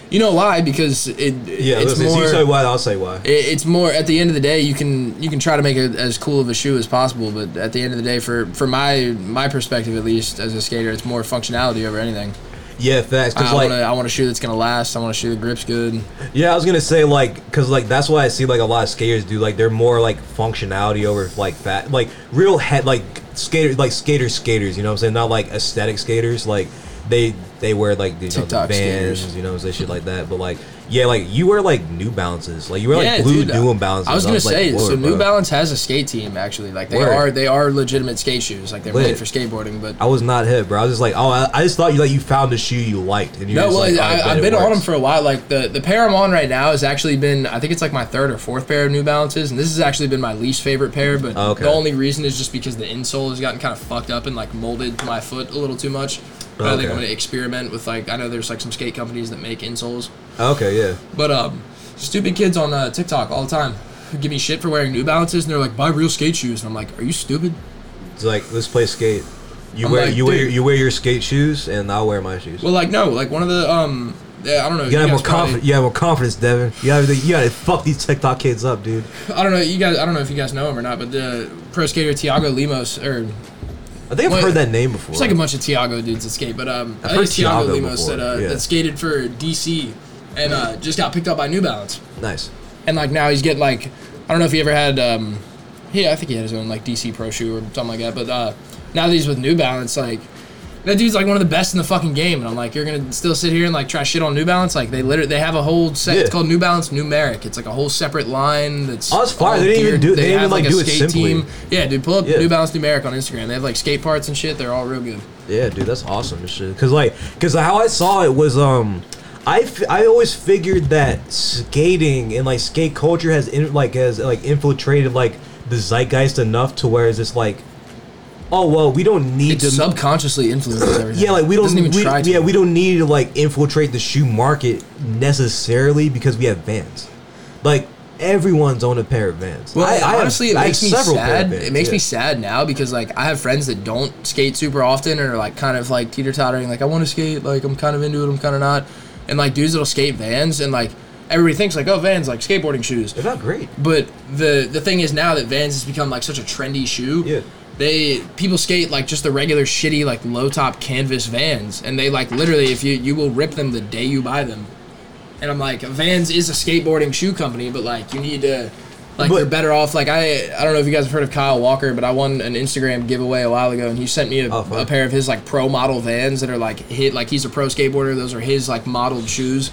You know why? Because it,
Yeah,
it's
listen, so
more.
you say why, I'll say why.
it, it's more at the end of the day you can you can try to make it as cool of a shoe as possible but at the end of the day for for my my perspective at least as a skater it's more functionality over anything
Yeah, facts. Cause
i
like,
want to i want a shoe that's gonna last i want a shoe that grips good
yeah, I was gonna say like, cause like that's why I see like a lot of skaters do like they're more like functionality over like fat, like real head like skater like skater skaters. You know what I'm saying? Not like aesthetic skaters. Like they they wear like you know the
TikTok skaters.
vans, you know, and shit like that. But like. Yeah, like you wear like New Balances, like you wear like blue
dude, I-
New Balances.
i was gonna
like,
say so
"Whoa,
new
bro."
balance has a skate team actually like they
Word.
are they are legitimate skate shoes like they're
Lit.
made for skateboarding but
I was not hit, bro. I was just like, oh, I, I just thought you like you found the shoe you liked, and you
no,
just
well,
like, oh,
I,
bet
I've
it
been on
works.
them for a while. Like the the pair I'm on right now has actually been, I think it's like my third or fourth pair of New Balances, and this has actually been my least favorite pair. But
Oh, okay.
the only reason is just because the insole has gotten kind of fucked up and like molded to my foot a little too much. But I think
Okay.
I'm gonna experiment with like I know there's like some skate companies that make insoles,
Okay, yeah,
but um, stupid kids on uh, TikTok all the time who give me shit for wearing New Balances, and they're like buy real skate shoes, and I'm like, are you stupid?
it's like let's play skate. You
I'm
wear
like,
you wear
dude.
you wear your skate shoes, and I'll wear my shoes.
Well, like no, like one of the um, yeah, I don't know.
you gotta have more
guys probably-
confidence. You have more confidence, Devin. You gotta you gotta fuck these TikTok kids up, dude.
I don't know. You guys, I don't know if you guys know him or not, but the pro skater Tiago Limos, or
I think I've
What?
heard that name before.
it's like a bunch of Tiago dudes that skate, but um,
I've
I think
heard
it's Tiago
Thiago
Limos
before,
that, uh,
yeah.
that skated for DC and uh, just got picked up by New Balance,
nice.
and like now he's getting like I don't know if he ever had um, yeah, I think he had his own like DC pro shoe or something like that, but uh, now that he's with New Balance, like. That dude's like one of the best in the fucking game, and I'm like, you're gonna still sit here and like try shit on New Balance? Like they literally they have a whole set. It's
Yeah.
called New Balance Numeric. It's like a whole separate line. That's
Oh, that's fire.
all
They didn't even
geared-
do- they didn't even,
have,
like,
a
do it
skate
simply.
Yeah, dude, pull up
Yeah.
New Balance Numeric on Instagram. They have like skate parts and shit. They're all real good.
Yeah, dude, that's awesome and shit. Cause like, cause how I saw it was um. I, f- I always figured that skating and like skate culture has in- like has like infiltrated like the zeitgeist enough to where it's just like, oh well, we don't need
It
to
subconsciously influences everything.
Yeah, like we
It
don't
doesn't even
we,
try to.
Yeah, we don't need to like infiltrate the shoe market necessarily because we have Vans. Like everyone's on a pair of Vans.
Well,
I, I have-
honestly,
I
it
have
makes me
several pair of
sad.
Vans,
It makes
yeah.
me sad now because like I have friends that don't skate super often and are like kind of like teeter tottering. Like I want to skate, like I'm kind of into it, I'm kind of not, and like dudes that'll skate Vans and like everybody thinks like oh Vans like skateboarding shoes.
They're not great.
But the the thing is now that Vans has become like such a trendy shoe.
Yeah.
They people skate like just the regular shitty like low top canvas Vans, and they like literally if you you will rip them the day you buy them. And I'm like, Vans is a skateboarding shoe company, but like you need to. Like
But-
you're better off. Like I, I don't know if you guys have heard of Kyle Walker, but I won an Instagram giveaway a while ago, and he sent me a,
Oh, fuck.
a pair of his like pro model Vans that are like hit. Like he's a pro skateboarder; those are his like modeled shoes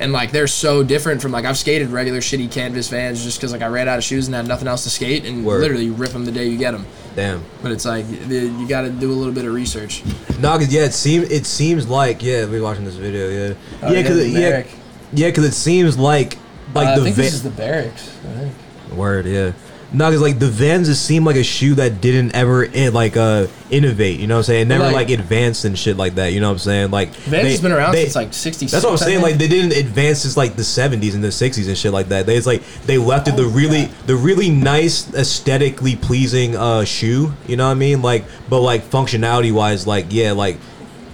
and like they're so different from like I've skated regular shitty canvas vans just because like I ran out of shoes and had nothing else to skate and
Word.
literally you rip them the day you get them.
Damn.
But it's like the, you got to do a little bit of research.
No, 'cause, yeah, it seems it seems like yeah, we watching this video, yeah. yeah,
Oh, yeah, Uh,
cause
the
it, yeah,
barrack.
yeah, 'cause it seems like like the Va-
the barracks. I think.
Word, yeah. No, because like the Vans just seemed like a shoe that didn't ever eh, like uh innovate. You know what I'm saying? It never
Like-
like, advanced and shit like that. You know what I'm saying? Like
Vans
they-
has been around
they-
since like '66.
That's what I'm saying. Like they didn't advance since like the 70s and the 60s and shit like that. They it's like they left it the really the really nice aesthetically pleasing uh shoe. You know what I mean? Like but like functionality wise, like yeah, like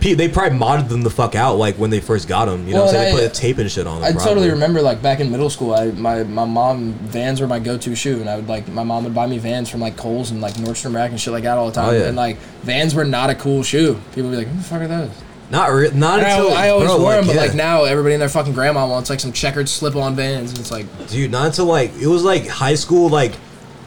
P- they probably modded them the fuck out like when they first got them. You know, what I'm
Well,
saying they
I-
put the tape and shit on. Them,
I
probably.
totally remember like back in middle school, I my, my mom Vans were my go to shoe, and I would like my mom would buy me Vans from like Kohl's and like Nordstrom Rack and shit like that all the time.
Oh, yeah.
And like Vans were not a cool shoe. People would be like, "Who the fuck are those?"
Not re- not
And I,
until
I always
bro,
wore them, but
yeah.
like now everybody and their fucking grandma wants like some checkered slip on Vans, and it's like
dude not until like it was like high school like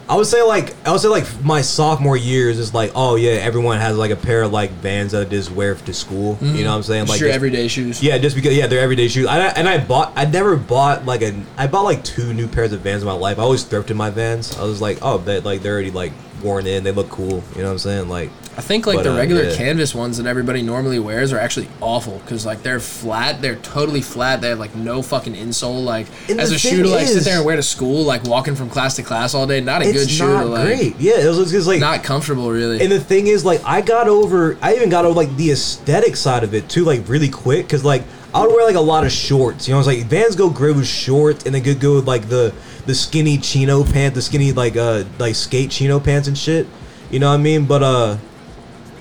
i would say like i would say like my sophomore years is like oh yeah everyone has like a pair of like vans that they just wear to school
Mm-hmm.
you know what i'm saying like
just your
just-
everyday shoes.
yeah just because yeah they're everyday shoes I, and i bought i never bought like a i bought like two new pairs of vans in my life i always thrifted my vans i was like oh that like they're already like worn in they look cool you know what i'm saying like
I think like
But,
the
uh,
regular
yeah.
canvas ones that everybody normally wears are actually awful because like they're flat, they're totally flat. They have like no fucking insole. Like
And
as
the
a shoe to
thing
like sit
is-
there and wear to school, like walking from class to class all day, not a good
it's
shoe.
not
to, like,
great yeah it was, just like
Not comfortable really.
And the thing is, like, I got over, I even got over, like, the aesthetic side of it, too, like, really quick. Cause, like, I would wear, like, a lot of shorts. You know, I was like, Vans go great with shorts, and they could go with, like, the the skinny chino pants, the skinny, like, uh, like, skate chino pants and shit. You know what I mean? But, uh,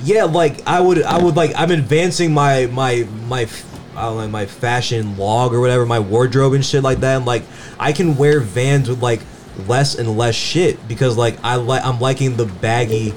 yeah, like, I would, I would, like, I'm advancing my, my, my, f- I don't know, my fashion log or whatever, my wardrobe and shit like that. And, like, I can wear Vans with, like, less and less shit because, like, I like, I'm liking the baggy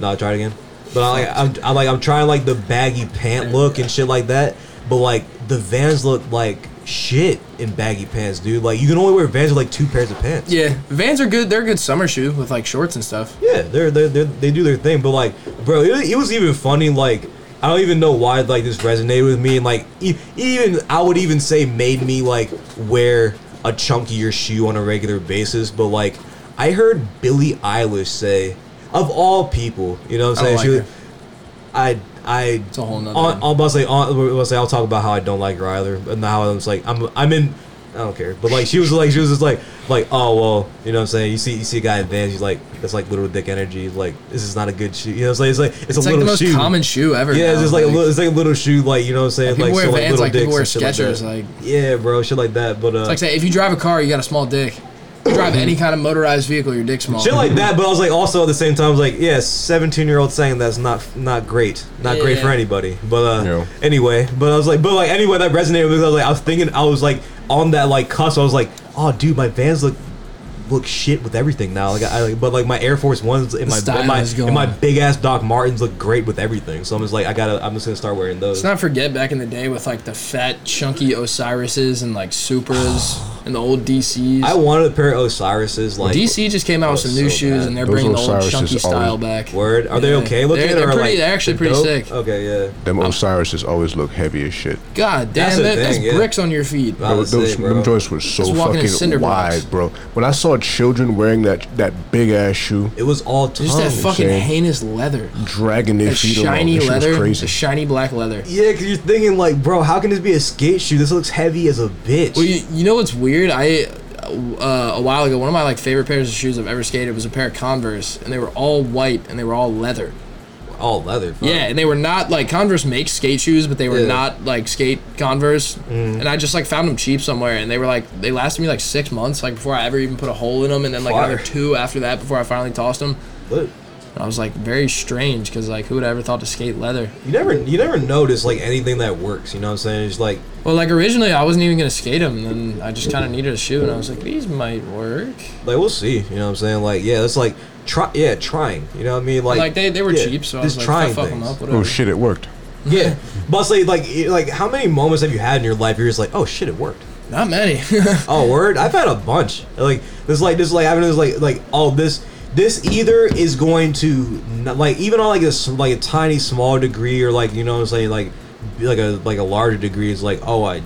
no, I tried again. But I like I'm, I'm like I'm trying like the baggy pant look and shit like that. But like the Vans look like shit in baggy pants, dude. Like you can only wear Vans with like two pairs of pants.
yeah, Vans are good. They're a good summer shoe with like shorts and stuff.
Yeah, they're, they're, they're they do their thing, but like, bro, it, was- it was even funny. Like, I don't even know why like this resonated with me, and like, e- even I would even say made me like wear a chunkier shoe on a regular basis. But like, I heard Billie Eilish say, of all people, you know what I'm saying?
I don't
she
like
was, I I it's
a whole nother-
On, on, but say on, but say I'll talk about how I don't like her either, and how I'm just like I'm I'm in. I don't care, but like she was like she was just like like oh well you know what I'm saying you see you see a guy in Vans he's like that's like little dick energy He's like this is not a good shoe you know what I'm saying it's like it's,
It's
a
like the
little
most
shoe
common shoe ever.
yeah it's
now,
just like a little, it's like a little shoe like you know what I'm saying
people
like
wear
so, like
Vans
little
like people
dicks
wear
and shit like
Skechers,
that.
like-
yeah bro shit like that but uh
It's like say if you drive a car, you got a small dick. If you drive any kind of motorized vehicle, your dick's small.
shit like that but I was like also at the same time I was like yeah 17 year old saying that's not not great not great
Yeah.
for anybody but uh
No.
anyway but I was like but like anyway that resonated with me 'cause I was like I was thinking I was like on that like cusp I was like oh dude my Vans look look shit with everything now like I like but like my Air Force Ones and my
style
and my,
is gone.
and my big ass Doc Martens look great with everything so I'm just like I gotta I'm just gonna start wearing those
Let's not forget back in the day with like the fat, chunky Osirises and like Supras and the old DCs.
I wanted a pair of Osiris's like
DC just came out with some
so
new shoes,
bad.
and they're
Those
bringing the old
Osiris
chunky
is always-
style back.
Word? Are they
Yeah.
okay looking?
They're- they're
or,
pretty-
like,
they're actually pretty
dope? Oh,
sick.
Okay, yeah.
Them Osiris's always look heavy as shit.
God
That's
damn, that's,
the
that, that's
thing, yeah.
bricks on your feet.
I would
Those, those-
say, bro.
them joints were so
Just walking in cinder
fucking wide,
blocks.
bro. When I saw children wearing that that big ass shoe,
It was all tongue.
Just that fucking
insane.
heinous leather,
dragging their
that
Oh, feet along,
shiny
that shit was
leather,
crazy.
the shiny black leather.
yeah, because you're thinking like, bro, how can this be a skate shoe? This looks heavy as a bitch.
Well, you, you know what's weird? I uh, a while ago, one of my like favorite pairs of shoes I've ever skated was a pair of Converse, and they were all white and they were all leather.
all leather. fuck.
Yeah, and they were not like Converse makes skate shoes, but they were
Yeah. Mm.
not like skate Converse. And I just like found them cheap somewhere, and they were like they lasted me like six months, like before I ever even put a hole in them, and then like another
Fire.
two after that before I finally tossed them.
Look,
And I was like very strange because like who would ever thought to skate leather?
you never, you never notice like anything that works. You know what I'm saying? It's like,
Well, like originally I wasn't even gonna skate them, and then I just kind of needed a shoe, and I was like these might work.
like we'll see. You know what I'm saying? Like, yeah, it's like try, yeah, trying. You know what I mean? Like,
Like, they, they were
yeah,
cheap, so I
just
was like
trying
"Fuck- fuck
things.
them up, whatever.
oh shit, it worked.
Yeah, but it's like, like, it- like, how many moments have you had in your life? You're just like, oh shit, it worked.
Not many.
Oh word! I've had a bunch. Like this, like this, like I've this, like like oh this this either is going to n- like even on like a s- like a tiny small degree or like you know what I'm saying like like a like a larger degree is like oh I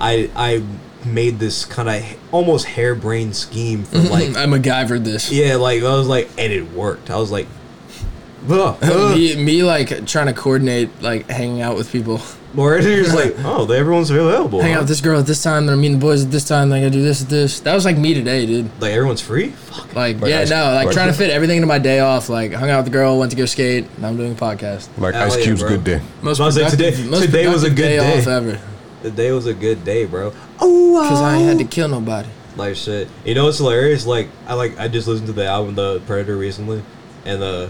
I I made this kind of almost harebrained scheme for like
I MacGyvered this.
yeah like I was like and it worked. I was like. Ugh, ugh.
Me, me like trying to coordinate like hanging out with people.
Or you're just like, oh, everyone's available.
hang
huh?
out with this girl at this time, then I'm meeting the boys at this time, then I gotta do this at this. That was like me today, dude.
Like everyone's free. Fuck.
Like,
Like
yeah,
ice-
no, like
like-
trying to fit everything into my day off. Like, hung out with the girl, went to go skate, now I'm doing a podcast.
Like
Hell
Ice
yeah,
Cube's
bro.
good day.
Most
I was like, today- today was a
productive
good day.
off ever.
The day was a good day, bro. Oh,
Because I
wow.
ain't had to kill nobody.
like shit. You know what's hilarious? Like I like I just listened to the album The Predator recently, and uh,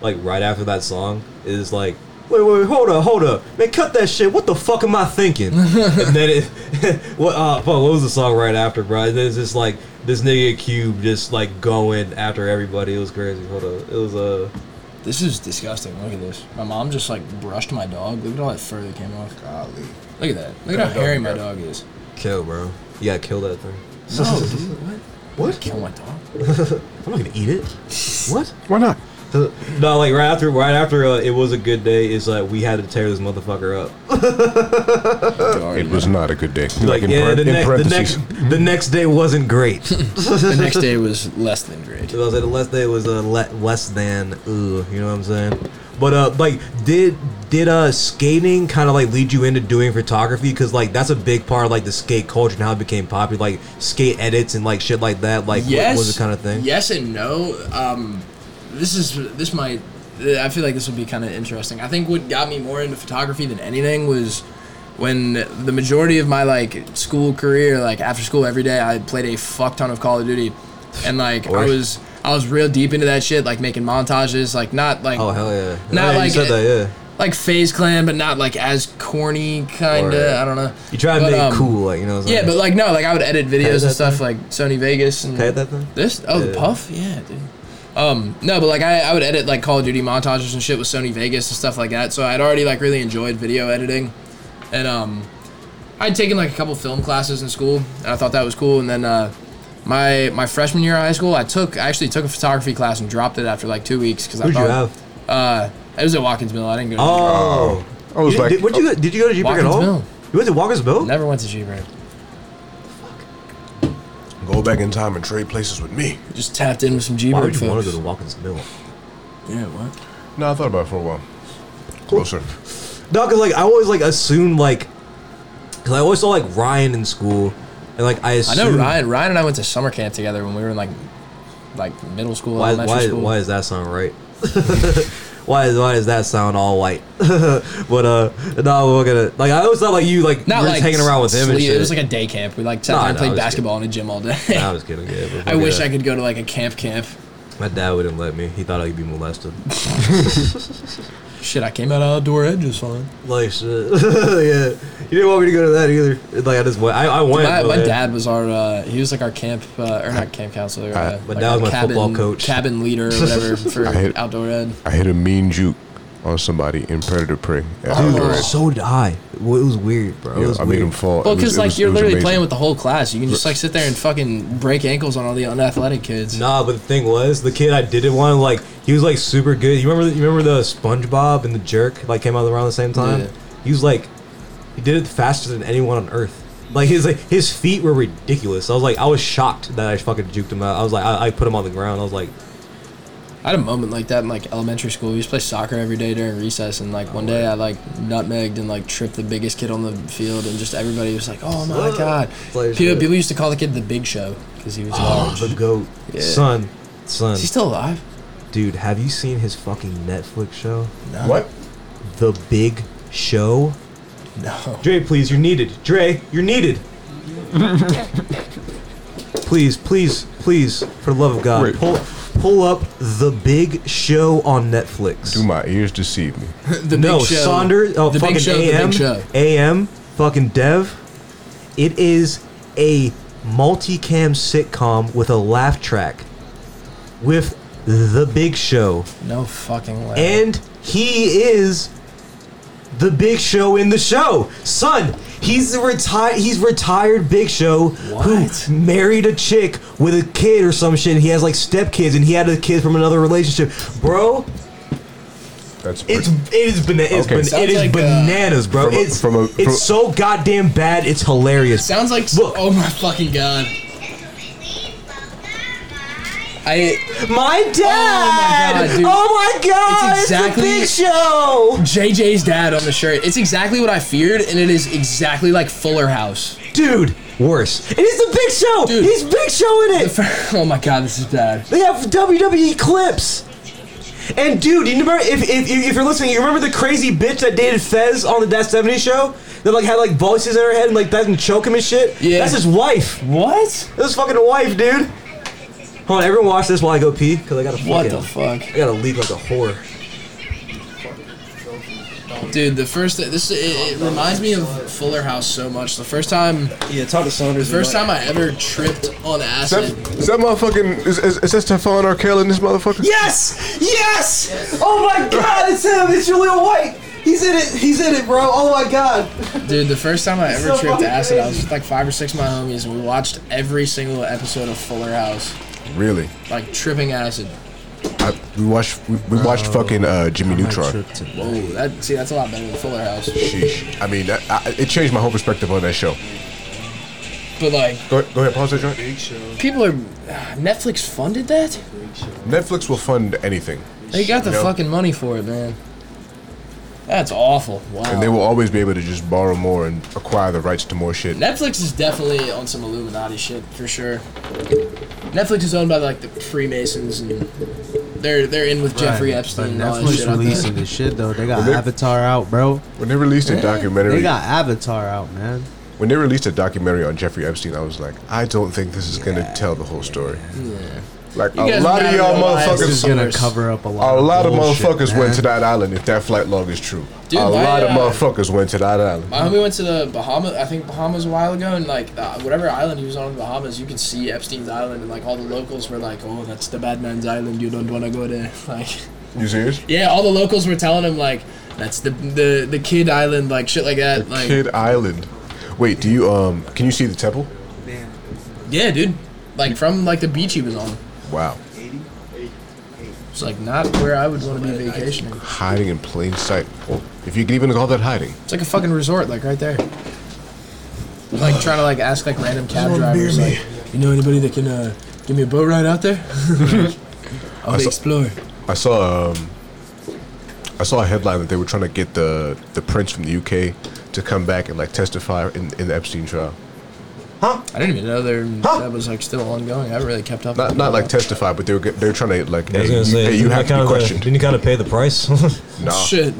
like right after that song is like Wait, wait, wait, hold up, hold up, man, cut that shit. What the fuck am I thinking? and then it, what, uh, fuck, what was the song right after, bro? There's just like this nigga Cube just like going after everybody. It was crazy. Hold up, it was uh,
This is disgusting. Look at this. My mom just like brushed my dog. Look at all that fur that came off.
Golly.
Look at that. Look at how hairy my dog is.
kill, bro. You gotta kill that thing.
No, Oh, dude, what?
What?
Kill my dog?
I'm not gonna eat it. What?
Why not?
No, like right after, right after uh, it was a good day. Is like we had to tear this motherfucker up.
It was not a good day.
Like, yeah,
par-
the, next, the next, the next day wasn't great.
The next day was less than great.
So I was like, the less day was uh, le- less than ooh, you know what I'm saying? But uh, like, did did uh skating kind of like lead you into doing photography? Because like that's a big part of like the skate culture and how it became popular, like skate edits and like shit like that. Like,
yes,
what was the kind of thing?
Yes and no. Um, this is this might. I feel like this will be kind of interesting. I think what got me more into photography than anything was when the majority of my like school career, like after school every day, I played a fuck ton of Call of Duty, and like I
course.
was I was real deep into that shit, like making montages, like not like
Oh hell yeah!
Not
Yeah, you
like
said
it-
that, yeah.
like Phase Clan, but not like as corny kind
Or-
of. I don't know.
You try to
But,
make
um,
it cool, like you know. What I'm
Yeah,
saying?
but like no, like I would edit videos
that
and stuff like Sony Vegas and
Had that thing.
this? Oh, the
Yeah.
Puff? Yeah, dude. Um, no, but like I, I would edit like Call of Duty montages and shit with Sony Vegas and stuff like that. So I'd already like really enjoyed video editing, and um, I'd taken like a couple film classes in school, and I thought that was cool. And then uh, my my freshman year of high school, I took I actually took a photography class and dropped it after like two weeks because I
Who'd you
thought
have?
uh, it was at Watkins Mill. I didn't go. to
Oh,
I was
You-
like,
did, what'd you, go- did you go to G-Brick at
oh. Watkins
all?
Mill.
You went to Walker's Mill?
Never went to G Brain.
go back in time and trade places with me.
Just tapped in with some G
Why
Brain
would you want
folks.
to go to Walker's Mill?
yeah, what?
No, I thought about it for a while. Closer.
No, cause like I always like assumed like, cause I always saw like Ryan in school, and like I
I
assumed.
know Ryan. Ryan and I went to summer camp together when we were in like like middle school,
Why,
elementary
why,
school.
why is that sound right? why is why does that sound all white? but uh, no, we're gonna like I always thought like you like
not
you were
like
just hanging around with him and
sleep-
shit.
It was like a day camp. We like sat
Nah,
there and
nah, it
played
was
basketball in a gym all day.
Nah, I was kidding. Yeah, but
I
we're
wish
good.
I could go to like a camp camp.
My dad wouldn't let me. He thought I'd be molested.
Shit, I came out of outdoor edge just fine.
like shit. yeah, you didn't want me to go to that either. Like I just went. I, I went.
My,
but,
my
yeah.
dad was our uh, he was like our camp uh, or not camp counselor. Uh,
my
like
dad
our
was my football coach.
cabin leader, or whatever for
I hate-
outdoor ed.
I hit a mean juke on somebody in Predator Prey. at
Dude,
Outdoor Ed.
so did I. Well, It was weird, bro. It
Yeah,
was
I
weird.
made him fall.
Well,
It was-
because
it
like
was-
you're
it was
literally
amazing.
playing with the whole class. You can just like sit there and fucking break ankles on all the unathletic kids.
Nah, but the thing was, the kid I didn't want, like, he was like super good. You remember, you remember the SpongeBob and the Jerk, like, came out around the same time.
Yeah.
He was like, he did it faster than anyone on Earth. Like his like his feet were ridiculous. I was like, I was shocked that I fucking juked him out. I was like, I, I put him on the ground. I was like,
I had a moment like that in like elementary school. We used to play soccer every day during recess, and
Oh,
like one day I like nutmegged and like tripped the biggest kid on the field, and just everybody was like, "Oh my god!"
Play
People,
shit.
people used to call the kid the Big Show because he was large.
Oh, the goat, son, son,
Is he still alive?
dude. Have you seen his fucking Netflix show,
What?
The Big Show?
No.
Dre, please, you're needed. Dre, you're needed. please, please, please, for the love of God,
Wait.
pull pull up the Big Show on Netflix.
Do my ears deceive me?
The
no,
Big Show.
Saunders, oh
the
fucking
Big Show. The
AM,
Big Show.
AM, fucking Dev. It is a multicam sitcom with a laugh track, with the Big Show,
No fucking way.
and he is the Big Show in the show. Son, he's the retired he's retired Big Show
What?
who married a chick with a kid or some shit. And he has like stepkids and he had a kid from another relationship. Bro,
That's pretty-
it's it is bana- it's
Okay.
ban-
Sounds
it is
like, uh,
bananas, bro.
from a-
it's
from a- from-
it's so goddamn bad. It's hilarious.
Sounds like
Look.
oh my fucking god. I
My
oh God,
dad.
dude.
Oh my god.
It's
It's,
exactly-
the Big Show.
JJ's dad on the shirt. It's exactly what I feared, and it is exactly like Fuller House.
Dude, worse. It is the Big Show.
Dude.
He's Big Show in it.
oh my god, this is bad.
They have WWE clips. And dude, you remember if, if, if you're listening, you remember the crazy bitch that dated Fez on the That 70 show? That like had like voices in her head and like that and choke him and shit?
Yeah.
That's his wife.
What?
That's his fucking wife, dude. Hold on, everyone watch this while I go pee, cause I gotta
What
fucking
the fuck?
I gotta leak like a whore.
Dude, the first this it, it reminds me of Fuller House so much. The first time,
Yeah, talk to Saunders.
the first time I ever tripped on
Is
acid.
that, is that motherfucking is, is, is that Stephon Arkell in this motherfucker?
Yes! Yes! Oh my god, it's him! It's Julian White! He's in it! He's in it, bro! Oh my god!
Dude, the first time I ever
so
tripped
fucking
acid, I was
crazy.
with like five or six of my homies, and we watched every single episode of Fuller House,
Really?
like tripping acid.
I, we watched we, we watched fucking uh, Jimmy Neutron.
Whoa, that see, that's a lot better than Fuller House.
Sheesh. I mean, that, I, it changed my whole perspective on that show.
But like,
Go, go ahead, pause that joint.
people are Netflix funded that.
Netflix will fund anything,
They got the
Yep.
fucking money for it, man. That's awful. Wow.
and they will always be able to just borrow more and acquire the rights to more shit.
Netflix is definitely on some Illuminati shit for sure. Netflix is owned by like the Freemasons and they're they're in with Jeffrey Epstein and all that shit.
Netflix
out there.
releasing this shit though. They got
Well, they-
Avatar out, bro.
When they released a documentary,
They got Avatar out, man.
when they released a documentary on Jeffrey Epstein, I was like, I don't think this is gonna tell the whole story. Like
You
a
guys
lot of
matter
y'all
your lives.
This
motherfuckers
is gonna
source.
cover up a lot.
A lot of
bullshit,
motherfuckers
man.
went to that island if that flight log is true.
Dude,
a
my,
lot of
uh,
motherfuckers went to that island.
My homie went to the Bahamas, I think Bahamas a while ago, and like uh, whatever island he was on in the Bahamas, you could see Epstein's island, and like all the locals were like, "Oh, that's the bad man's island. You don't want to go there." Like,
You serious?
yeah, all the locals were telling him like, "That's the the the kid island," like shit like that. Like,
Kid Island. Wait, do you um? Can you see the temple?
yeah, dude, like from like the beach he was on.
Wow.
It's like not where I would want to be vacationing.
Hiding in plain sight. Well, if you could even call that hiding.
It's like a fucking resort, like right there. Like trying to like ask like random cab drivers, like, you know anybody that can uh, give me a boat ride out there? I'll
saw-
explore.
I saw um. I saw a headline that they were trying to get the the prince from the UK to come back and like testify in, in the Epstein trial.
I didn't even know there
Huh?
that was like still ongoing. I haven't really kept up.
Not
with
not
it.
like testify, but they were get- they were trying to like
I was
hey,
gonna
you-
say,
hey, you
didn't that
have to be
kinda-
questioned.
Didn't you kind of pay the price?
Nah.
shit.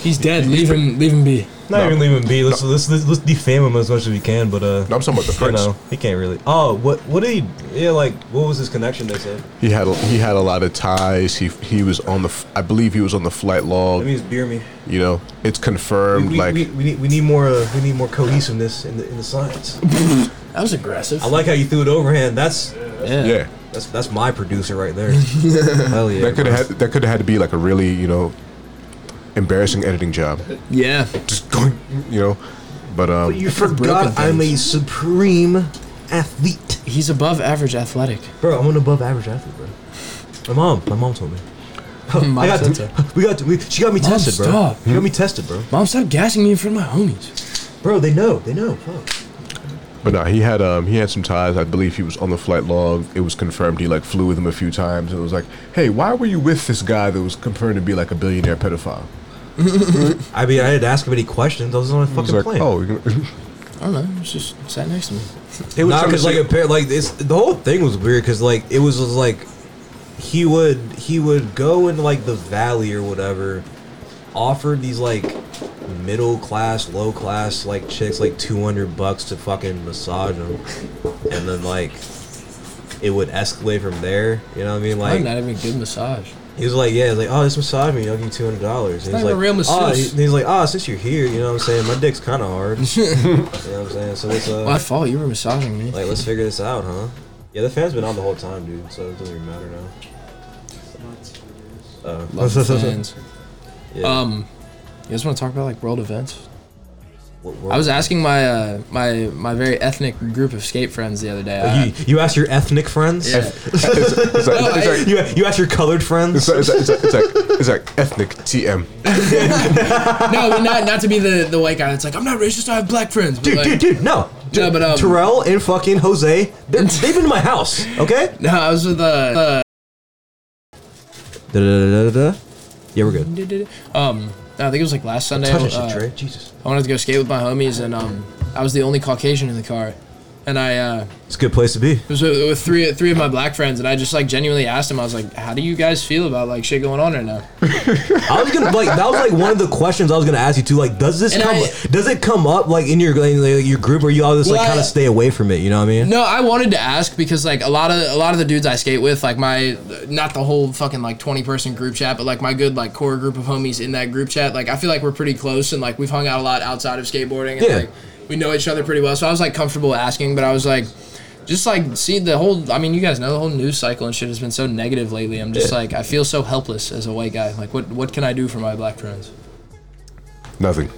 He's dead. Leave him. Leave him be.
Not even leave him be. Let's, let's let's let's defame him as much as we can. But uh,
No, I'm talking about the
you
prince.
know, he can't really. Oh, what what did he? Yeah, like what was his connection? They said.
He had a, he had a lot of ties. He he was on the f- I believe he was on the flight
That
log.
means beer me.
You know, it's confirmed.
We,
like
we, we need we need more uh, we need more cohesiveness in the in the science.
That was aggressive.
I like how you threw it overhand. That's
yeah,
that's that's my producer right there. Hell yeah.
that could have had that could have had to be like a really you know embarrassing editing job.
Yeah.
Just going, you know, but um,
You forgot I'm a supreme athlete,
He's above average athletic.
bro. I'm an above average athlete, bro. My mom, my mom told me.
Mom,
I got
said so.
we got we, she got me
Mom,
tested, bro.
stop.
She got me tested, bro.
Mom, stop gassing me in front of my homies.
Bro, they know, they know. Fuck.
but no, he had um he had some ties. I believe he was on the flight log. It was confirmed. He like flew with him a few times. It was like, hey, why were you with this guy that was confirmed to be like a billionaire pedophile?
I mean, I didn't ask him any questions. I was on a
It was
fucking
like,
plane.
oh, you know,
I don't know. It's just sat next to me.
it was
Nah,
trying to
because like
say-
apparently, like it's the whole thing was weird because like it was, was like he would he would go in like the valley or whatever, offer these like middle class, low class like chicks like two hundred bucks to fucking massage them, and then like it would escalate from there. You know what I mean?
I'm
Like
not even a good massage.
he was like, yeah, he's like oh this massage me, I'll give you two hundred dollars. He's
not even
like
a real
oh,
masseuse.
he- he's like oh since you're here, you know what I'm saying? My dick's kind of hard. you know what I'm saying? So it's uh.
My fault. You were massaging me.
Like, let's figure this out, huh? Yeah, the fan's been on the whole time, dude, so it doesn't even matter now. Oh.
Love the fans.
Yeah.
Um, you guys want to talk about like world events?
What- what-
I was asking my uh, my my very ethnic group of skate friends the other day.
Oh,
I,
you, you asked your ethnic friends?
yeah,
it's
Uh,
like- it's like-
You, you asked your colored friends?
It's like, it's like, it's like, it's like, it's like ethnic TM.
no, but not not to be the, the white guy that's like I'm not racist. I have black friends. But
Dude,
like,
dude, dude, no.
No, but, um,
Terrell and fucking Jose, they're- they've been to my house, okay?
No, I was with uh, uh
Da, da, da, da, da. Yeah, we're good.
um. I think it was like last Sunday.
Touch that
uh,
shit, Trey. Jesus.
I wanted to go skate with my homies, and um, I was the only Caucasian in the car. and I uh,
It's a good place to be.
was with, with three three of my black friends, and I just like genuinely asked them. I was like, "How do you guys feel about like shit going on right now?"
I was gonna like that was like one of the questions I was gonna ask you too. Like, does this
And
come?
I-
does it come up like in your like, your group, or you all just like
Well,
kind
I-
of stay away from it? You know what I mean?
No, I wanted to ask because like a lot of a lot of the dudes I skate with, like my not the whole fucking like twenty person group chat, but like my good like core group of homies in that group chat, like I feel like we're pretty close and like we've hung out a lot outside of skateboarding and
Yeah.
like we know each other pretty well. So I was like comfortable asking, but I was like just like see the whole I mean, you guys know the whole news cycle and shit has been so negative lately. I'm just
Yeah.
like I feel so helpless as a white guy. Like what what can I do for my black friends?
Nothing.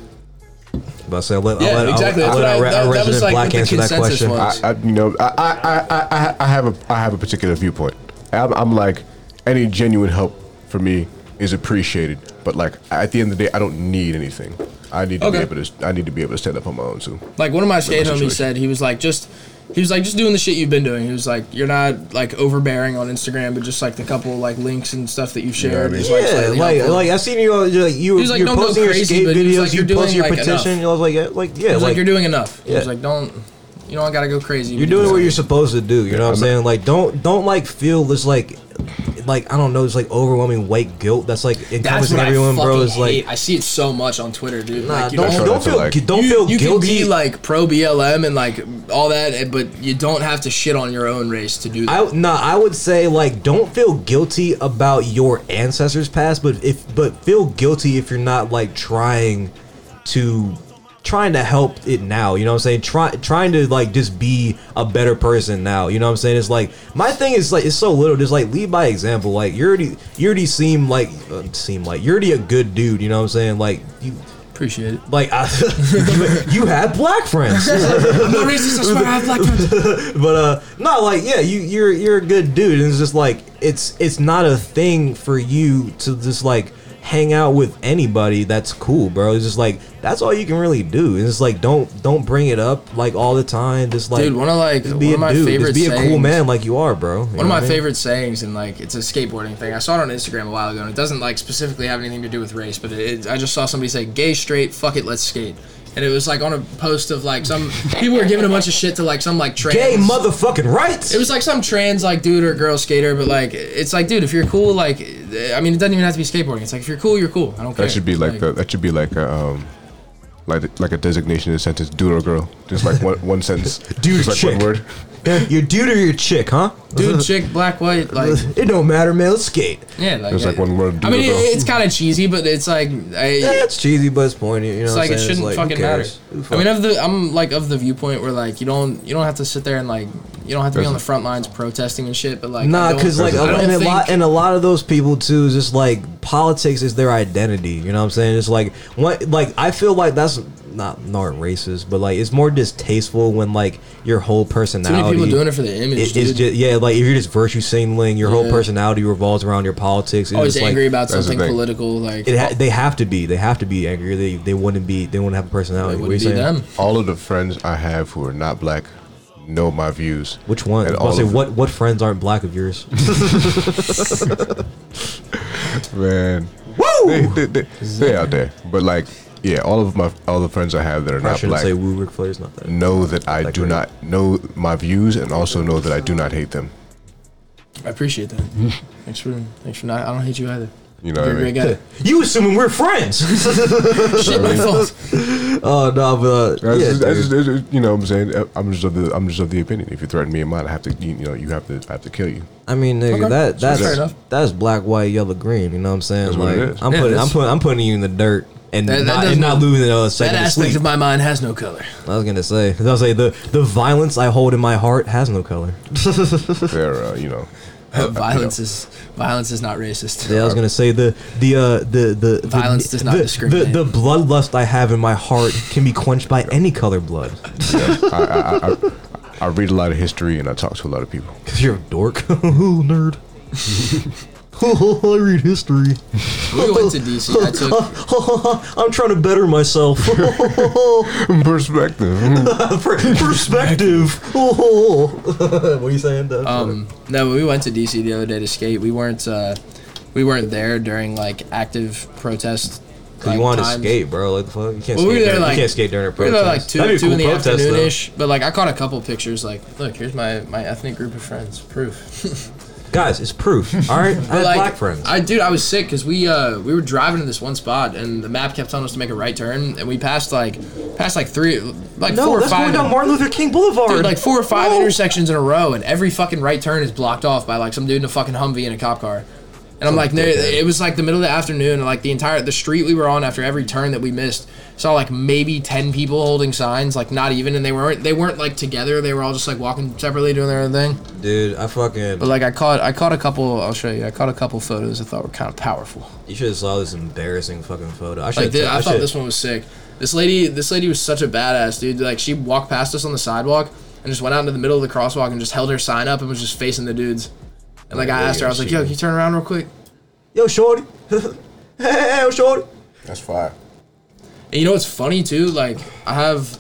But I say, I let,
Yeah,
I let,
exactly.
I
That's
let
what
our,
I-
our
that- that
resident
was, like,
black
what the
answer that
consensus
question.
was.
I, I you know, I, I, I, I, I have a, I have a particular viewpoint. I'm, I'm like, any genuine help for me is appreciated, but like at the end of the day, I don't need anything. I need to
Okay.
be able to, I need to be able to stand up on my own too.
Like one of my skate
situation.
homies said, he was like just he was like just doing the shit you've been doing. He was like you're not like overbearing on Instagram, but just like the couple like links and stuff that you shared.
mean?
is, like,
Yeah,
slightly
like
helpful.
like I've seen you uh, you're like you
was like,
you're
don't go
posting your
crazy,
skate
but he was
videos,
like,
you
you're doing,
post your
like,
petition.
enough.
I was like, yeah, like yeah,
He was like,
like,
you're doing enough. He was
Yeah.
like don't you don't gotta go crazy.
You're doing what you're supposed to do. You know what I'm saying? Like, don't don't like feel this like, like I don't know, this like overwhelming white guilt that's like
That's
encompassing
what
everyone,
I fucking
bro. Is like,
hate. I see it so much on Twitter, dude.
nah,
like, you
don't
don't.
try
don't
not to,
feel
like-
gu- don't
you,
feel
you can
guilty.
be like pro BLM and like all that, eh, but you don't have to shit on your own race to do that.
I nah, I would say like don't feel guilty about your ancestors' past, but if but feel guilty if you're not like trying to trying to help it now. You know what I'm saying? Try trying to like just be a better person now. You know what I'm saying? It's like my thing is like it's so little. Just like lead by example. Like you already you already seem like uh, seem like you're already a good dude. You know what I'm saying? Like you
appreciate it.
like I, you, you have black friends.
I'm not racist. I swear I have black friends.
but uh no like yeah you you're you're a good dude and it's just like it's it's not a thing for you to just like hang out with anybody that's cool bro it's just like that's all you can really do and it's like don't don't bring it up like all the time just like
Dude, one of like
just
one of my favorite
just be a cool
sayings-
man like you are bro You know
One of
what
my
I mean?
favorite sayings, and like it's a skateboarding thing. I saw it on Instagram a while ago, and it doesn't like specifically have anything to do with race, but it, it, I just saw somebody say "gay, straight, fuck it, let's skate," and it was like on a post of like some people were giving a bunch of shit to like some like trans.
gay motherfucking rights
It was like some trans like dude or girl skater, but like it's like dude, if you're cool, like I mean, it doesn't even have to be skateboarding. It's like if you're cool, you're cool. I don't care.
That should be like the, that should be like a, um, like like a designation in a sentence, dude or girl, just like one one sentence,
Dude,
just like
chick.
one word.
Yeah, your dude or your chick huh
dude, chick, black, white, like
it don't matter man let's skate
yeah, like
There's like one word.
I
dude or
mean, it,
girl.
it's kind of cheesy, but it's like I,
yeah, it's cheesy but it's pointy you know
It's
what
like
I'm
it
saying? It's
shouldn't
like, who
fucking matter.
cares? Who
I mean,
fuck-
of the I'm like of the viewpoint where like you don't you don't have to sit there and like you don't have to be on the front lines protesting and shit. But like, I
Nah,
don't-
because like
I
a,
don't
and a
think-
lot and a lot of those people too is just like politics is their identity. You know what I'm saying? It's like what like I feel like that's not not racist, but like it's more distasteful when like your whole
too many
personality.
people doing it for the image.
is- is
dude.
just yeah, like if you're just virtue singling, your whole
Yeah.
personality revolves around your politics. It's
always
just, like,
angry about
that's the
something
thing.
political. Like
It ha- they have to be. They have to be angry. They they wouldn't be. They wouldn't have a personality.
it
What
would
are you
be
saying?
them.
all of the friends I have who are not black know my views.
Which one?
And
I'll
all
say
of-
what what friends aren't black of yours?
man. They,
Woo!
they, they, they out there, but like, yeah, all of my all the friends I have that are
I
not
shouldn't
black
say woo. Ric Flair's not that.
know that I do
great.
not know my views, and also know that I do not hate them.
I appreciate that. thanks for thanks for not. I don't hate you either.
You know
You're a
what I
great
mean?
guy.
You assuming we're friends?
Shit, my fault.
Oh no, but uh,
That's
yeah,
just- that's
dude.
just- that's just- you know what I'm saying. Uh, I'm just of the I'm just of the opinion. If you threaten me in mine, I have to you, you know you have to I have to kill you.
I mean, nigga,
Okay.
that that's
Fair enough.
that's black, white, yellow, green. You know what I'm saying?
That's what
like,
it is.
I'm
Yeah,
putting, I'm
that's-
putting, I'm putting you in the dirt and
That- that
not, and
doesn't-
not losing another
That
second of
aspect
sleep.
of my mind has no color.
I was gonna say, 'cause I was like, the the violence I hold in my heart has no color.
They're uh, you know
violence is violence is not racist.
Yeah, I was gonna say the the uh, the the the-
Violence does not
the,
discriminate.
The, the bloodlust I have in my heart can be quenched by any color blood.
I, I, I, I, I read a lot of history and I talk to a lot of people.
Cause you're a dork, Ooh, nerd. I read history.
We went to DC. I took
I'm trying to better myself.
Perspective.
Per- perspective. Oh, what are you saying? Dad?
Um, no, when we went to DC the other day to skate, we weren't uh, we weren't there during like active protest
Cause you
like,
want to
times.
skate, bro. Like the fuck, you can't
Well, we were
skate.
there,
During,
like-
you can't skate during a
We were
protest.
there like two,
That'd be a
two
cool
in the
protest, though.
afternoon ish. But like I caught a couple pictures. Like, look, here's my my ethnic group of friends. Proof.
Guys, it's proof. All right, I have
But, like,
black friends.
I dude, I was sick because we uh we were driving to this one spot and the map kept telling us to make a right turn and we passed like passed like three like
no,
four or
let's
five.
go down Martin Luther King Boulevard.
Dude, like four or five
No.
intersections in a row, and every fucking right turn is blocked off by like some dude in a fucking Humvee and a cop car. And I'm like, no, it was like the middle of the afternoon, and like the entire the street we were on after every turn that we missed saw like maybe ten people holding signs, like not even, and they weren't they weren't like together. They were all just like walking separately doing their own thing.
Dude, I fucking.
But like I caught I caught a couple. I'll show you. I caught a couple photos I thought were kind of powerful.
You should have saw this embarrassing fucking photo. I should.
Like
have.
thi- I thought
should-
this one was sick. This lady, this lady was such a badass, dude. Like she walked past us on the sidewalk and just went out into the middle of the crosswalk and just held her sign up and was just facing the dudes. And like I
Yeah,
asked her, I was like,
she-
"Yo, can you turn around real quick?"
Yo, shorty. hey, hey, shorty.
That's fire.
And you know what's funny too? Like I have,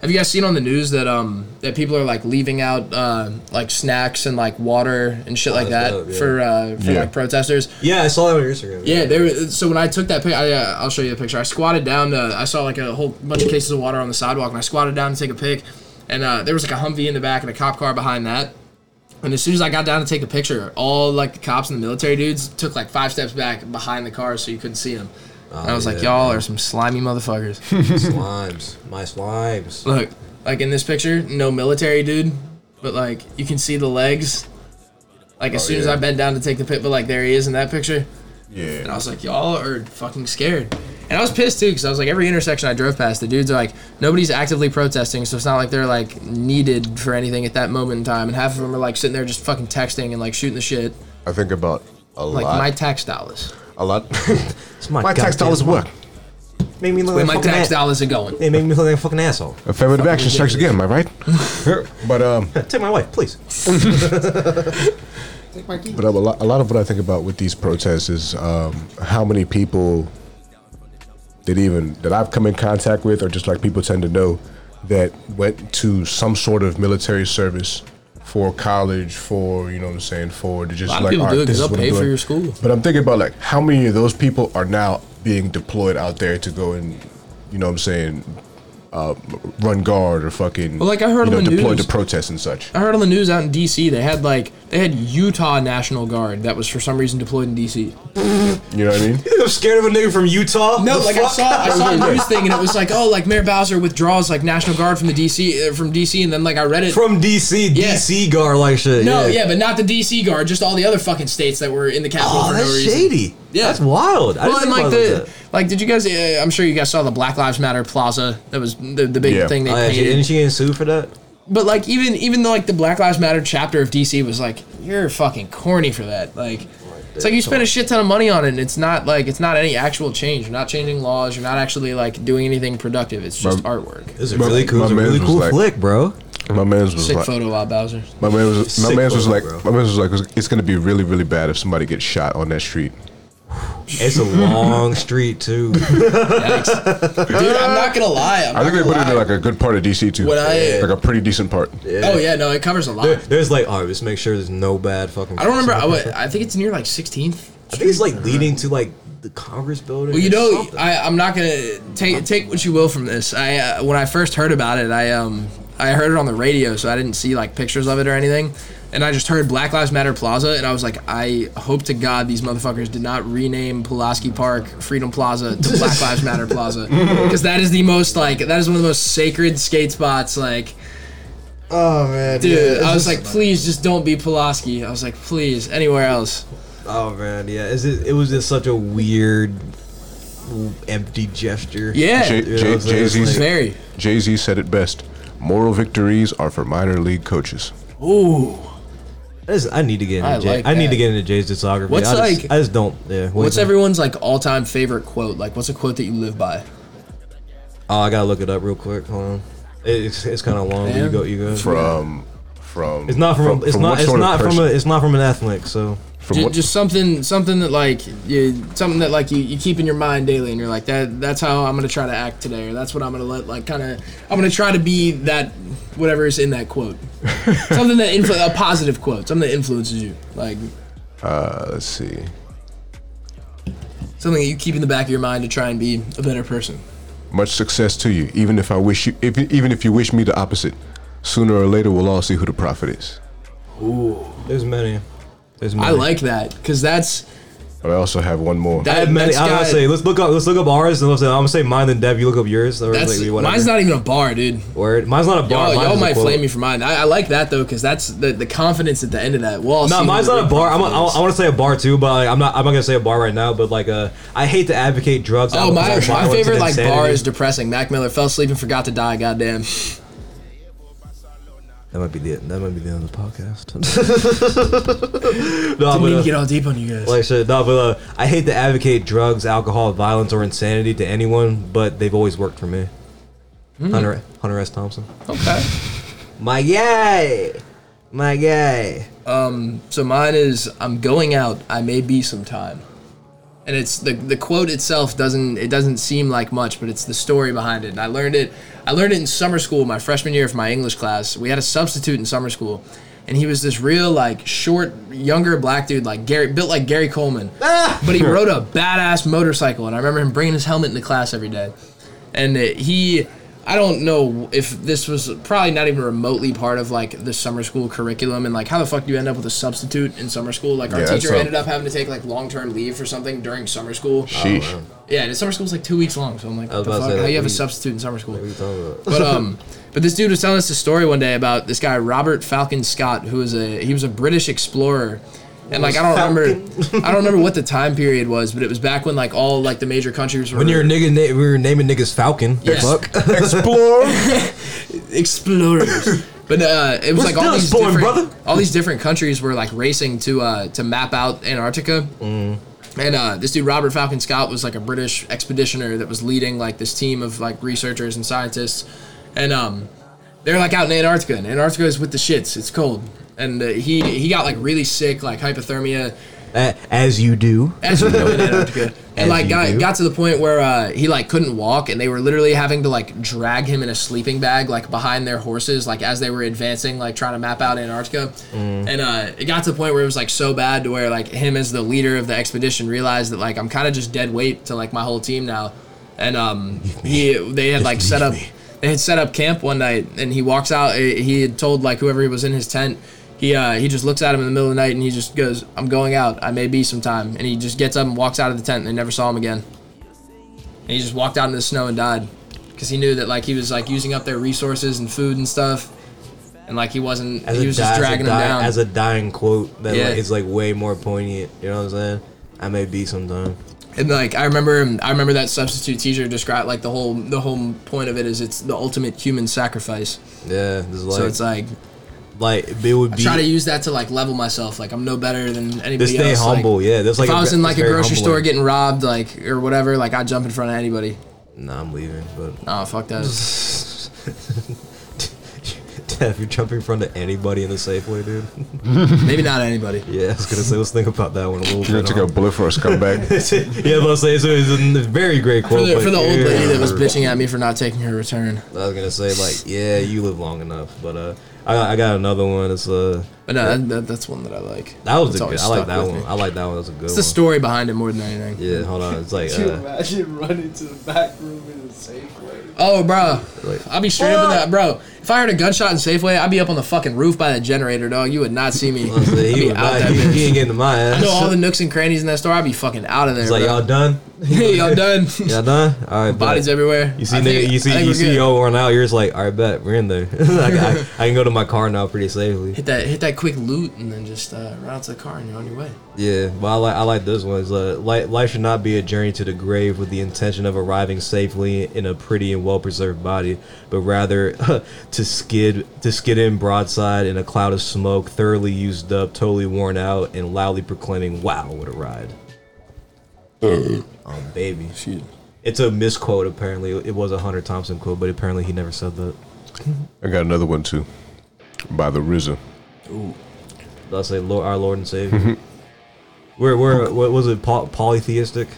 have you guys seen on the news that um that people are like leaving out uh, like snacks and like water and shit like that
Oh, that's dope, yeah.
for uh, for
Yeah.
like protesters?
Yeah, I saw that on your Instagram.
Yeah, they were, so when I took that picture, uh, I'll show you the picture. I squatted down to, I saw like a whole bunch of cases of water on the sidewalk, and I squatted down to take a pic. And uh, there was like a Humvee in the back and a cop car behind that. And as soon as I got down to take a picture, all like the cops and the military dudes took like five steps back behind the car so you couldn't see them. and I was like,
Oh, yeah.
y'all are some slimy motherfuckers.
Slimes. My slimes.
Look, like in this picture, no military dude, but like you can see the legs. Like as
Oh,
soon as
yeah.
I bent down to take the pic, but like there he is in that picture. And I
Yeah.
was like, y'all are fucking scared. And I was pissed too, because I was like, every intersection I drove past, the dudes are like, nobody's actively protesting, so it's not like they're like needed for anything at that moment in time. And half of them are like sitting there just fucking texting and like shooting the shit.
I think about a
Like
lot.
my tax dollars.
a lot.
It's
my tax
goddamn
dollars work.
Make me look
Where
like
my
a fucking
tax
ass-
dollars are going.
They make me look like a fucking asshole.
Affirmative action strikes again. Am I right? but um,
Take my wife, please.
but a lot, a lot of what I think about with these protests is um, how many people that even that I've come in contact with, or just like people tend to know, that went to some sort of military service for college, for you know what I'm saying, for to just
A lot of
like
people
all
do
right,
it 'cause
this is
they'll
what I'm
pay for
doing."
your school.
But I'm thinking about like how many of those people are now being deployed out there to go and you know what I'm saying. Uh, run guard or fucking
Well, like, I heard
you
on the
deployed
news-
to protest and such.
I heard on the news out in D.C. they had like they had Utah National Guard that was for some reason deployed in D.C.
You know what I mean?
I'm scared of a nigga from Utah.
No,
The
like I
fuck?
saw, I saw a news thing and it was like, oh, like Mayor Bowser withdraws like National Guard from the D.C. Uh, from D.C. and then like I read it
From DC,
Yeah.
DC guard like shit.
No,
yeah.
yeah, but not the DC guard, just all the other fucking states that were in the capital
Oh,
for
that's
no reason.
shady.
Yeah.
that's wild. I
Well, and
didn't
like
think about
the like, did you guys? Uh, I'm sure you guys saw the Black Lives Matter Plaza. That was the, the big
Yeah.
thing they
that. Oh, yeah, she,
painted.
didn't she get sued for that?
but like, even even though like the Black Lives Matter chapter of DC was like, you're fucking corny for that. Like, it's like you spend a shit ton of money on it, and it's not like it's not any actual change. You're not changing laws. You're not actually like doing anything productive. It's just artwork.
This is a
My-
really cool,
my
it's a really
man's was
cool
like-
flick, bro.
My man's was
Sick
like,
photo, Bob Bowser.
My man was my
Sick
man's was
photo,
like
bro.
my man's was like it's gonna be really really bad if somebody gets shot on that street.
It's a long street too.
Dude, I'm not gonna lie. I'm not
I think they
gonna
put it
lie.
in like a good part of DC too,
When I-
like a pretty decent part.
oh yeah, no, it covers a lot.
There- There's like, all right, let's make sure there's no bad fucking.
I don't remember. I,
I,
wa- I think it's near like 16th.
think it's like leading to like the Congress building.
Well, you
or
know,
something.
I, I'm not gonna take take what you will from this. I uh, when I first heard about it, I um I heard it on the radio, so I didn't see like pictures of it or anything, and I just heard Black Lives Matter Plaza, and I was like, I hope to God these motherfuckers did not rename Pulaski Park Freedom Plaza to Black Lives Matter Plaza, because that is the most like that is one of the most sacred skate spots. Like,
Oh man,
dude, I was like, please just don't be Pulaski. I was like, please anywhere else.
oh man, yeah. Is it? It was just such a weird, empty gesture.
Yeah,
Jay
Yeah, it was like-
Jay Z
very.
Jay Z said it best: moral victories are for minor league coaches.
Ooh.
I, just, I need to get into
I
Jay.
like
I need
that.
to get into Jay's discography.
What's
I just,
like-
I just don't. Yeah. what
What's
is it?
everyone's like all-time favorite quote? Like, what's a quote that you live by?
Oh, I gotta look it up real quick. Hold on. It- It's it's kind of long. You
Damn.
go. You go.
From uh, Um, from
It's not from. it's not.
what
It's
sort of
not from. A,
person?
it's not from an ethnic. So
From
Ju-
what-
just something, something that like, you, something that like you, you keep in your mind daily, and you're like, that. That's how I'm gonna try to act today, or that's what I'm gonna let like kind of. I'm gonna try to be that, whatever is in that quote. something that influ- a positive quote, something that influences you, like
uh, let's see.
something that you keep in the back of your mind to try and be a better person.
Much success to you. Even if I wish you, if, even if you wish me the opposite, sooner or later we'll all see who the prophet is.
There's many. There's many.
I like that because that's
But I also have one more.
that,
I have many.
that's
I'm gonna
got-
say let's look up let's look up ours and let's say, I'm gonna say mine and Dev. You look up yours. Or
that's
like, whatever.
mine's not even a bar, dude.
Word. Mine's not a bar.
Y'all,
mine
y'all
is a
might
quote.
flame me for mine. I, I like that though because that's the, the confidence at the end of that. Well,
No, mine's not a bar. I'm a, I, I want to say a bar too, but like, I'm not. I'm not gonna say a bar right now. But like, uh, I hate to advocate drugs.
Oh
alcohol,
my, my
violence,
favorite
and
like bar
insanity.
is depressing. Mac Miller fell asleep and forgot to die. Goddamn.
That might be the that might be the end of the podcast. no,
Didn't
but,
mean
uh,
to get all deep on you guys.
like shit, no, but uh, I hate to advocate drugs, alcohol, violence, or insanity to anyone, but they've always worked for me. Hunter Hunter S. Thompson.
okay.
My guy, my guy.
So mine is I'm going out. I may be sometime. And it's the the quote itself doesn't it doesn't seem like much, but it's the story behind it. And I learned it I learned it in summer school my freshman year for my English class. We had a substitute in summer school. And he was this real like short younger black dude like Gary built like Gary Coleman. But he rode a badass motorcycle and I remember him bringing his helmet into class every day and it- he i don't know if this was probably not even remotely part of like the summer school curriculum and like how the fuck do you end up with a substitute in summer school like our
Yeah, that's
teacher
a-
ended up having to take like long-term leave for something during summer school
Sheesh.
Oh,
yeah and summer school's like two weeks long so i'm like
I was
what the
about to
fuck
say,
how
like,
you have a
we-
substitute in summer school
What are you talking about?
but um, but this dude was telling us a story one day about this guy Robert Falcon Scott, who was a he was a British explorer, and like I don't remember, I don't remember what the time period was, but it was back when like all like the major countries were
When you're a nigga, na- we were naming niggas Falcon.
Yes.
Fuck.
Explore.
explorers. But uh, it was
What's
like all
this,
these,
boy,
different,
brother?
all these different countries were like racing to uh, to map out Antarctica.
Mm.
And uh, this dude Robert Falcon Scott was like a British expeditioner that was leading like this team of like researchers and scientists, and um, they're like out in Antarctica. And Antarctica is with the shits. It's cold, and uh, he he got like really sick, like hypothermia.
A- As you do.
As you know, in Antarctica.
As
And like
you
got,
do.
got to the point where uh, he like couldn't walk, and they were literally having to like drag him in a sleeping bag like behind their horses, like as they were advancing, like trying to map out Antarctica.
Mm.
And uh, it got to the point where it was like so bad to where like him as the leader of the expedition realized that like I'm kind of just dead weight to like my whole team now, and um he they had like set up they had set up camp one night, and he walks out. eh, He had told like whoever was in his tent. He, uh, he just looks at him in the middle of the night and he just goes, I'm going out. I may be sometime. And he just gets up and walks out of the tent and they never saw him again. And he just walked out in the snow and died because he knew that like he was like using up their resources and food and stuff. And like he wasn't,
As
he
a
was
di-
just
as a
dragging them
di-
down.
As a dying quote that
Yeah.
like, is like way more poignant. You know what I'm saying? I may be sometime.
And like I remember, I remember that substitute teacher described like the whole the whole point of it is it's the ultimate human sacrifice.
Yeah, this is like,
so it's like
like it would
I
be
try to use that to like level myself. Like I'm no better than anybody
to stay
else. like,
humble. yeah, that's like
if I was in like a
very
grocery store
humbling.
getting robbed, like or whatever, like I'd jump in front of anybody.
Nah, I'm leaving. But
Oh fuck that.
Dev, you're jumping in front of anybody in the Safeway, dude.
Maybe not anybody.
Yeah, I was gonna say let's think about that one a little
You're
bit.
gonna take a bullet for a scumbag.
huh? yeah, I was gonna say so it's a very great
For
quote.
the,
but
for the old lady that was
yeah.
bitching at me for not taking her return.
I was gonna say like, yeah, you live long enough, but uh, I, I got another one. It's uh,
But no, that, that, that's one that I like.
that was
It's
a good.
always
I like
stuck
that
with
one.
me.
I like that one. That's a good
It's
one.
the story behind it more than anything.
Yeah, hold on. It's like
Could you
uh,
imagine running to the back room in the Safeway?
Oh, bro.
Like-
I'll be straight up in that, bro. If I heard a gunshot in Safeway, I'd be up on the fucking roof by the generator, dog. You would not see me.
I was like,
I'd
he,
be
would
out
not,
that
he, he
bitch.
ain't getting to my ass.
I know all the nooks and crannies in that store. I'd be fucking out of there.
It's like y'all
bro.
done.
hey, y'all done.
Y'all done. All right,
Bodies
bet.
everywhere.
You see,
I
nigga,
think-
you
I
see,
think
you
we're
see,
good.
yo, worn out. You're just like, all right, bet we're in there. like, I, I can go to my car now pretty safely.
Hit that, hit that quick loot, and then just uh, run out to the car, and you're on your way.
Yeah, but I like, I like this one. It's uh, life, life should not be a journey to the grave with the intention of arriving safely in a pretty and well preserved body, but rather to skid to skid in broadside in a cloud of smoke, thoroughly used up, totally worn out, and loudly proclaiming, "Wow, what a ride!"
Uh-huh.
Oh, baby. It's a misquote. Apparently, it was a Hunter Thompson quote, but apparently he never said that.
I got another one too, by the RZA.
I'll say Lord, our Lord and Savior. we're we're what was it? Poly- polytheistic.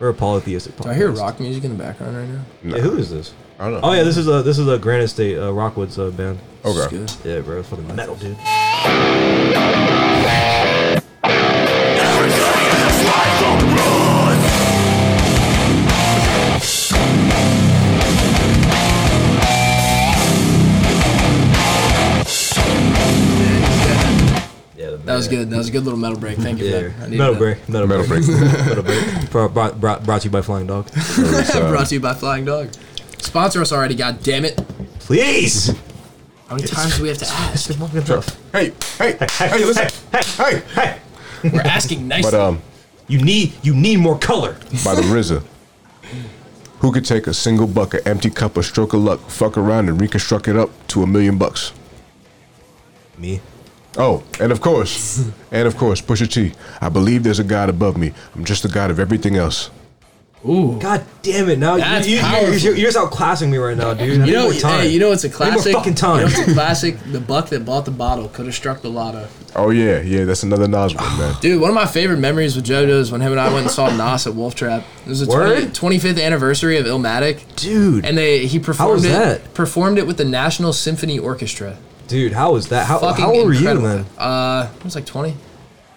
We're a polytheistic.
Do I hear
podcast.
rock music in the background right now?
Yeah, who is this?
I don't know. Oh.
Oh yeah, this is a this is a Granite State uh, Rockwood's uh, band.
Okay.
Good.
Yeah, bro, it's fucking metal, dude.
was good. That was a good little metal break. Thank you. for
Yeah,
that. I needed
metal
that.
break, metal
Metal
break,
break.
metal break. Brought, brought, brought, brought to you by Flying Dog.
It's, uh,
Brought to you by Flying Dog. Sponsor us already. God damn it!
Please.
How many times do we have to ask?
Long enough.
hey, hey, hey, listen. Hey,
Hey,
We're asking nicely.
But
uh,
um,
you need you need more color.
by the RZA, who could take a single buck, an empty cup, a stroke of luck, fuck around and reconstruct it up to a million bucks?
Me.
Oh, and of course, and of course, Pusha T. I believe there's a God above me. I'm just a God of everything else.
God damn it! Now
That's
you, you,
powerful.
you're, you're just outclassing me right now, dude. I need
you know,
more time.
hey, you know it's a
I need
classic.
more fucking
You
time.
know it's a classic. The buck that bought the bottle could have struck the lotto.
Oh yeah, yeah, that's another Nas one, man.
Dude, one of my favorite memories with JoJo is when him and I went and saw Nas at Wolf Trap. It was the
Word?
20, 25th anniversary of Illmatic,
dude.
and they he performed
was
it
that?
performed it with the National Symphony Orchestra.
dude, how was that? How,
Fucking
how old were you,
incredible.
man?
Uh, it was like 20.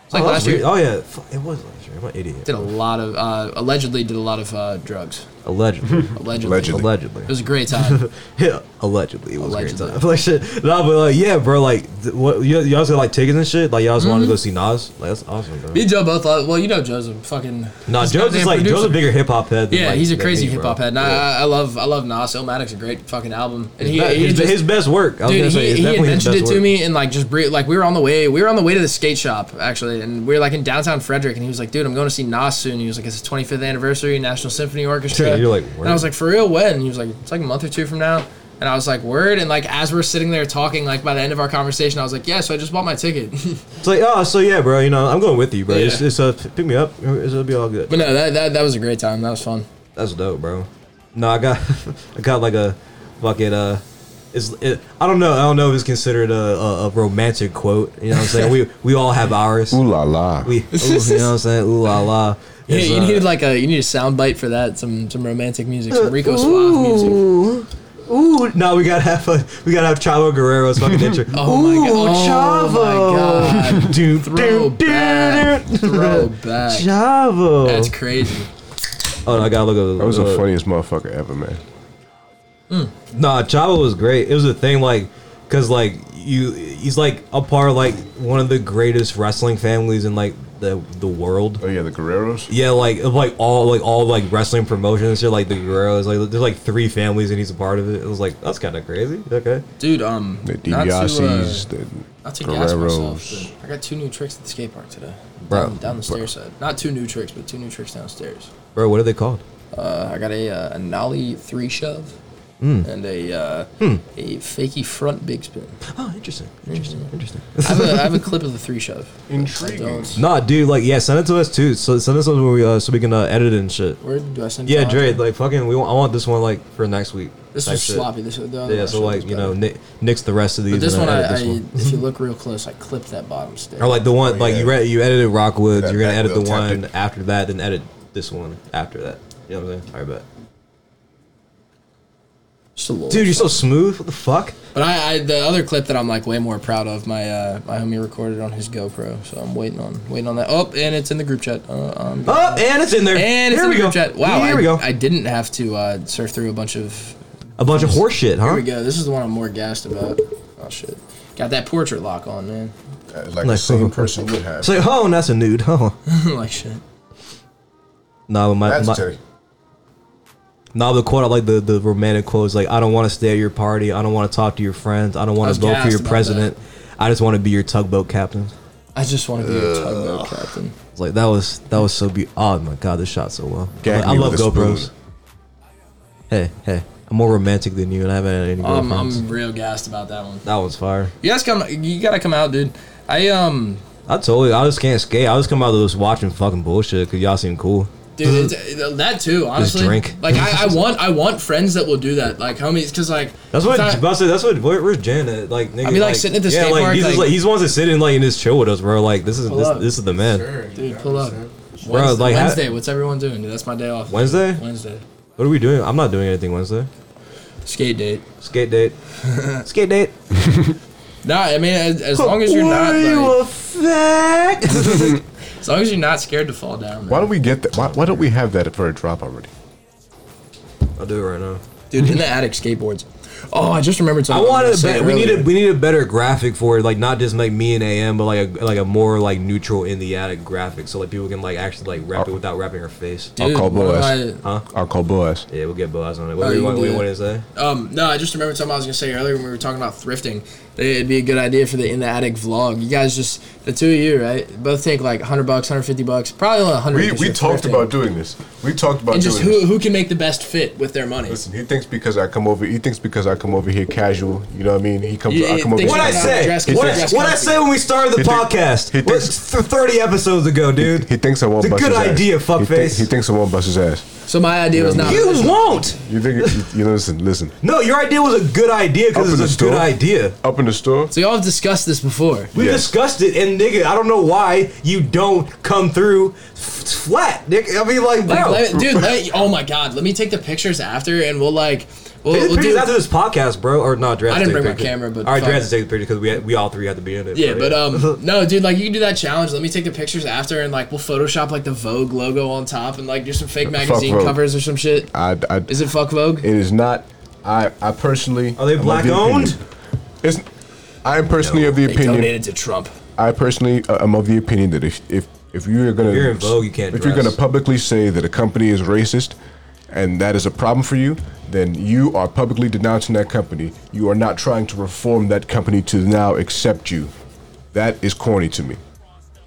It's like
oh, that's
last year.
weird. Oh yeah, Fuck, it was last year. I'm an idiot.
Did a lot of uh, allegedly did a lot of uh, drugs.
Allegedly.
Allegedly.
Allegedly.
Allegedly.
It was a great time.
Yeah, allegedly it was
Allegedly.
a great time. Like shit, nah, but like yeah, bro, like th- what you y'all got like tickets and shit. Like y'all just
Mm-hmm.
wanted to go see Nas. Like that's awesome. Bro.
Me and Joe both love. Well, you know Joe's a fucking.
Nah,
he's a
Joe's
goddamn
just like Joe's a
producer.
bigger hip hop head. than,
Yeah,
like,
he's a
than
crazy
me,
hip hop
bro.
head. And I-
Yeah.
I, I love I love Nas. Illmatic's a great fucking album.
His,
And he,
be-
he
his, be-
just-
his best work. I was
Dude,
gonna say
he,
it's
he had
definitely his
mentioned
best
it to
work.
me, and like just bre- like we were on the way, we were on the way to the skate shop actually, and we were like in downtown Frederick, and he was like, "Dude, I'm going to see Nas soon." He was like, "It's the 25th anniversary National Symphony Orchestra."
Yeah, you're like,
and I was
"Word."
like, "For real, when?" And he was like, "It's like a month or two from now." And I was like, "Word!" And like as we're sitting there talking, like by the end of our conversation, I was like, "Yeah, so I just bought my ticket."
It's like oh, so yeah, bro. You know, I'm going with you, bro.
Yeah.
It's, it's uh, pick me up. It'll be all good.
but no, that, that that was a great time. That was fun.
That's dope, bro. No, I got I got like a fucking uh it's, it, I don't know. I don't know if it's considered a, a, a romantic quote. You know what I'm saying? we we all have ours.
Ooh la la.
We, ooh, you know what I'm saying? Ooh la la.
Yeah,
It's,
you
uh,
needed like a you need a sound bite for that. Some some romantic music, some Rico Suave music.
Ooh, ooh. No, we gotta have a, we gotta have Chavo Guerrero's fucking intro.
Oh my god! Oh my god!
Doom,
Throw
doom,
back.
doom, doom.
Throw back.
Chavo.
That's crazy.
oh, no, I gotta look at
That was the funniest motherfucker ever, man.
Nah, Chavo was great. It was a thing like, cause like you, he's like a part of like one of the greatest wrestling families in like the the world.
Oh yeah, the Guerreros.
Yeah, like of like all like all like wrestling promotions, shit, like the Guerreros, like there's like three families and he's a part of it. It was like that's kind of crazy. Okay,
Dude, um,
The
not to, uh,
DiBiase's, the
not to gas myself,
Guerreros.
but I got two new tricks at the skate park today.
Bro,
down, down the stairs side. Not two new tricks, but two new tricks downstairs.
bro, what are they called?
Uh, I got a, uh, a nollie three shove
Hmm.
and a uh, a fakey front big spin.
Oh, interesting, interesting,
Mm.
interesting.
I have, a, I have a clip of the three shove. but I
Intriguing.
don't-
Nah, dude, like yeah, send it to us too. So send us so we uh, so we can uh, edit it and shit.
Where do I send? it
Yeah,
to?
Dre, like fucking, we want, I want this one like for next week.
This
type
was
shit.
sloppy. This, the other
Yeah,
one
so
was
like you
better.
know, ni- nix the rest of these.
But this
and
one,
then
I,
edit
I if you look real close, I clipped that bottom stick.
Or like the one, like you re- you edited Rockwoods,
That
you're gonna
back
edit the
wheel
one
tactic.
after that, then edit this one after that. You know what I'm saying? All right, bet.
Just a little.
Dude, you're so smooth. What the fuck?
But I, I the other clip that I'm like way more proud of my uh, my homie recorded on his GoPro, so I'm waiting on waiting on that. Oh, and it's in the group chat. Uh, um,
Oh, and it's in there.
and it's
here
in
we
the
go.
group chat. Wow,
here
I,
we go.
I didn't have to uh, surf through a bunch of.
A bunch of horse shit, huh?
Here we go. This is the one I'm more gassed about. Oh shit, got that portrait lock on, man.
Uh, Like the
Like,
same
fuck.
person would have.
It's like, oh, and that's a nude, huh?
like shit.
Nah, but my,
That's
my
Teddy.
nah, the quote I like the the romantic quote is like, I don't want to stay at your party. I don't want to talk to your friends. I don't
I
want
was
to vote for
gassed
your
about
president. I just want to be your tugboat captain.
I just want to be a tugboat captain.
It's like that was that was so be. Oh my god, this shot so well.
Gag
I
me
love
with a
GoPros.
spoon.
Hey, hey, I'm more romantic than you, and I haven't had any
Um,
girlfriends.
I'm real gassed about that one.
that was fire.
You guys come. You gotta come out, dude. I um,
I told you, I just can't skate. I just come out of this watching fucking bullshit because y'all seem cool.
Dude, it's, uh, that too. Honestly,
Mm-hmm. drink.
Like I, I want, I want friends that will do that. Like homies, because like
That's what
sometimes-
I said. That's what where, where's Jan at? Like, nigga,
I mean, like, sitting at the
yeah,
skate
like,
park,
He's, just,
like-
like he's the ones that sit in like and just chill with us, bro. Like this is this,
up.
this is the man.
dude, pull up. Wednesday,
Bro, like, ha-
Wednesday, what's everyone doing? Dude, that's my day off.
Wednesday?
Wednesday,
What are we doing? I'm not doing anything Wednesday.
skate date.
Skate date. skate date.
Nah, I mean, as, as long as you're not,
Were you
like,
a fact?
as long as you're not scared to fall down,
Why
man.
don't we get that? Why, why don't we have that for a drop already?
I'll do it right now.
dude. In the attic, skateboards. Oh, I just remembered
I
something. was
wanted.
gonna
A
say
be- we need
earlier.
a we need a better graphic for it, like not just like me and AM, but like a like a more like neutral in the attic graphic, so like people can like actually like wrap it without wrapping her face.
I'll call
what
Boaz.
do I-
Huh?
I'll call Boaz.
Yeah, we'll get Boaz on it. What,
Oh,
do
you
you want,
can
what
do
you want
that.
to say?
Um, no, I just remembered something I was gonna say earlier when we were talking about thrifting. That It'd be a good idea for the in the attic vlog. You guys just the two of you, right? Both take like hundred bucks, hundred fifty bucks, probably only hundred.
We, we talked about doing this. We talked about
and just
doing
who
this.
who can make the best fit with their money.
Listen, he thinks because I come over. He thinks because I come over here casual. You know what I mean? He comes.
Yeah,
I
he
come over.
thinks
What
What'd
I
I
here-
say?
say?
Dress code, What'd- dress
What
what'd
I
I say
say when we started the
He think-
podcast?
he
It was thirty episodes ago, dude.
He thinks I won't.
It's a
bust
good
his ass.
idea,
He thi-
fuckface.
He thinks I won't bust his ass.
So my idea was not.
You won't.
You think? you- You know? Listen, listen.
No, your idea was a good idea
Up in
because
the
it's a
store.
good idea.
Up in the store.
So y'all have discussed this before.
We
Yes.
discussed it, and nigga, I don't know why you don't come through f- flat, nigga. I mean, like,
Like,
bro.
let- dude, let, oh my god, let me take the pictures after, and we'll like, we'll,
Take the
we'll
pictures
do.
after this podcast, bro. Or no, Dre.
I
has to
didn't
take
bring my
pictures.
camera, but
all right,
fuck.
Dre has to take the picture because we we all three have to be in it.
yeah, but um, no, dude, like you can do that challenge. Let me take the pictures after, and like we'll Photoshop like the Vogue logo on top, and like do some fake magazine
Vogue.
covers or some shit.
I, I,
Is it fuck Vogue?
It is not. I, I personally.
Are they
I'm of
black
the opinion-
owned?
It's. I am personally of the
They
opinion.
donated to Trump.
I personally uh, am of the opinion that if if if you're gonna
you're in Vogue, you can't
if you're gonna
dress.
publicly say that a company is racist, and that is a problem for you, then you are publicly denouncing that company. You are not trying to reform that company to now accept you. That is corny to me.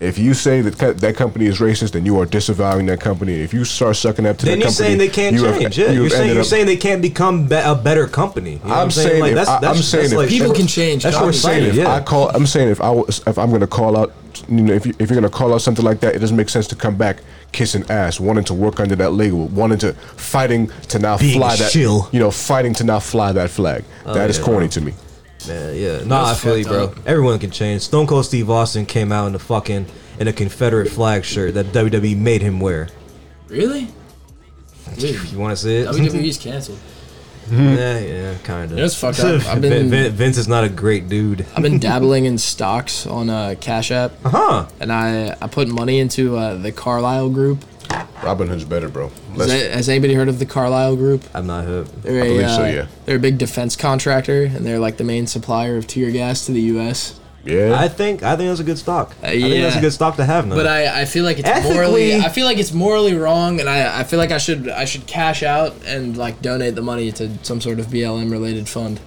If you say that co- that company is racist, then you are disavowing that company. If you start sucking up to
Then
that
you're
company,
saying they can't
you have- e-,
change. yeah,
you
you're
have
saying
ended
you're
up-
saying they can't become be- a better company. You know what
I'm saying if- I- I'm saying if-
People can change,
That's
dog.
what we're
I'm
saying
saying.
if I
Yeah.
call, I'm saying if I was, if I'm gonna call out, you know, if, you, if you're gonna call out something like that, it doesn't make sense to come back kissing ass, wanting to work under that label, wanting to fighting to now
Being
fly
a
that,
shill.
you know, fighting to now fly that flag. That is
yeah,
corny
bro.
to me.
Yeah, yeah. Nah, I
That's
feel you,
fucked
bro.
up.
Everyone can change. Stone Cold Steve Austin came out in a fucking in a Confederate flag shirt that WWE made him wear.
Really? Dude,
You want to see it?
WWE's canceled.
Yeah, yeah, kind of.
You know what's fucked up? I've been-
Vince is not a great dude.
I've been dabbling in stocks on uh, Cash App,
Huh?
and I I put money into uh, the Carlisle Group.
Robin Hood's better, bro.
Has,
Let's,
a- has anybody heard of the Carlisle Group?
I'm not hooked.
They're a,
believe so,
uh,
yeah.
They're a big defense contractor, and they're like the main supplier of tear gas to the U.S.
Uh-huh.
yeah,
I think I think that's a good stock. I think that's
yeah.
a good stock to have now.
But I, I feel like it's
Ethically-
morally I feel like it's morally wrong, and I, I feel like I should I should cash out and like donate the money to some sort of BLM related fund,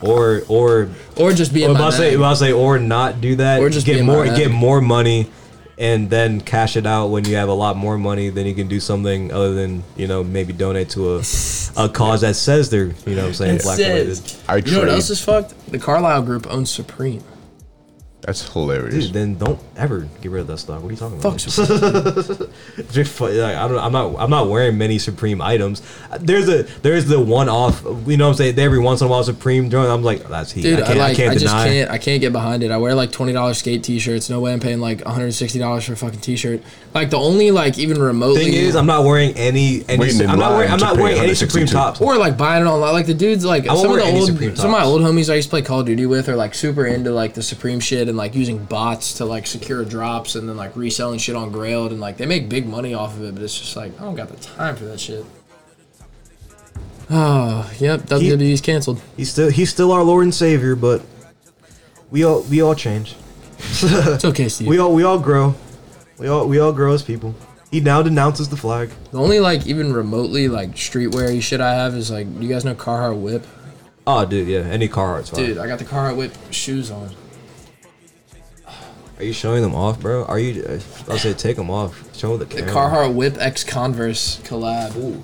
or or
or just be
or
in my
I'll say
bag.
I'll say or not do that.
Or just be
get
in my
more
bag.
get more money, and then cash it out when you have a lot more money. Then you can do something other than you know maybe donate to a a cause that says they're you know what I'm saying
It
black
says,
related.
I
you know what
trade.
else is fucked? The Carlisle Group owns Supreme.
that's hilarious.
Dude, then don't ever get rid of that stock. What are you talking about?
Fuck Supreme.
Just fu- like, I don't. I'm not. I'm not wearing many Supreme items. There's a. There's the one off. You know what I'm saying? Every once in a while, Supreme joint. I'm like, that's he.
Dude,
I
I,
can't. I,
like, I,
can't
just
deny.
can't I can't get behind it. I wear like twenty dollars skate t shirts. No way I'm paying like $160 for a fucking t shirt. Like the only like even remotely
Thing is, I'm not wearing any. any
Waiting in
I'm not
line
wearing. I'm
to
not
pay
wearing any Supreme
162.
tops.
Or like buying it online. Like the dudes, like
won't
some of
wear
the
any
old,
Supreme
some of my
tops.
old homies I used to play Call of Duty with are like super into like the Supreme shit and like using bots to like secure drops and then like reselling shit on Grailed and like they make big money off of it. But it's just like I don't got the time for that shit. Oh, yep, WWE's canceled.
He's still. He's still our Lord and Savior, but we all. We all change.
It's okay, Steve.
We all. We all grow. We all. We all grow as people. He now denounces the flag.
the only like even remotely like streetwear shit I have is like you guys know Carhartt Whip.
Oh, dude, yeah. Any car arts.
Dude, I got the Carhartt Whip shoes on.
are you showing them off, bro? Are you? uh, I'll say take them off. Show the
The
camera.
Carhartt Whip X Converse collab.
Ooh.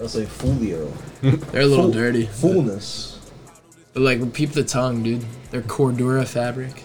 I'll say folio.
They're a little dirty.
Fullness.
But like peep the tongue, dude. They're Cordura fabric.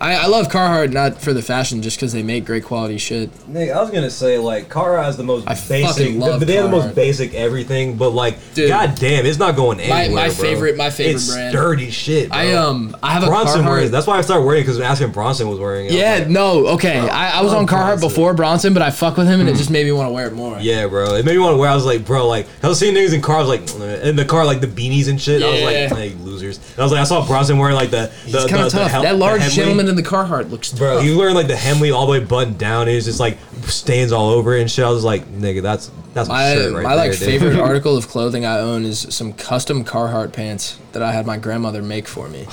I, I love Carhartt not for the fashion, just because they make great quality shit.
Nick, I was gonna say like Kara has the most
I
basic,
fucking love
they have the most
Kara.
basic everything, but like,
Dude.
god damn, it's not going
my
anywhere. bro.
favorite- my favorite
it's
brand.
Dirty shit. Bro.
I um I have a
Bronson
Carhartt.
wears. That's why I started wearing because asking Bronson was wearing it. I was
yeah,
like,
no, okay. I, I was on
love
Carhartt
Bronson. Hmm.
before Bronson, but I fuck with him, and it just made me want to wear it more.
yeah, bro. It made me want to wear. I was like, bro, like I was seeing niggas in cars, like in the car, like the beanies and shit. I was
Yeah.
like, hey, losers. sneakers. And I was like, I saw Bronson wearing like the the,
It's
the,
kind
the
of tough.
Hel-
that
the
large
Henley.
gentleman in the Carhartt looks tough.
Bro, he was wearing like the Henley all the way buttoned down, and he's just like stains all over it and shit. I was like, nigga, that's that's my,
my
shirt right there,
my like
dude.
favorite article of clothing I own is some custom Carhartt pants that I had my grandmother make for me.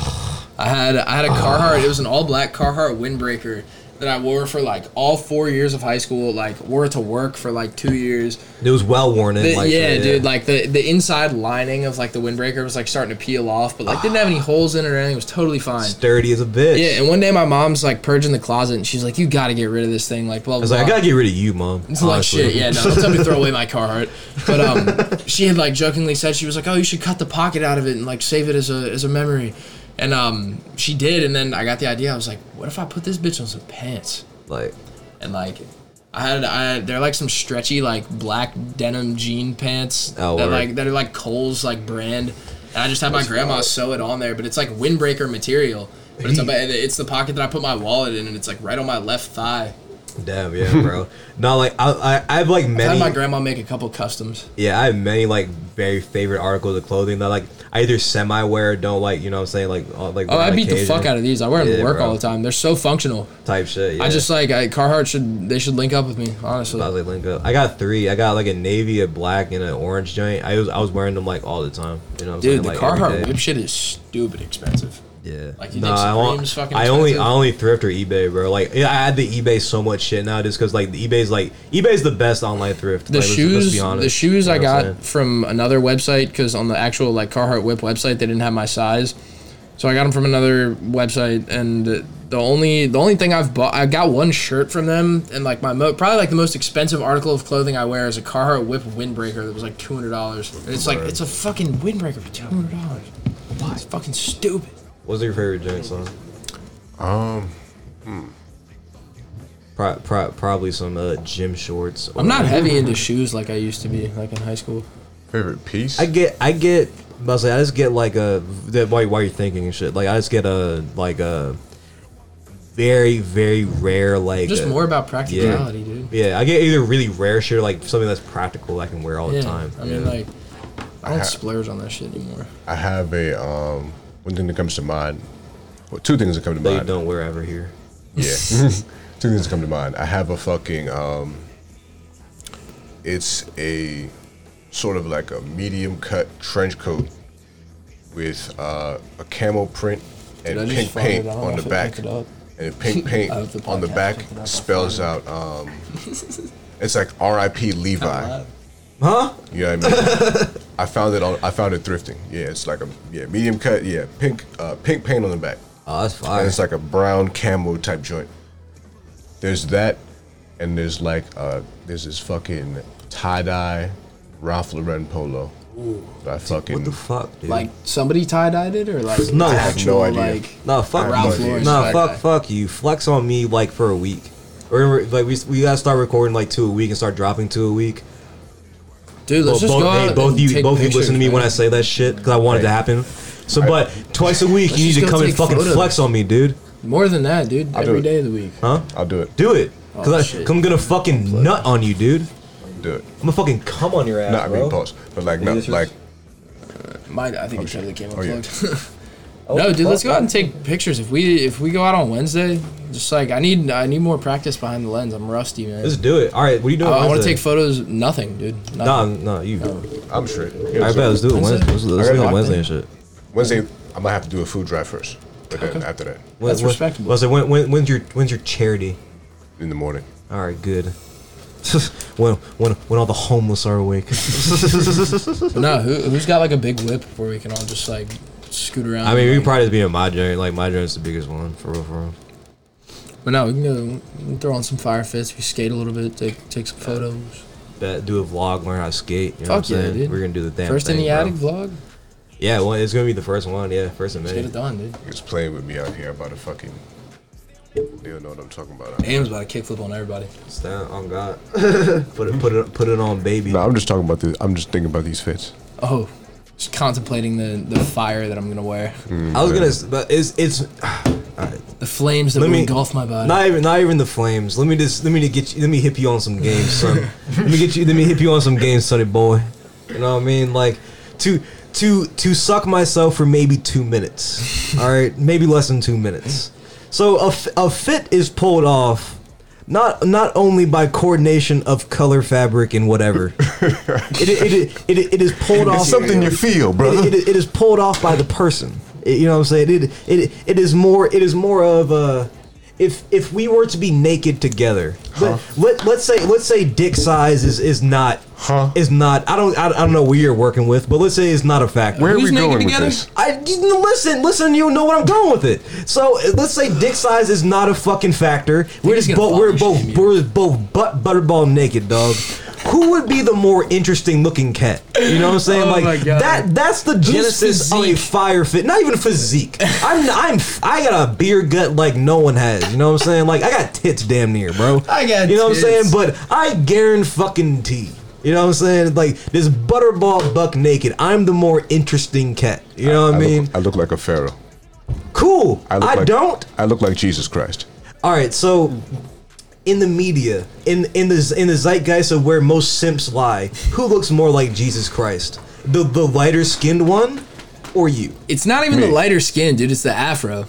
I had I had a Carhartt. It was an all black Carhartt windbreaker that I wore for like all four years of high school. Like wore it to work for like two years.
It was well worn in.
The-
like,
yeah,
shit,
dude. Like the the inside lining of like the windbreaker was like starting to peel off, but like didn't have any holes in it or anything. It was totally fine.
sturdy as a bitch.
Yeah, and one day my mom's like purging the closet, and she's like, "You got to get rid of this thing." Like blah
I
blah.
was like, I
blah.
gotta get rid of you, mom.
It's like
honestly.
shit. Yeah, no, don't tell me to throw away my Carhartt. But um, she had like jokingly said she was like, "Oh, you should cut the pocket out of it and like save it as a as a memory," and um, she did. And then I got the idea. I was like, "What if I put this bitch on some pants?"
Like,
And like, I had I they're like some stretchy like black denim jean pants
Oh,
that
word.
like that are like Cole's like brand. And I just had my grandma sew it on there, but it's like windbreaker material. But it's, a, it's the pocket that I put my wallet in, and it's like right on my left thigh.
damn, yeah, bro. Not like I, I, I have like
I
many.
had my grandma make a couple customs.
yeah, I have many like very favorite articles of clothing that like I either semi wear or don't like. You know what I'm saying? Like, on- like
Oh, I beat the fuck out of these. I wear them
Yeah,
to work
bro.
all the time. They're so functional.
type shit. Yeah.
I just like I, Carhartt should they should link up with me. Honestly,
I was like, link up. I got three. I got like a navy, a black, and an orange joint. I was I was wearing them like all the time. You know, what I'm
dude,
saying?
the
like, every
Carhartt
day.
whip shit is stupid expensive.
Yeah.
Like, you
Nah,
think
I on-
Supreme's fucking
I only I
expensive?
only thrift or eBay, bro. Like yeah, I add the eBay so much shit now just because like the eBay's like eBay's the best online thrift.
The
like, let's-
shoes,
let's be honest,
the shoes
you
I
know what I'm
got from another website because on the actual like Carhartt whip website they didn't have my size, so I got them from another website and. The only the only thing I've bought I got one shirt from them and like my mo- probably like the most expensive article of clothing I wear is a Carhartt Whip windbreaker that was like two hundred dollars and it's like it's a fucking windbreaker for two hundred dollars. It's fucking stupid.
What's your favorite joint song? Hmm.
Um,
Pro- pro- probably some uh, gym shorts. or-
I'm not heavy into shoes like I used to be, like in high school.
favorite piece.
I get I get mostly I just get like a that why why you're thinking and shit. Like I just get a like a very very rare like
Just
uh,
more about practicality, dude.
Yeah, I get either really rare shit or like something that's practical I can wear all
Yeah,
the time.
I mean,
Yeah.
like, I don't
ha-
splurge on that shit anymore.
I have a um one thing that comes to mind. Well, two things that come to
that you
mind.
don't wear ever here.
Yeah. Two things that come to mind. I have a fucking um it's a sort of like a medium cut trench coat with uh, a camel print
Dude,
and
I just
pink
found it.
paint
I don't know
on
if it
the back.
picked it up.
And the pink paint
Out of the
on the
podcast,
back
picked it up, I
spells out um it's like R.I.P. Levi.
Huh?
You know what I mean? I found it on I found it thrifting. Yeah, it's like a yeah, medium cut, yeah, pink uh, pink paint on the back
Oh, that's
and
fire.
it's like a brown camo type joint. There's that, and there's like uh, there's this fucking tie dye Ralph Lauren polo. that I fucking
what the fuck, dude?
Like, somebody tie dyed it, or like,
No, I have
actual,
no idea.
like,
No, fuck
Ralph
you.
Lauren's
No,
that
fuck,
guy.
fuck you. Flex on me like for a week. Remember, like we, we gotta start recording like two a week and start dropping two a week.
dude,
Well,
let's just
both,
go out
hey, both
and
you,
take
both you listen to me
pictures,
when I
man.
say that shit because I want it to
Right.
happen. So, but twice a week you
just
need to
go
come and
take
fucking
photos.
flex on me, dude.
More than that, dude.
I'll do
every
it.
day of the week.
Huh?
I'll do it.
Do it, cause
Oh,
I,
shit.
'cause I'm gonna fucking nut on you, dude. I'm
Do it.
gonna fucking cum on your ass,
Not I
bro.
mean pause, but like
Is
no,
this
like
Mine, I think it's really came
Oh, yeah.
unplugged. no, dude, let's go out and take pictures. If we if we go out on Wednesday, just like I need I need more practice behind the lens. I'm rusty, man.
Let's do it. All right, what are you
Oh,
doing?
I, want to
Wednesday?
take photos. Nothing, dude. Nothing.
Nah, nah, you.
I'm straight.
All right, bet, let's do it Wednesday. Let's, let's
I
do
gotta
it
do
Wednesday
it.
and shit.
Wednesday, I'm gonna have to do a food drive first, but then after that,
When-
That's
when-
respectable.
Wednesday, when, when, when's your when's your charity?
in the morning.
All right, good. when when when all the homeless are awake.
No, who, who's got like a big whip where we can all just like scoot around?
I mean, we
like,
could probably just be in my joint. Like my joint's the biggest one for real, for real.
But no, we can go we can throw on some fire fits. We skate a little bit, take take some photos.
Bet do a vlog, learn how to skate. You know
Fuck
what
yeah,
I'm saying?
dude.
We're gonna do the damn
First
thing,
in the
bro.
attic vlog.
Yeah, well, it's gonna be the first one. Yeah, first in
Let's get it
May.
done, dude.
He's playing with me out here about a fucking. You don't know what I'm talking about.
Ham's about to kickflip on everybody.
It's down on God. put it put it put it on, baby.
No, I'm just talking about this. I'm just thinking about these fits.
Oh, just contemplating the the fire that I'm gonna wear,
Mm.
I was gonna, s- but it's it's
the flames that
Let
will
me-
engulf my body.
not even not even the flames. Let me just let me get you, let me hip you on some games, son. let me get you let me hip you on some games, sonny boy. You know what I mean? Like two to to suck myself for maybe two minutes. all right, maybe less than two minutes. So a, f- a fit is pulled off not not only by coordination of color, fabric, and whatever. it, it, it, it, it is pulled off
It's something you feel, brother.
it, it, it is pulled off by the person. It- you know what I'm saying? It, it it is more it is more of a if if we were to be naked together. Let, let us say let's say dick size is is not
Huh?
is not I don't I, I don't know what you're working with, but let's say it's not a factor.
Where are
Who's
we
naked
going with
together?
this?
I you- listen, listen. You know where I'm going with it. So uh, let's say dick size is not a fucking factor. We're
he's
just
gonna
both we're
body
both
shame you.
we're both butt butterball naked, dog. Who would be the more interesting looking cat? You know what I'm saying?
Oh
like
my God.
that. That's the genesis of a
physique?
fire fit. Not even physique. I'm I'm I got a beer gut like no one has. You know what I'm saying? Like I got tits damn near, bro.
I got
You know what I'm saying?
tits.
But I guarantee fucking tea. You know what I'm saying? Like this butterball buck naked. I'm the more interesting cat. You know what I,
I
mean?
look, I look like a pharaoh.
cool. I,
look like,
don't.
I look like Jesus Christ.
All right. So in the media, in in the in the zeitgeist of where most simps lie, who looks more like Jesus Christ? The the lighter skinned one, or you?
It's not even the lighter skin, dude. It's the afro.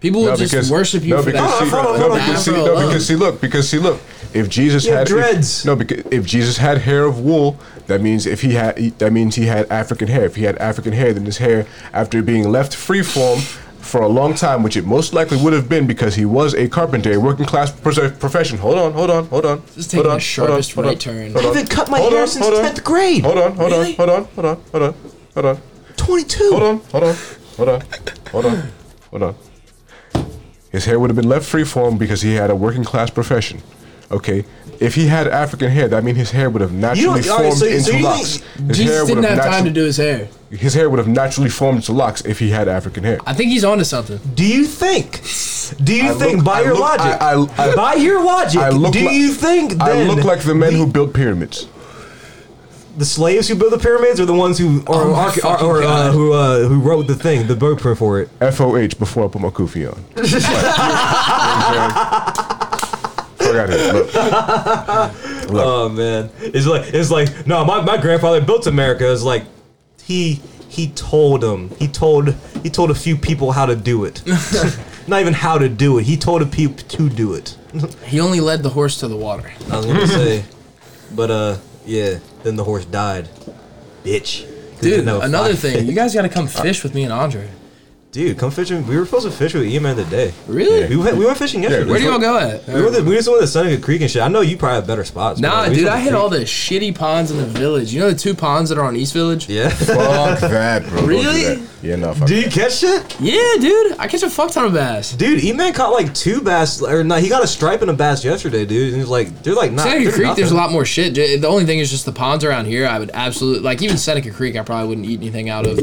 People will
No,
just
because
worship you
no,
for
because
that.
Oh,
see,
hold on,
no,
hold on.
because see,
Afro
no,
alone.
because see, look, because see, look. If Jesus
You have
had if-
dreads.
no, because if Jesus had hair of wool, that means if he had, he- that means he had African hair. If he had African hair, then his hair, after being left freeform for a long time, which it most likely would have been because he was a carpenter, a working class pers- profession. Hold on, hold on, hold on.
This is
hold
taking
on,
the
hold on,
sharpest
hold on,
right turn.
hold
I
on.
haven't cut my
Hold
hair
on,
since
hold on.
10th grade.
Hold on, hold on,
Really?
hold on, hold on, hold on, hold on,
Twenty two.
hold on, hold on, hold on, hold on, hold on. His hair would have been left free for him because he had a working class profession. Okay, if he had African hair, that mean his hair would have naturally
all right,
formed
so- so
into
you
locks. His hair
Jesus
would
didn't have
natu-
time to do his hair.
His hair would have naturally formed into locks if he had African hair.
I think he's onto something.
Do you think? Do you
I
think
look-
by
I
your
look-
logic?
I- I- I-
by your logic,
I look
do
like-
you think then
I look like the men who built pyramids.
the slaves who built the pyramids are the ones who or,
Oh my
arch- or,
fucking
or, uh,
God.
who uh, who wrote the thing, the blueprint for it?
FOH before I put my kufi on. Like, you know what I'm saying? Fuck out here. Look. Look.
Oh man, it's like it's like no, my, my grandfather built America. It's like he he told them he told he told a few people how to do it. Not even how to do it. He told a peep to do it.
He only led the horse to the water.
I was gonna say, but uh, yeah. Then the horse died, bitch.
Dude,
Didn't know if
another
I-
thing, you guys gotta come fish with me and Andre.
Dude, come fishing. We were supposed to fish with E Eman today.
Really?
We went, we went fishing yesterday.
Where do y'all go at?
We, went to, we just went to Seneca Creek and shit. I know you probably have better spots. bro.
Nah,
We
dude,
just
I hit
went
all the shitty ponds in the village. You know the two ponds that are on East Village?
to Creek.
Fuck that, bro. Don't do
Really?
that. Yeah, no.
Yeah.
Fuck that.
Did you catch shit?
Yeah, dude. I catch a fuck ton of bass.
Dude, E-Man caught like two bass, or no, he got a stripe and a bass yesterday, dude. And he's like, they're like, nah.
Seneca
they're
Creek, there's a
nothing.
lot more shit. J- The only thing is just the ponds around here. I would absolutely like even Seneca Creek. I probably wouldn't eat anything out of.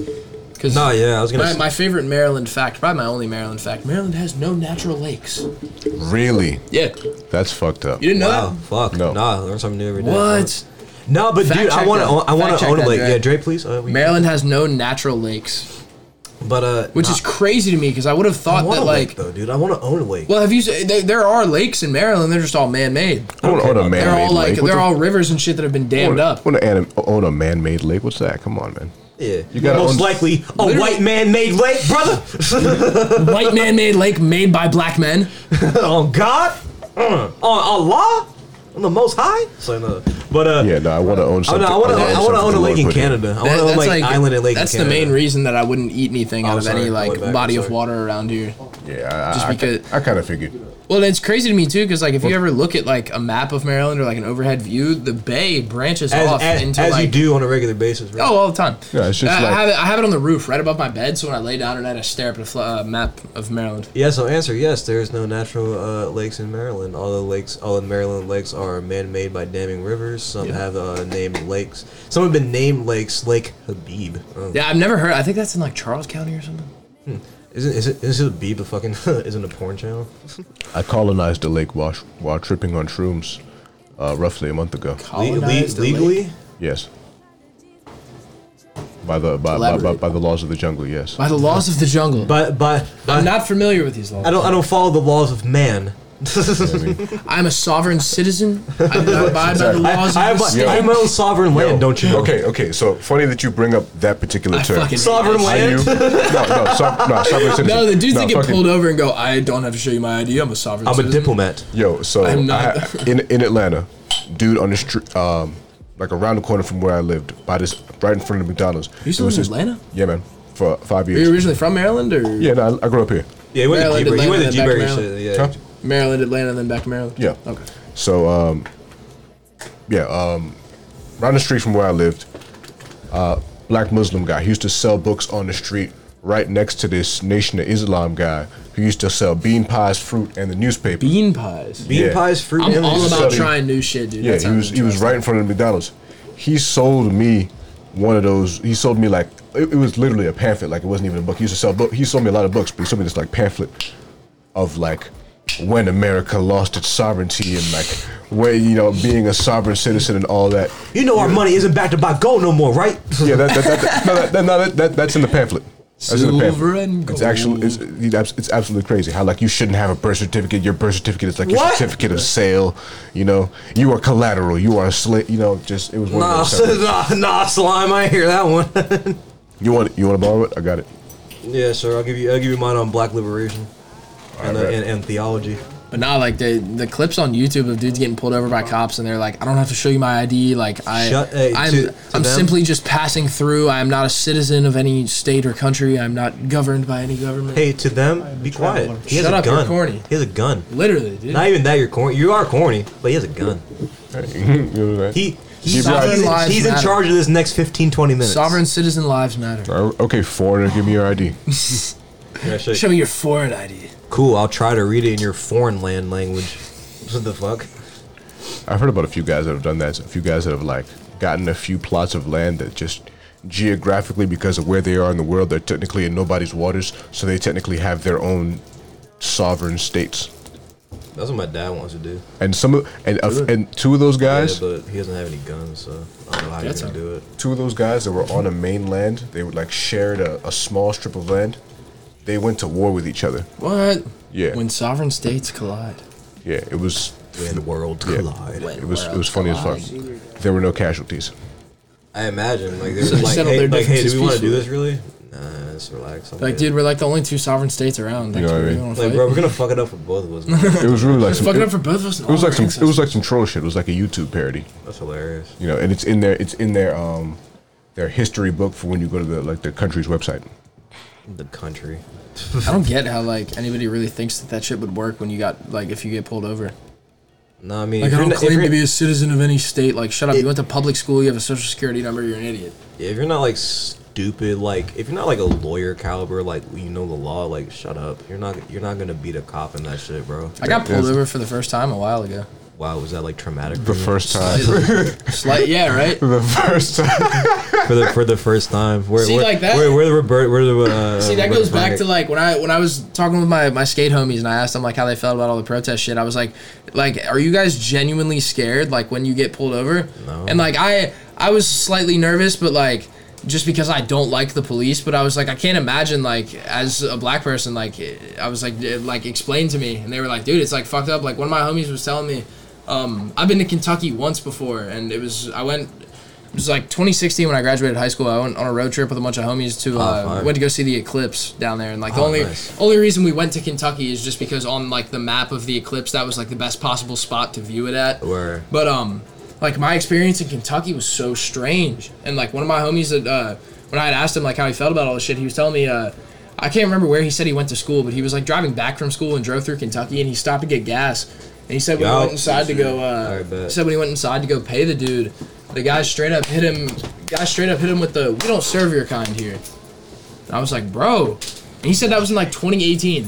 Cause
Nah, yeah, I was gonna
my,
say-
my favorite Maryland fact, probably my only Maryland fact. Maryland has no natural lakes.
Really?
Yeah,
That's fucked up.
you didn't know
Wow,
that?
fuck.
No.
Nah, learn something new every day.
What?
No, but
Fact
dude, I
check
want to
that.
own, I want to
Fact check
own a
that,
lake.
Dre.
Yeah, Dre, please. Uh, we-
Maryland has no natural lakes,
But, uh,
which is crazy to me because I would have
I
thought
want
that
a
like.
lake, though, dude. I want to own a lake.
well, have you? s- There, there are lakes in Maryland. They're just all man-made.
I don't own a man-made
They're all like
lake. What
they're
the-
all rivers and shit that have been dammed
I
up.
want to anim- own a man-made lake. What's that? Come on, man.
yeah.
you gotta
Most
own-
likely a
Literally-
white man made lake, brother.
White man-made lake made by black men.
on God, Mm. on Allah, on the Most High. So no, but uh,
Yeah, no. I want to own
I
something.
wanna- I want to I want to
something
own
the
a
Lord
lake in
put
Canada. I want
That-
to own
that's
like, island and lake.
That's
in
the
Canada.
main reason that I wouldn't eat anything out
Oh,
of
sorry,
any
I
like
went back,
body of
sorry.
water around here.
Yeah, I,
Just
I,
because-
I, kind of figured.
Well, it's crazy to me too, because like if you ever look at like a map of Maryland or like an overhead view, the bay branches
as,
off
as,
into
as
like
you do on a regular basis. Right?
oh all the time.
Yeah, it's just
I, I
like-
have it. I have it on the roof right above my bed, so when I lay down at night, I stare up at a fl- uh, map of Maryland.
yeah. So answer yes. There is no natural uh, lakes in Maryland. All the lakes, all the Maryland lakes are man-made by damming rivers. Some have uh, named lakes. Some have been named lakes. Lake Habib. Oh.
Yeah, I've never heard. I think that's in like Charles County or something.
Isn't is it is Habib a fucking isn't a porn channel?
I colonized the lake while, while tripping on shrooms, uh, roughly a month ago.
Le- le-
Colonized the lake.
legally.
Yes. By the by, by, by,
Elaborate.
by the laws of the jungle, yes.
by the laws of the jungle.
But but
I'm not familiar with these laws.
I don't I don't follow the laws of man,
I mean,
I'm a sovereign citizen. I do not abide by the
Sorry.
laws
I have,
of the
I
state.
have my own sovereign land, don't you know?
Okay, okay. So funny that you bring up that particular
I
term.
fucking-
Sovereign
Are you?
land?
No, no, so, no, sovereign citizen.
No, the dudes
No,
that get
fucking-
pulled over and go, I don't have to show you my ID. I'm a sovereign
I'm a
citizen.
diplomat.
Yo, so
I'm not-
I- in in Atlanta, dude on the street, um, like around the corner from where I lived, by this right in front of McDonald's.
You used to
there was
live in
this-
Atlanta?
Yeah, man, for five
Are you
years.
originally from Maryland or
Yeah, no, I I grew up here.
Yeah, he went to G-Berry.
Maryland,
He went to
Atlanta,
G-Berry
back to
shit. Yeah.
Huh?
Maryland, Atlanta, then back to Maryland?
Yeah.
Okay.
So, um, yeah, um, around the street from where I lived, uh, black Muslim guy. He used to sell books on the street right next to this Nation of Islam guy who used to sell bean pies, fruit, and the newspaper.
Bean pies.
Bean
Yeah.
pies, fruit,
I'm
and
all
leaves.
about
So-
trying new shit, dude.
Yeah,
That
he
sounds
was he was
interesting.
right in front of the McDonald's. He sold me one of those. He sold me like it, it was literally a pamphlet. Like it wasn't even a book. He used to sell book. He sold me a lot of books, but he sold me this like pamphlet of like when America lost its sovereignty and like where you know being a sovereign citizen and all that.
You know our money isn't backed up by gold no more, right?
Yeah, that, that, that, that- no, that, that, no, that, that- that's in the pamphlet. That's in the
Silver
pamphlet.
and
It's actually it's,
gold.
it's abs- it's absolutely crazy how like you shouldn't have a birth certificate. Your birth certificate is like your
What?
certificate of sale. You know, you are collateral. You are a slit. You know, just it was one
Nah,
of those. type of-
nah, nah, slime. I ain't hear that one.
You want you want to borrow it? I got it.
yeah, sure. I'll give you. I'll give you mine on black liberation and, uh,
Alright.
and, and theology.
But not like the the clips on YouTube of dudes getting pulled over by cops and they're like, I don't have to show you my ID. Like I,
Shut- hey,
I'm,
to- to
I'm
them?
simply just passing through. I am not a citizen of any state or country. I'm not governed by any government.
Hey, to them, be quiet.
traveler.
He has
Shut
a
up, you're
gun.
corny.
He has a gun.
Literally, dude.
Not even that you're corny. You are corny, but he has a gun.
You know what I'm saying?
He he's,
Sovereign
he's-
lives
he's in
matter.
charge of this next 15, 20 minutes.
Sovereign citizen lives matter.
Uh, okay, foreigner, give me your ID.
Yeah, shit.
Show me your foreign ID.
Cool. I'll try to read it in your foreign land language. What the fuck?
I've heard about a few guys that have done that. A few guys that have like gotten a few plots of land that just geographically, because of where they are in the world, they're technically in nobody's waters, so they technically have their own sovereign states.
That's what my dad wants to do.
And some of, and uh, and two of those
Yeah,
guys,
but he doesn't have any guns, so I don't know how you're
That's
gonna
all
do it.
two of those guys that were on a mainland, they would like shared a, a small strip of land. They went to war with each other.
What?
Yeah.
When sovereign states collide.
Yeah, it was
When the world
Yeah.
collide.
When
it was it
worlds
was funny as fuck.
collide.
There were no casualties.
I imagine like they're
So they
like,
settle
hey,
their
like, hey,
differences
do we want to do
peacefully.
this really? Nah, let's relax. I'm
Like,
good.
dude, we're like the only two sovereign states around. Like,
know what I
we
mean?
don't wanna
like,
fight.
bro, we're gonna fuck it up for both of us. man.
It was really like
It's
some,
fucking
it,
up for both of us. Oh,
it was like some it was like some troll shit. It was like a YouTube parody,
That's hilarious.
you know. And it's in their it's in their um their history book for when you go to the like the country's website.
The country.
I don't get how like anybody really thinks that that shit would work when you got like if you get pulled over.
No, I mean,
Like
if,
I
you're
don't
not, if,
claim to
you're,
be a citizen of any state. Like shut up. You went to public school. You have a social security number. You're an idiot.
if you're not like stupid, like if you're not like a lawyer caliber, like you know the law, like shut up. You're not you're not gonna beat a cop in that shit, bro.
I got pulled
is-
over for the first time a while ago.
Wow, was that like traumatic?
The
for you?
first time,
Slight, yeah, right.
the first time.
for the for the first time. Where,
See,
where,
like that-
Where, where the Robert? Where the uh,
See, that
where the
goes back
Frank-
to like when I when I was talking with my my skate homies and I asked them like how they felt about all the protest shit. I was like, like, are you guys genuinely scared like when you get pulled over?
No.
And like I I was slightly nervous, but like just because I don't like the police, but I was like I can't imagine like as a black person like I was like eh, like explain to me and they were like dude it's like fucked up like one of my homies was telling me um I've been to Kentucky once before and it was I went it was like 2016 when I graduated high school. I went on a road trip with a bunch of homies to uh,
fire.
went to go see the eclipse down there, and like the
Oh,
only
nice.
only reason we went to Kentucky is just because on like the map of the eclipse that was like the best possible spot to view it at.
Where?
But um, like my experience in Kentucky was so strange, and like one of my homies that uh, when I had asked him like how he felt about all this shit, he was telling me uh, I can't remember where he said he went to school, but he was like driving back from school and drove through Kentucky, and he stopped to get gas, and he said when he
Yeah.
went inside to go,
I
uh,
bet.
he said when he went inside to go pay the dude, the guy straight up hit him, guy straight up hit him with the we don't serve your kind here. And I was like, bro. And he said that was in like 2018.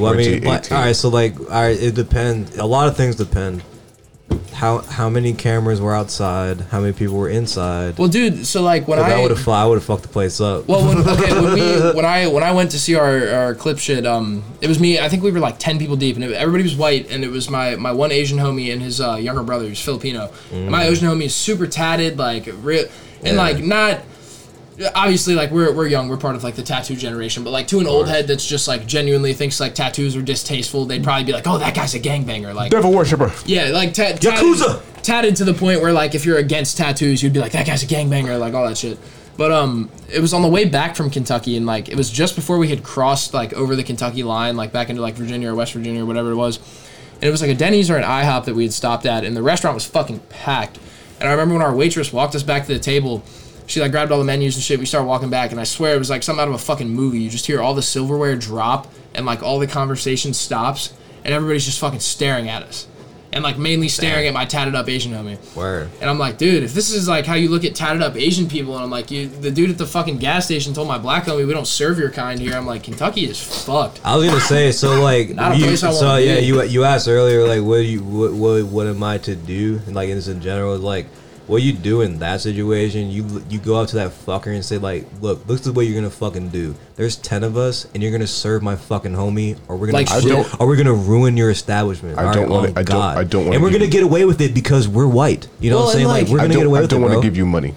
Well, I mean,
2018.
but, all right. So like, all right. It depends. A lot of things depend. How how many cameras were outside? How many people were inside?
Well, dude, so like when
'Cause
I
I would have I would have fucked the place up.
Well, when, okay, when, we, when I when I went to see our, our clip shit, um, it was me. I think we were like ten people deep, and it, everybody was white, and it was my, my one Asian homie and his uh, younger brother who's Filipino. And my Asian homie is super tatted, like real, and
Yeah.
like not obviously like we're, we're young we're part of like the tattoo generation but like to an old head that's just like genuinely thinks like tattoos are distasteful they'd probably be like oh that guy's a gangbanger like
Devil worshiper.
yeah like ta- tatted-
Yakuza!
tatted to the point where like if you're against tattoos you'd be like that guy's a gangbanger like all that shit but um it was on the way back from Kentucky and like it was just before we had crossed like over the Kentucky line like back into like Virginia or West Virginia or whatever it was and it was like a Denny's or an IHOP that we had stopped at, and the restaurant was fucking packed. And I remember when our waitress walked us back to the table, she like grabbed all the menus and shit. We started walking back, and I swear it was like something out of a fucking movie. You just hear all the silverware drop, and like all the conversation stops, and everybody's just fucking staring at us, and like mainly staring at my tatted up Asian homie.
Word.
And I'm like, dude, if this is like how you look at tatted up Asian people, and I'm like, you, the dude at the fucking gas station told my black homie we don't serve your kind here. I'm like, Kentucky is fucked.
I was gonna say so like
Not a
you,
place I
so
wanna
yeah
be.
you you asked earlier like what do you what, what what am I to do and like in, in general like what you do in that situation you you go up to that fucker and say like look this is what you're gonna fucking do there's ten of us and you're gonna serve my fucking homie or we're gonna
Like,
ru-
I don't-
or we're gonna ruin your establishment
I
All
don't wanna-
oh,
I don't-
God.
I don't wanna
and we're
give
gonna
you-
get away with it because we're white you know
Well,
what I'm
and,
saying like,
like,
we're
I
gonna get
don't.
away
I
with
don't
it
want
bro.
to give you money.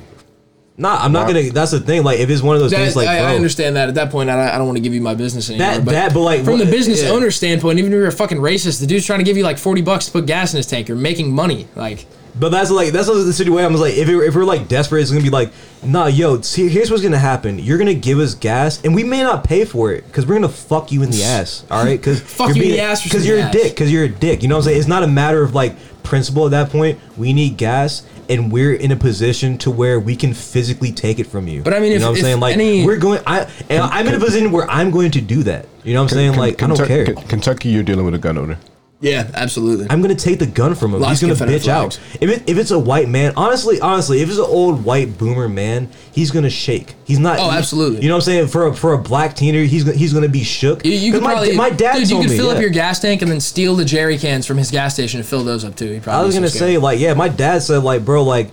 nah I'm not gonna that's the thing like if it's one of those things
That,
like
I,
bro,
I understand that. At that point, I, I don't want to give you my business anymore.
That- that, but, like,
from
what-
the business
yeah.
owner standpoint, even if you're a fucking racist, the dude's trying to give you like forty bucks to put gas in his tank. You're making money. Like,
But that's like that's the situation. I was like, if, it, if we're like desperate, it's gonna be like, nah, yo, see, here's what's gonna happen. You're gonna give us gas, and we may not pay for it because we're gonna fuck you in the ass. All right, because
Fuck you in the ass for
because
some
you're a
gas.
dick. Because you're a dick. You know what I'm saying? It's not a matter of like principle at that point. We need gas, and we're in a position to where we can physically take it from you.
But I mean,
you
if-
know what I'm
if
saying? Like
any-
we're going. I and I'm in a position where I'm going to do that. You know what I'm saying? Like I don't
Kentuck-
care.
Ken- Kentucky, you're dealing with a gun owner.
yeah, absolutely.
I'm gonna take the gun from him.
Lots
he's
of
gonna bitch
Confederate
out. If, it, if it's a white man, honestly, honestly, if it's an old white boomer man, he's gonna shake. He's not.
Oh, absolutely.
You know what I'm saying? For a, for a black teener, he's gonna- he's gonna be shook.
you, you
'Cause
could
my,
probably
my dad
dude,
told
you could
me.
fill
yeah.
up your gas tank and then steal the jerry cans from his gas station and fill those up too. He
I
probably
was
is
gonna
so
say
scared.
like yeah, my dad said like bro like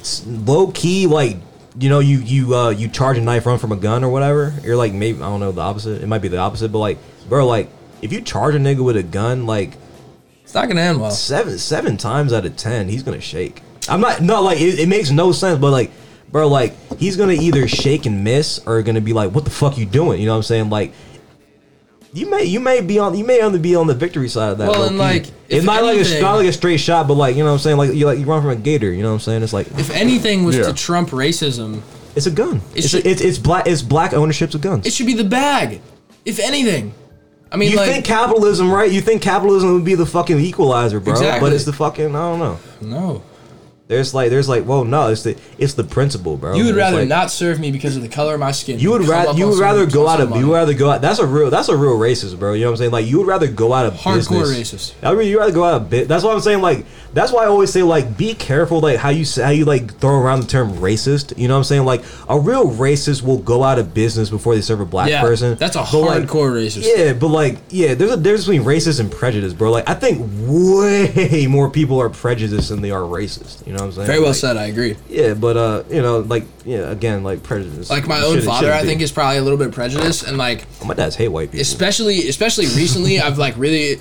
s- low key like you know you you uh you charge a knife run from a gun or whatever. You're like maybe I don't know the opposite. It might be the opposite, but like bro like if you charge a nigga with a gun like
it's not gonna end well.
seven seven times out of ten he's gonna shake i'm not no like it, it makes no sense but like bro like he's gonna either shake and miss or gonna be like what the fuck you doing you know what i'm saying like you may you may be on you may only be on the victory side of that
Well,
low
and,
key.
like,
it's
if
not like a
anything-
not like a straight shot but like you know what i'm saying like you like you run from a gator you know what i'm saying it's like
If anything was
Yeah.
to trump racism,
it's a gun
It
it's
should-
a, it's, it's black it's black ownership's of guns
it should be the bag. If anything, I mean,
you
like,
think capitalism right you think capitalism would be the fucking equalizer bro but
Exactly.
it's the fucking i don't know
no,
There's like, there's like, well, no, it's the, it's the principle, bro.
you would
It's
rather
like-
not serve me because of the color of my skin.
You would
Come
rather,
up
you
on
would
some-
rather go
on
out of,
somebody.
you would rather go out. That's a real, that's a real racist, bro. You know what I'm saying? Like, you would rather go out of
Hardcore
business. I mean, you rather go out of bit. That's what I'm saying. Like, that's why I always say, like, be careful, like how you say- how you like throw around the term racist. You know what I'm saying? Like, a real racist will go out of business before they serve a black
Yeah,
person.
that's a
But, like,
hardcore racist.
Yeah, but like, yeah, there's a difference between racist and prejudice, bro. Like, I think way more people are prejudiced than they are racist. You know what I'm saying?
Very well
Like,
said. I agree.
Yeah, but uh, you know, like yeah, again, like prejudice.
Like my
It
own
shouldn't-
father,
shouldn't
I
be.
think is probably a little bit prejudiced, and like
my dad's hate white people.
especially especially recently, I've like really,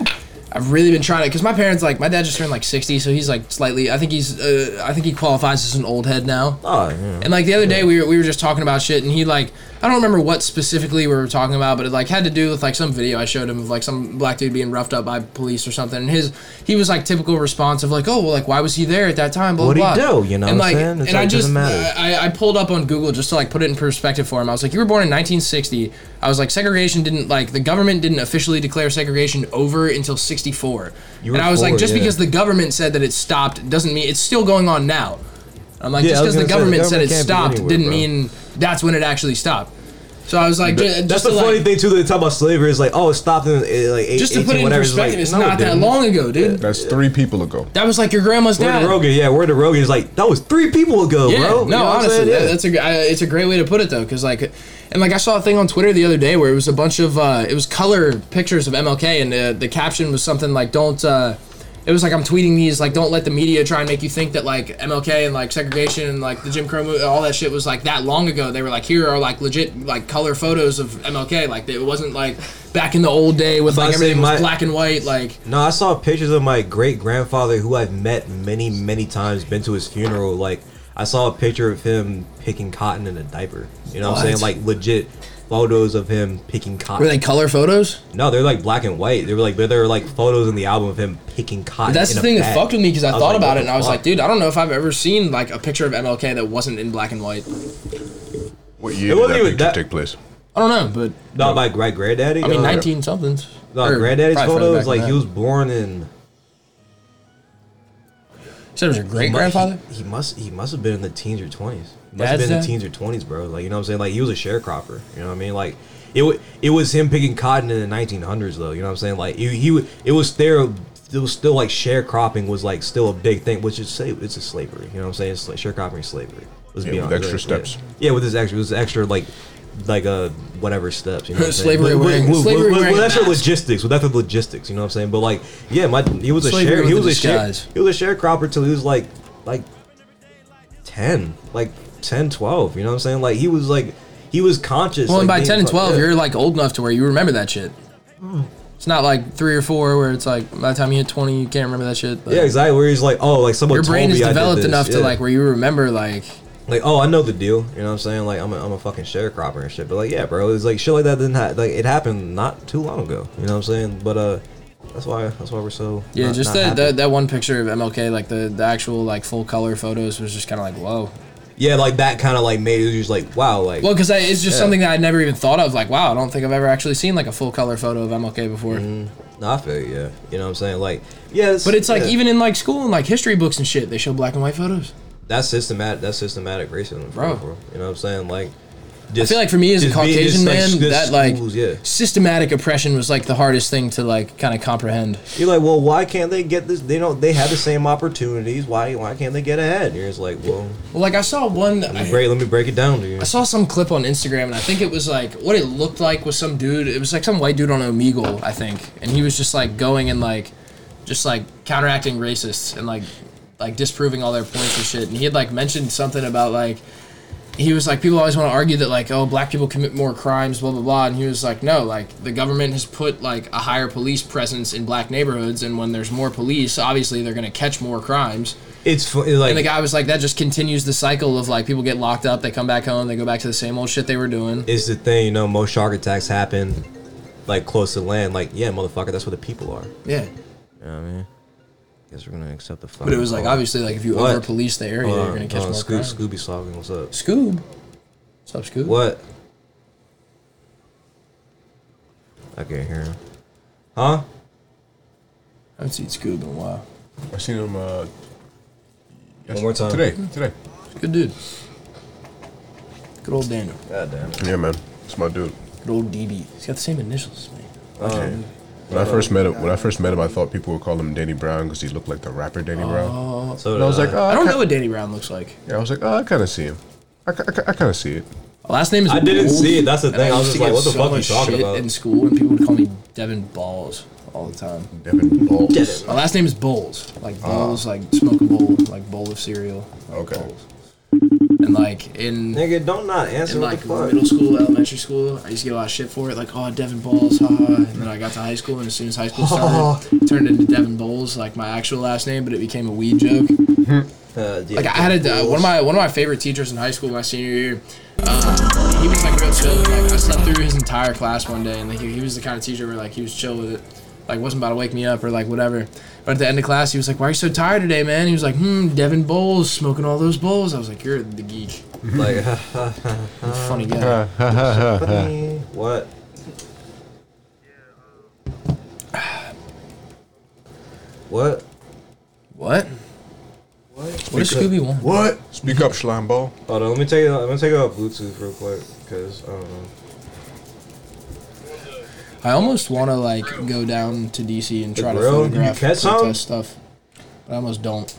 I've really been trying to because my parents like my dad just turned like sixty, so he's like slightly. I think he's uh, I think he qualifies as an old head now.
oh, yeah.
And like the other day, we were, we were just talking about shit, and he like I don't remember what specifically we were talking about, but it like had to do with like some video I showed him of like some black dude being roughed up by police or something. And his he was like typical response of like, oh well, like why was he there at that time? Blah,
What'd he
blah, blah.
do? You know
and
what I'm
like
saying? It's
and
like,
I just
doesn't matter.
I, I pulled up on Google just to like put it in perspective for him. I was like, you were born in 1960. I was like, segregation didn't like the government didn't officially declare segregation over until 64.
You
and
were
I was like,
four,
just
yeah.
because the government said that it stopped doesn't mean it's still going on now. I'm like,
Yeah,
just
I was gonna
because the,
say, the
government said it
government can't be
stopped
anywhere,
didn't
bro.
mean that's when it actually stopped. So I was like, ju- just
That's
to
the funny
like,
thing too. That they talk about slavery is like, oh, it stopped in uh, like eight,
Just to
18,
put it in
whatever.
perspective, it's,
like, no, it
not that
didn't.
long ago, dude.
That's three people ago.
That was like your grandma's
Word
dad.
to Rogan, yeah, word to Rogan is like that was three people ago,
Yeah,
bro.
no,
You know what I'm
honestly,
saying?
that-
Yeah.
that's a gr- I, it's a great way to put it though, because like, and like I saw a thing on Twitter the other day where it was a bunch of uh, it was color pictures of MLK, and uh, the, the caption was something like, "Don't." Uh, it was like I'm tweeting these like, "Don't let the media try and make you think that like MLK and like segregation and like the Jim Crow movie, all that shit was like that long ago." They were like, "Here are like legit like color photos of MLK. Like it wasn't like back in the old day with
About
like
to say,
everything was
my-
black and white. Like
No, I saw pictures of my great grandfather who I've met many, many times, been to his funeral. Like, I I saw a picture of him picking cotton in a diaper. You know what, I'm saying?
What?
Like legit photos of him picking cotton.
Were they color photos?
No, they're like black and white. They were like there are like photos in the album of him picking cotton.
But that's
in
the
a
thing that
bag.
fucked with me because I,
was
thought
like, what
about it
the
and I was
fuck?
like, dude, I don't know if I've ever seen like a picture of MLK that wasn't in black and white.
What year
It
did
wasn't
that
even
picture
that-
take place?
I don't know, but
no, my great granddaddy.
I mean,
uh,
nineteen somethings.
No,
Or
granddaddy's
probably further
photos.
back than
Like
that.
he was born in.
You said it was your great grandfather.
He, he must. He must have been in the teens or twenties. Must have been
Dad's
in
dad?
the teens or twenties, bro. Like you know what I'm saying. Like he was a sharecropper. You know what I mean. Like it. wa- It was him picking cotton in the 1900s, though. You know what I'm saying. Like he. he wa- it was there. It was still like sharecropping was like still a big thing, which is say it's a slavery. You know what I'm saying? It's like sharecropping is slavery. Let's
Yeah,
be
with
honest.
extra
like, yeah.
steps.
Yeah. with this extra, this extra like, like uh whatever steps. You know what I'm saying?
Slavery
With-
wearing-
with- with-
slavery
with-
wearing
with
a
extra
mask.
logistics, without the logistics. You know what I'm saying? But like, yeah, my he was a
Slavery
share.
with
He
a
was a share.
disguise.
He was a sharecropper till he was like like 10 like 10 12 you know what i'm saying like he was like he was conscious
Well, and
like,
by
being
ten and
fucked-
twelve,
yeah.
you're like old enough to where you remember that shit. It's not like three or four where it's like by the time you hit twenty, you can't remember that shit. But
yeah exactly where he's like oh like someone
your
told
brain
me
is
I did
developed
this.
enough to
Yeah.
like where you remember like
like oh i know the deal you know what i'm saying like i'm a, I'm a fucking sharecropper and shit but like yeah bro it's like shit like that didn't ha- like it happened not too long ago you know what i'm saying but uh that's why that's why we're so
yeah,
not-
just
not
that,
happy.
that that one picture of MLK, like the the actual like full color photos was just kind of like whoa.
yeah like that kind of like made it was just like wow like
Well, because it's just
Yeah.
something that I never even thought of. Like wow, I don't think I've ever actually seen like a full color photo of MLK before.
Mm-hmm. nah, i feel you, yeah you know what i'm saying like yes
But it's like
yeah.
even in like school and like history books and shit, they show black and white photos.
that's systematic that's systematic racism for
Bro.
real, you know what i'm saying like
I
just,
feel like for me as a
just being- just,
Caucasian man,
s- just
that like
schools, yeah
systematic oppression was like the hardest thing to like kind of comprehend.
you're like well why can't they get this they don't they have the same opportunities why why can't they get ahead and you're just like well
Well, like I saw one.
let me
I,
break, let me break it down to you
I saw some clip on Instagram, and I think it was like what it looked like was some dude. It was like some white dude on Omegle, I think, and he was just like going and like, just like counteracting racists and like, like disproving all their points and shit. And he had like mentioned something about like, he was like people always want to argue that like oh black people commit more crimes blah blah blah, and he was like no like the government has put like a higher police presence in black neighborhoods, and when there's more police, obviously they're gonna catch more crimes.
it's fu- like
And the guy was like, that just continues the cycle of like people get locked up, they come back home, they go back to the same old shit they were doing.
it's the thing you know most shark attacks happen like close to land like yeah motherfucker that's where the people are
Yeah.
you know what i mean guess we're gonna accept the fuck
But it was like obviously like if you
What? Uh,
over police the area, you're gonna catch more
Scoob,
crime.
Scooby slogging what's up
Scoob. What's up, Scoob?
What? I can't hear him. Huh?
I haven't seen Scoob in a while.
I seen him. Uh, yes-
more time.
Today, today.
Good dude. Good old Daniel.
God damn it.
Yeah, man, it's my dude.
Good old DB. He's got the same initials, man.
Um,
When I first met him, when I first met him, I thought people would call him Danny Brown because he looked like the rapper Danny Brown.
So
And I was like, oh,
Uh, I
I,
don't
ki-
know what Danny Brown looks like.
yeah, I was like, oh, I kind of see him. I, ki- I, ki- I kind of see it.
Last name is
I didn't
Wolf,
see it, that's the
and
thing, I was just
used to
like,
get
what the
so
fuck you
much
talking
shit
about?
In school, and people would call me Devin Balls all the time.
Devin Balls.
My last name is Bowles. Like Bowles, like smoke a bowl, like bowl of cereal. Like
Okay.
Bowles. And like in
nigga, don't not answer
in
what
like
the fuck.
middle school, elementary school, I used to get a lot of shit for it. Like, oh, Devin Bowles, ha. ha." And then I got to high school, and as soon as high school started, it turned into Devin Bowles, like my actual last name, but it became a weed joke.
Uh, yeah,
Like I had a, uh, one of my one of my favorite teachers in high school my senior year. Uh, he was like real chill. Like I slept through his entire class one day, and like he, he was the kind of teacher where like he was chill with it, like wasn't about to wake me up or like whatever. But at the end of class, he was like, "Why are you so tired today, man?" He was like, "Hmm, Devin Bowles smoking all those bowls." I was like, "You're the geek,
like
You're a funny guy."
what? What?
What? What does Scooby want?
What? Speak up, slime ball.
Hold on, let me take it. Let me take it off Bluetooth real quick, cause um, I don't know.
I almost want to like go down to DC and try to
grill? Did you
photograph
catch some?
protest stuff, but I almost don't.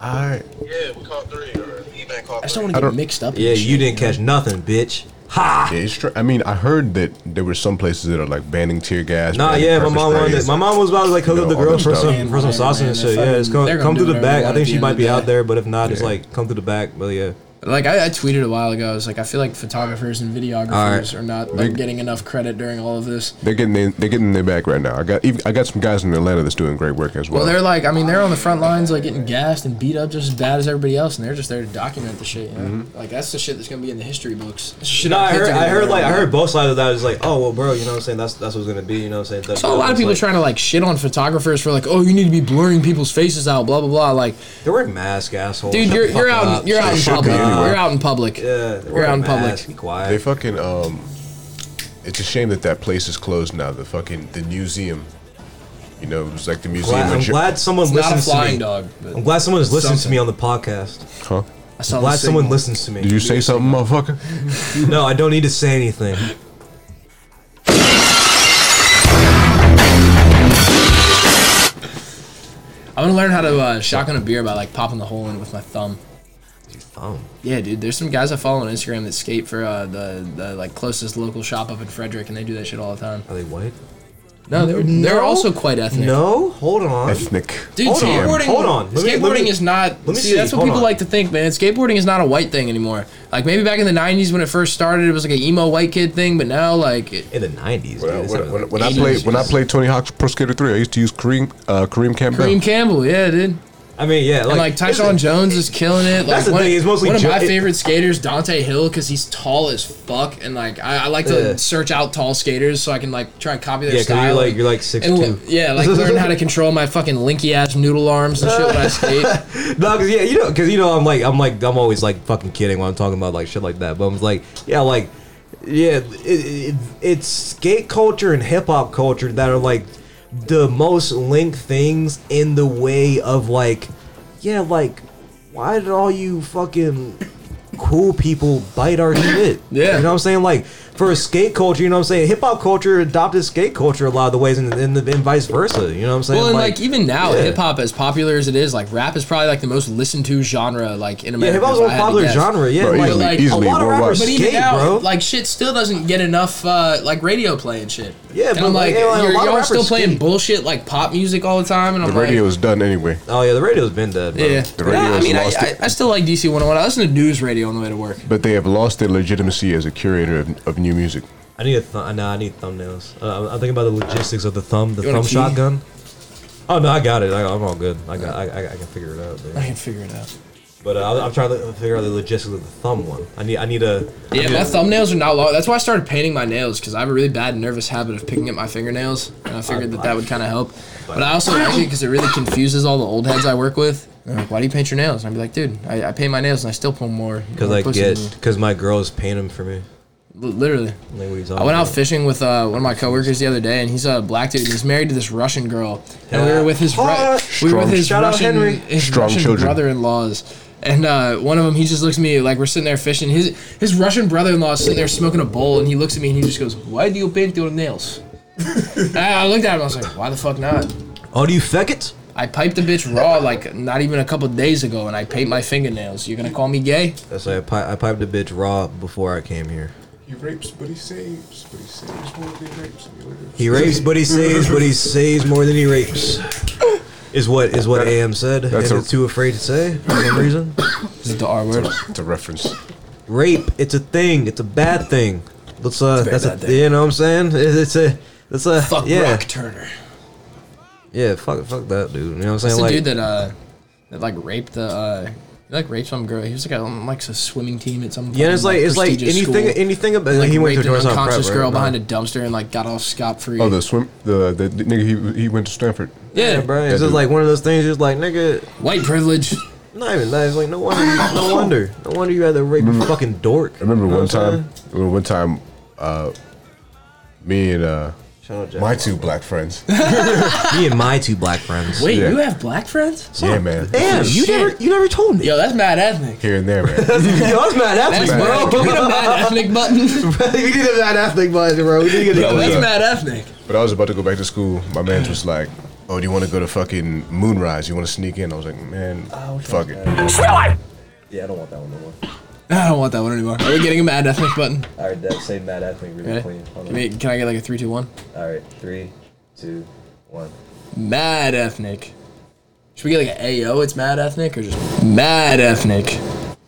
All right.
Yeah, we caught three. Or he been caught
I just
three.
don't want to get
I don't-
mixed up. in
Yeah,
this
you
shit,
didn't
know?
catch nothing, bitch. Ha!
Yeah, it's true. I mean, I heard that there were some places that are like banning tear gas.
Nah,
banning
yeah, my
pepper
mom
spray.
wanted it. My mom was about to like hook
You
up
know,
the
all
girl
that
for
stuff.
some for some
Man,
sausage and
man,
shit.
they're
Yeah, it's
fucking- they're
come
gonna
come
do
through the
whatever they
back. I
want at
think
the
she
end
might
of the
be out
day.
there, but if not, it's like come through the back. But yeah,
Like I, I tweeted a while ago, I was like, I feel like photographers and videographers
Alright.
are not
Big-
like, getting enough credit during all of this.
They're getting their, they're getting their back right now. I got even, I got some guys in Atlanta that's doing great work as well.
Well, they're like, I mean, they're on the front lines, like getting gassed and beat up just as bad as everybody else, and they're just there to document the shit. You know?
Mm-hmm.
Like that's the shit that's gonna be in the history books. That's the shit
No,
our
I heard,
kids are gonna
I heard,
learn
like, I
about.
heard both sides of that. It's like, oh, well, bro, you know what I'm saying? That's that's what's gonna be. You know what I'm saying? That-
So a lot of
it's
people
like-
trying to like shit on photographers for like, oh, you need to be blurring people's faces out, blah blah blah. Like,
They're wearing masks, asshole.
dude,
Oh, Shut
you're
the
you're
fuck
out,
up.
you're
Shut
out in
the fuck up.
public.
anyway.
You're out in public.
Yeah,
you're out in public.
Be
They
quiet.
fucking um. It's a shame that that place is closed now. The fucking the museum. You know, it was like the museum.
Glad-
in
I'm
Jer-
glad someone
It's not a
listens to me.
flying dog. But
I'm glad someone's listening to
Something.
me on the podcast.
Huh?
I saw the
glad
signal.
someone listens to
Did
me.
you say something, motherfucker?
No, I don't need to say anything.
I'm gonna learn how to uh, shotgun a beer by like popping the hole in with my thumb.
Oh,
Yeah, dude. There's some guys I follow on Instagram that skate for uh, the the like closest local shop up in Frederick, and they do that shit all the time.
are they white?
No, they're they're also quite ethnic.
No, hold on.
Ethnic.
Dude,
Hold on,
skateboarding.
hold on. Let me-
skateboarding
let me-
is not.
let me
see,
see,
That's what
hold
people
on.
like to think, man. Skateboarding is not a white thing anymore. Like maybe back in the '90s when it first started, it was like an emo white kid thing, but now like it,
In the 90s,
When, I-
dude. it's
when,
not-
when, when I played when I played Tony Hawk's Pro Skater 3, I used to use Kareem uh, Kareem Campbell.
Kareem Campbell, yeah, dude.
I mean, yeah, like,
And like Tyshawn
listen,
Jones is killing it. Like,
That's the
one,
thing, it's mostly
one of
Jo-
my
it-
favorite skaters, Dante Hill, because he's tall as fuck, and like I, I like to
Yeah.
search out tall skaters so I can like try and copy their
Yeah, 'cause you're
style.
like- you're like 6'2".
and, Yeah, like learn how to control my fucking linky ass noodle arms and shit when I skate.
No, cause yeah, you know, cause you know, I'm like, I'm like, I'm always like fucking kidding when I'm talking about like shit like that. But I'm like, yeah, like, yeah, it, it, it's skate culture and hip hop culture that are like the most linked things in the way of like, yeah, like, why did all you fucking cool people bite our shit?
Yeah.
you know what I'm saying? Like. For skate culture, you know what I'm saying? Hip hop culture adopted skate culture a lot of the ways, and, and, and vice versa. You know what I'm saying?
Well, and like, even now,
yeah.
hip hop, as popular as it is, like rap is probably like the most listened to genre, like in
yeah,
America.
hip hop's
if
a
I had to
popular
guess.
genre. Yeah,
Bro,
like,
easily-
like,
easily
a lot of
worldwide.
rappers
But even
skate,
now,
bro.
like shit still doesn't get enough uh, like radio play and shit.
Yeah,
and
but,
I'm
like,
like,
yeah, like, a
you're,
lot of
y'all are still
rappers
playing
skate.
bullshit like pop music all the time, and
The
I'm
radio
like,
is done anyway.
Oh yeah, the radio's been dead. Bro.
yeah,
the radio
Nah, I
has
mean, I,
lost
I,
it.
I still like DC 101. I listen to news radio on the way to work.
But they have lost their legitimacy as a curator of, of new music.
I need a th- no, I need thumbnails. Uh, I'm- I'm thinking about the logistics of the thumb, the
You want
thumb
a key?
shotgun. Oh no, I got it. I, I'm all good. I got, I, I, I can figure it out.
I
Dude.
can figure it out.
But uh, I'm- I'm trying to figure out the logistics of the thumb one. I need, I need a. I
Yeah,
need
my
a-
thumbnails are not long. That's why I started painting my nails because I have a really bad nervous habit of picking at my fingernails, and I figured that that would kind of help. But I also like it because it really confuses all the old heads I work with. They're like, "Why do you paint your nails?" And I'd be like, "Dude, I, I paint my nails and I still pull more."
Cause
more
I
pussy
get,
than
cause my girls paint them for me.
you." Li- literally.
Like, what are you talking
I went out
about?
fishing with uh, one of my coworkers the other day, and he's a black dude, and he's married to this Russian girl. And we were with his Ru- we were with his
Shout out
Russian,
Henry.
his
Strong
Russian
children.
brother-in-laws. And uh, one of them, he just looks at me like we're sitting there fishing. His his Russian brother-in-law is sitting there smoking a bowl, and he looks at me and he just goes, "Why do you paint your nails?" And I looked at him. I was like, "Why the fuck not?"
Oh, do you feck it?
I piped a bitch raw like not even a couple days ago, and I paint my fingernails. You're gonna call me gay?
That's why I, pi- I piped a bitch raw before I came here.
He rapes, but he saves. But he saves more than he rapes.
He rapes, but he saves, but he saves more than he rapes. Is what is what AM said.
that's
and
a-
it's too afraid to say for some reason.
This is the R word.
It's a reference.
Rape, it's a thing. It's a bad thing. That's uh, that's a,
bad thing.
you know what I'm saying. It- It's a that's a
Fuck
yeah
Brock Turner.
yeah fuck fuck that dude. You know what I'm
It's
saying?
the
Like
dude that uh, that like raped the uh, he, like raped some girl. He was like on like a swimming team at some.
yeah, it's
fucking,
like it's like
prestigious
anything
school.
anything about
like
he went to
raped an
Georgetown Prep,
unconscious
right?
girl
No.
behind a dumpster and like got off scot free.
Oh, the swim, the the, nigga. He, he went to Stanford.
yeah,
Yeah, bro. It's
That
just
dude.
like one of those things. Just like nigga,
white privilege.
not even that. It's like no wonder, no wonder, no wonder you had to rape a fucking dork.
I remember
You know
one
what I'm
time. I remember one time, uh, me and uh,
saying? Shout out
my
Jack.
two black friends.
Me and my two black friends.
Wait,
Yeah.
you have black friends?
yeah, man.
Damn, you
Shit.
never you never told me.
Yo, that's mad ethnic.
Here and there, man.
Yo, that's mad
That's
ethnic,
mad. Can we get a mad ethnic button.
bro. we need a mad ethnic button, bro. We need to get
Yo,
a
that's
yeah.
mad ethnic.
But I was about to go back to school. My man's was like, "Oh, do you want to go to fucking Moonrise? You want to sneak in?" I was like, "Man, fuck it."
Yeah, I don't want that one no more.
I don't want that one anymore. Are we getting a mad ethnic button?
All right, that say mad ethnic really
Okay.
clean. Hold
I
on.
mean, can I get like a three, two, one?
All right, three, two, one.
Mad ethnic. Should we get like an AO? It's mad ethnic or just mad ethnic?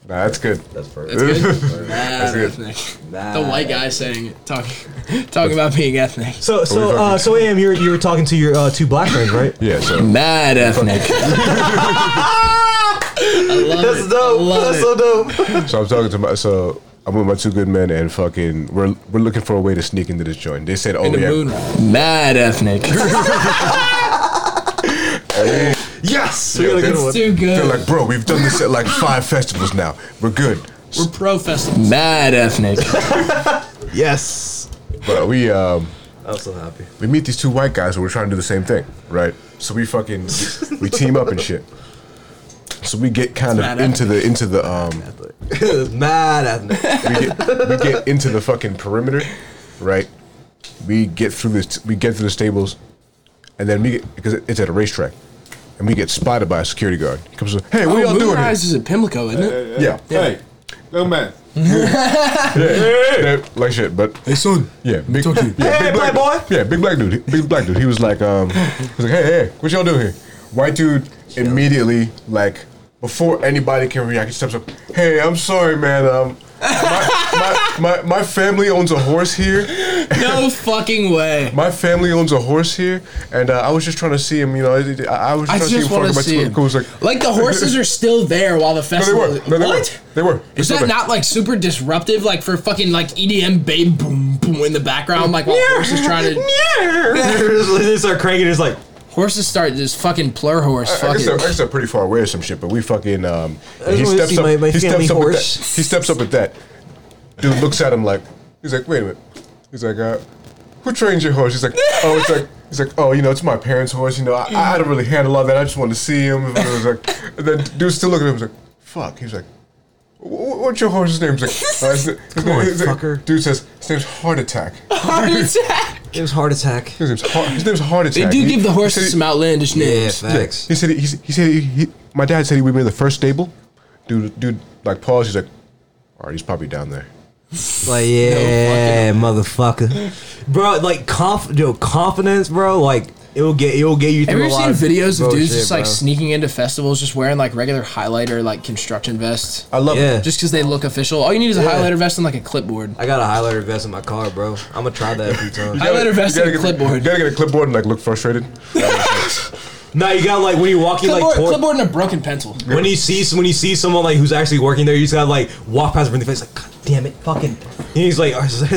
Nah, that's good.
That's perfect.
That's good.
That's
Bad
good.
ethnic.
Nah.
The white guy saying it, talking, talking about being ethnic.
So so uh, so am you were you were talking to your uh, two black friends, right?
Yeah, so
Mad ethnic. I love
That's
it.
dope.
I love
That's
it.
so dope.
so I'm talking to my so I'm with my two good men and fucking we're we're looking for a way to sneak into this joint. They said, oh
In the
yeah,
moon. Mad ethnic.
yes,
We got a
Yeah,
good
they-
one.
it's too
They're
good.
like, bro, we've done this at like five festivals now. We're good.
We're pro festival. Mad ethnic.
Yes.
But we um
I'm so happy.
we meet these two white guys who are trying to do the same thing, right? So we fucking we team up and shit. So we get kind of
Mad
into the into the um
Mad ethnic.
we get, we get into the fucking perimeter, right? We get through this. We get through the stables, and then we get because it's at a racetrack, and we get spotted by a security guard. He comes, up, hey,
Oh,
what y'all
Moonrise
doing here?
Oh, is at Pimlico, isn't it?
Yeah,
Hey, little man.
Yeah, like shit. But
Hey, son.
yeah, big,
Talk to you.
yeah,
Hey,
big
black boy.
Yeah, big black dude. Big black dude. He was like, um, he was like, hey, hey, what y'all doing here? White dude immediately like. Before anybody can react, he steps up. Hey, I'm sorry, man. Um, my, my, my, my family owns a horse here,
No fucking way.
My family owns a horse here, and uh, I was just trying to see him. You know, I, I- I was
I
trying to see him
just want
fucking
to
my
see
Twitter.
him.
Cool. It's like,
Like the horses are still there while the
no, they
festival.
were. No, they
what?
were. They were.
Is
They're
that
still
not like super disruptive? Like for fucking like EDM babe boom boom in the background, like while horses trying to
they start cranking. It's like Uh,
horses start just fucking plur horse
there. I guess,
fucking.
they're, I guess they're pretty far away or some shit, but we fucking. Um,
just
he
wanna
steps
see
up.
my- my
he
family
steps up with
horse.
that. He steps up at that. Dude looks at him like he's like, wait a minute. He's like, uh, who trains your horse? He's like, oh, it's like. He's like, oh, you know, it's my parents' horse. You know, I, I don't really handle all that. I just wanted to see him. And it was like, and then dude's still looking at him. He's like, fuck. He's like, "Wh- wh- what's your horse's name? He's like, "Uh, his na- his
on,
name- his name-"
fucker.
Dude says his name's Heart Attack.
Heart attack.
it was heart attack.
His name's Heart, his name's heart
They
Attack.
do
He-
give the
he
horses
said-
some outlandish
Yeah,
names.
facts.
He said he, he said he, he- my dad said he would be in the first stable. Dude, dude, like pause. He's like, all right, he's probably down there.
Like yeah, motherfucker, bro. Like conf, yo, confidence, bro. Like it will get, it will get you
Have
through
you
a
ever
lot.
seen videos of
bro,
dudes
shit,
just like
bro.
sneaking into festivals, just wearing like regular highlighter, like construction vests,
I love
Yeah.
it.
just because they look official? All you need is a highlighter vest and like a clipboard.
I got a highlighter vest in my car, bro. I'm gonna try that a few times.
Highlighter vest
You
and a
gotta get- You
clipboard.
gotta get a clipboard and like look frustrated.
no, you got like when you walk, you like
Clipboard,
toward-
clipboard and a broken pencil.
when you see when you see someone like who's actually working there, you just gotta like walk past them in the face, like God damn it, fucking. And he's like, he's like,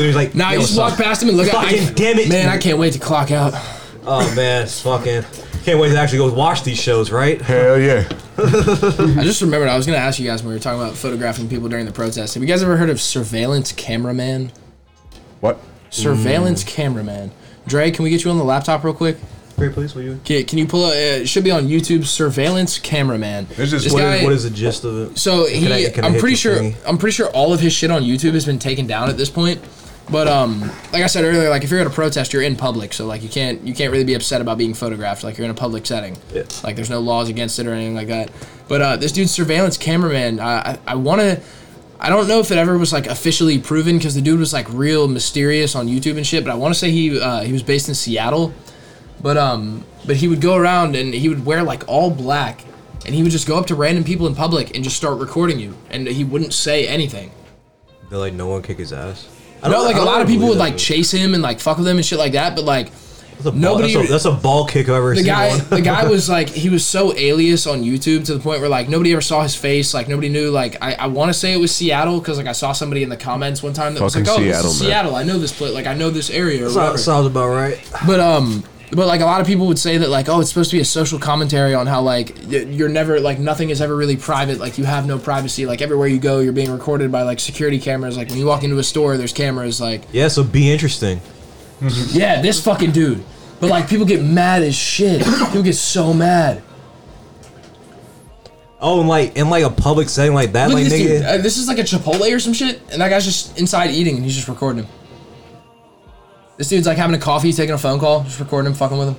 he's like
Now you
"Yo,
just
son."
walk past him and look. at
Fucking damn it.
man! I can't wait to clock out.
Oh man, it's fucking. Can't wait to actually go watch these shows, right?
Hell yeah.
I just remembered I was gonna ask you guys when we were talking about photographing people during the protest. Have you guys ever heard of surveillance cameraman?
What?
Mm.
Surveillance cameraman. Dre, can we get you on the laptop real quick?
Great place, will you?
Can, can you pull? Up, uh, it should be on YouTube. Surveillance cameraman.
This is-
This
What
guy-
is, what is the gist of it?
So he,
Can I- can I
I'm
hit
pretty
this
sure,
thingy?
I'm pretty sure all of his shit on YouTube has been taken down at this point. But um, like I said earlier, like if you're at a protest, you're in public, so like you can't you can't really be upset about being photographed. Like you're in a public setting.
Yeah.
Like there's no laws against it or anything like that. But uh, this dude's surveillance cameraman, I I, I want to. I don't know if it ever was like officially proven because the dude was like real mysterious on YouTube and shit. But I want to say he uh, he was based in Seattle, but um, but he would go around and he would wear like all black, and he would just go up to random people in public and just start recording you, and he wouldn't say anything.
They're like, no one kick his ass. I
No, like
I
a lot of
really
people would
believe
like
that.
chase him and like fuck with him and shit like that, but like
That's a ball,
nobody-
That's a, that's a ball kick I've ever
the
seen.
guy
one.
the guy was like he was so alias on YouTube to the point where like nobody ever saw his face like nobody knew like I, I want to say it was Seattle because like I saw somebody in the comments one time that was like
Fucking
oh Seattle, this is
Seattle, man.
Seattle I know this place like I know this area or whatever.
Sounds sounds about right.
but um but like a lot of people would say that like oh it's supposed to be a social commentary on how like y- you're never like nothing is ever really private like you have no privacy like everywhere you go you're being recorded by like security cameras like when you walk into a store there's cameras like
Yeah, so be interesting.
yeah, this fucking dude. But like people get mad as shit. People get so mad.
Oh, and like in like a public setting like that,
Look
like
at this dude.
nigga.
Uh, this is like a Chipotle or some shit, and that guy's just inside eating, and he's just recording him. This dude's like having a coffee, taking a phone call, just recording him, fucking with him.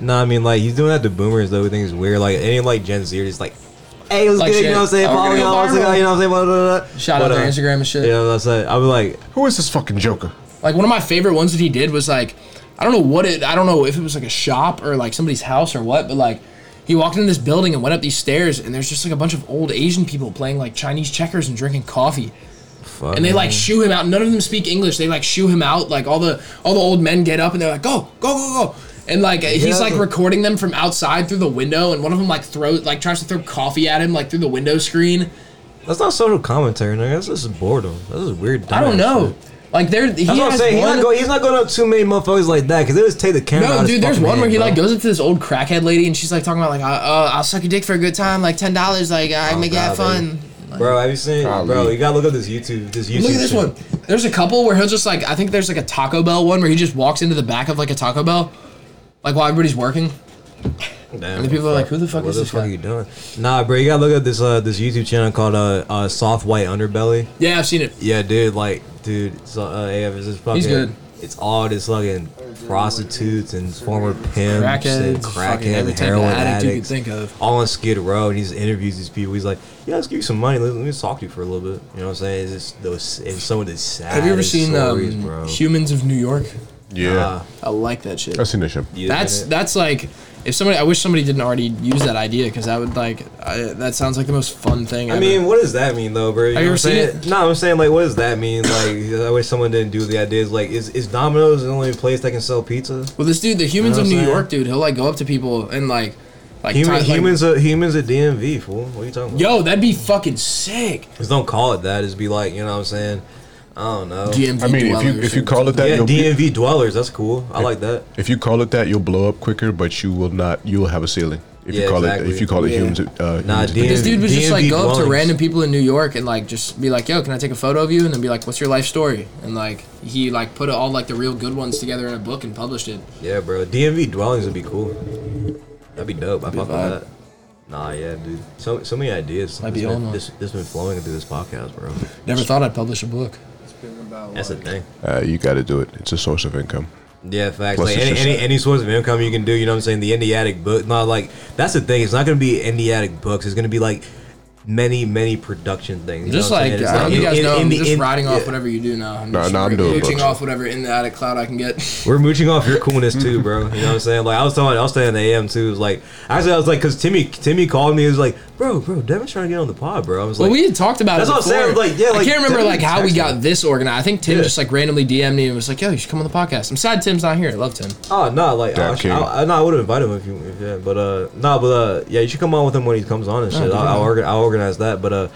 Nah, I mean like he's doing that to boomers though. We think it's weird. Like any like Gen Zers, like, hey, what's
Like
good? You
shit.
know what I'm saying?
Oh, we're
Follow me
gonna
on
go viral.
Instagram. You know what I'm saying? Blah, blah, blah.
Shout out
But,
their
uh,
Instagram and shit.
Yeah, that's it. I was like,
Who is this fucking Joker?
Like one of my favorite ones that he did was like, I don't know what it, I don't know if it was like a shop or like somebody's house or what, but like He walked into this building and went up these stairs, and there's just like a bunch of old Asian people playing like Chinese checkers and drinking coffee.
Fuck.
And they like shoo him out. None of them speak English. They like shoo him out. Like all the all the old men get up and they're like, go, go, go, go. And like he's like recording them from outside through the window, and one of them like throws like tries to throw coffee at him like through the window screen.
That's not social commentary, nigga. That's just boredom. That's just weird.
I
dumbass
don't know.
shit.
Like there, he
That's what I'm
has
saying. He's
one-
not, going, he's not going up too many motherfuckers like that because they just take the camera. out
No,
of his
dude, there's
fucking
one where
hand,
he
bro.
like goes up to this old crackhead lady and she's like talking about like uh, uh, I'll suck your dick for a good time, like ten dollars, like I
Oh,
make it have
God,
fun.
Bro, have you seen? Bro, you gotta look up this YouTube. This YouTube.
Look at this
shit.
one. There's a couple where he'll just like I think there's like a Taco Bell one where he just walks into the back of like a Taco Bell, like while everybody's working.
Damn,
And the people are like, who the fuck
what
is
the
this
fuck
guy?
are you doing? Nah, bro, you gotta look at this uh this YouTube channel called uh, uh Soft White Underbelly.
Yeah, I've seen it.
Yeah, dude, like, dude, so, uh, yeah, it's just fucking.
He's good.
It's all this fucking prostitutes and former pimps, and
Crackheads, fucking
crackheads,
every type of
heroin
addict you could
addicts,
think of.
all on Skid Row, and he just interviews these people. He's like, "Yeah, let's give you some money. Let, let me talk to you for a little bit." You know what I'm saying? It's just those. It's some of the sad.
Have you ever seen
stories,
um,
bro.
Humans of New York?
Yeah.
Nah,
I like that shit.
I've seen this shit.
you
That's
didn't.
that's like if somebody. I wish somebody didn't already use that idea because that would like I, that sounds like the most fun thing.
I
ever.
mean, what does that mean though, bro? You
Have you
know what
ever
I'm
seen
saying?
it?
No, I'm saying like, what does that mean? Like, I wish someone didn't do the ideas. Like, is is Domino's the only place that can sell pizza?
Well, this dude, the humans
You know
of
what I'm
New
saying?
York, dude, he'll like go up to people and like, like,
Human,
try- like-
humans, a humans a DMV fool. What are you talking about?
Yo, that'd be fucking sick.
Just don't call it that. Just be like, you know what I'm saying? I don't know.
DMV.
I mean, if you
dwellers
if you
or-
call it that,
yeah,
you'll be-
DMV dwellers. That's cool. I like that.
if you call it that, you'll blow up quicker, but you will not. You'll have a ceiling. If
Yeah,
you call
exactly.
it, if you call it
Yeah.
humans, uh,
Nah,
humans-
DMV
this dude would just like
DMV
go up to
dwellings.
random people in New York and like just be like, "Yo, can I take a photo of you?" And then be like, "What's your life story?" And like he like put all like the real good ones together in a book and published it.
Yeah, bro. DMV dwellings would be cool. That'd be dope. I fuck with
vibe.
that. Nah, yeah, dude. So so many ideas.
Might
This
be
been-
old one.
This this been flowing through this podcast, bro.
Never thought I'd publish a book.
That's the thing.
uh, you got to do it. It's a source of income.
Yeah, facts.
Plus
Like
it's
any,
just-
any any source of income you can do, you know what I'm saying? The Indiatic book, not like that's the thing. It's not gonna be Indiatic books. It's gonna be like many many production things. you know
Just
what I'm
like
saying? It's
I don't
in-
you guys
in-
know,
in
I'm
the-
just
in-
riding
yeah.
off whatever you do now. I'm
Nah,
just
nah, I'm
re-
doing
mooching
books.
off whatever in the attic cloud I can get.
We're mooching off your coolness too, bro. You know what I'm saying? Like I was telling, I was saying in the AM too. It was like actually, I was like, cause Timmy Timmy called me. He was like, bro, bro, Devin's trying to get on the pod, bro. I was
Well,
like,
we had talked about
That's
it.
what I'm saying,
before.
like, yeah,
I
like,
can't remember
Tim
like how we
texted
got
me.
this organized. I think Tim
Yeah.
just like randomly DM'd me and was like, "Yo, you should come on the podcast." I'm sad Tim's not here. I love Tim.
oh no, like
Damn
I,
king.
I, I, no, I would have invited him if you, if, yeah, but uh, no, but uh, yeah, you should come on with him when he comes on and
Oh,
shit. I'll, I'll, orga- I'll organize that, but uh.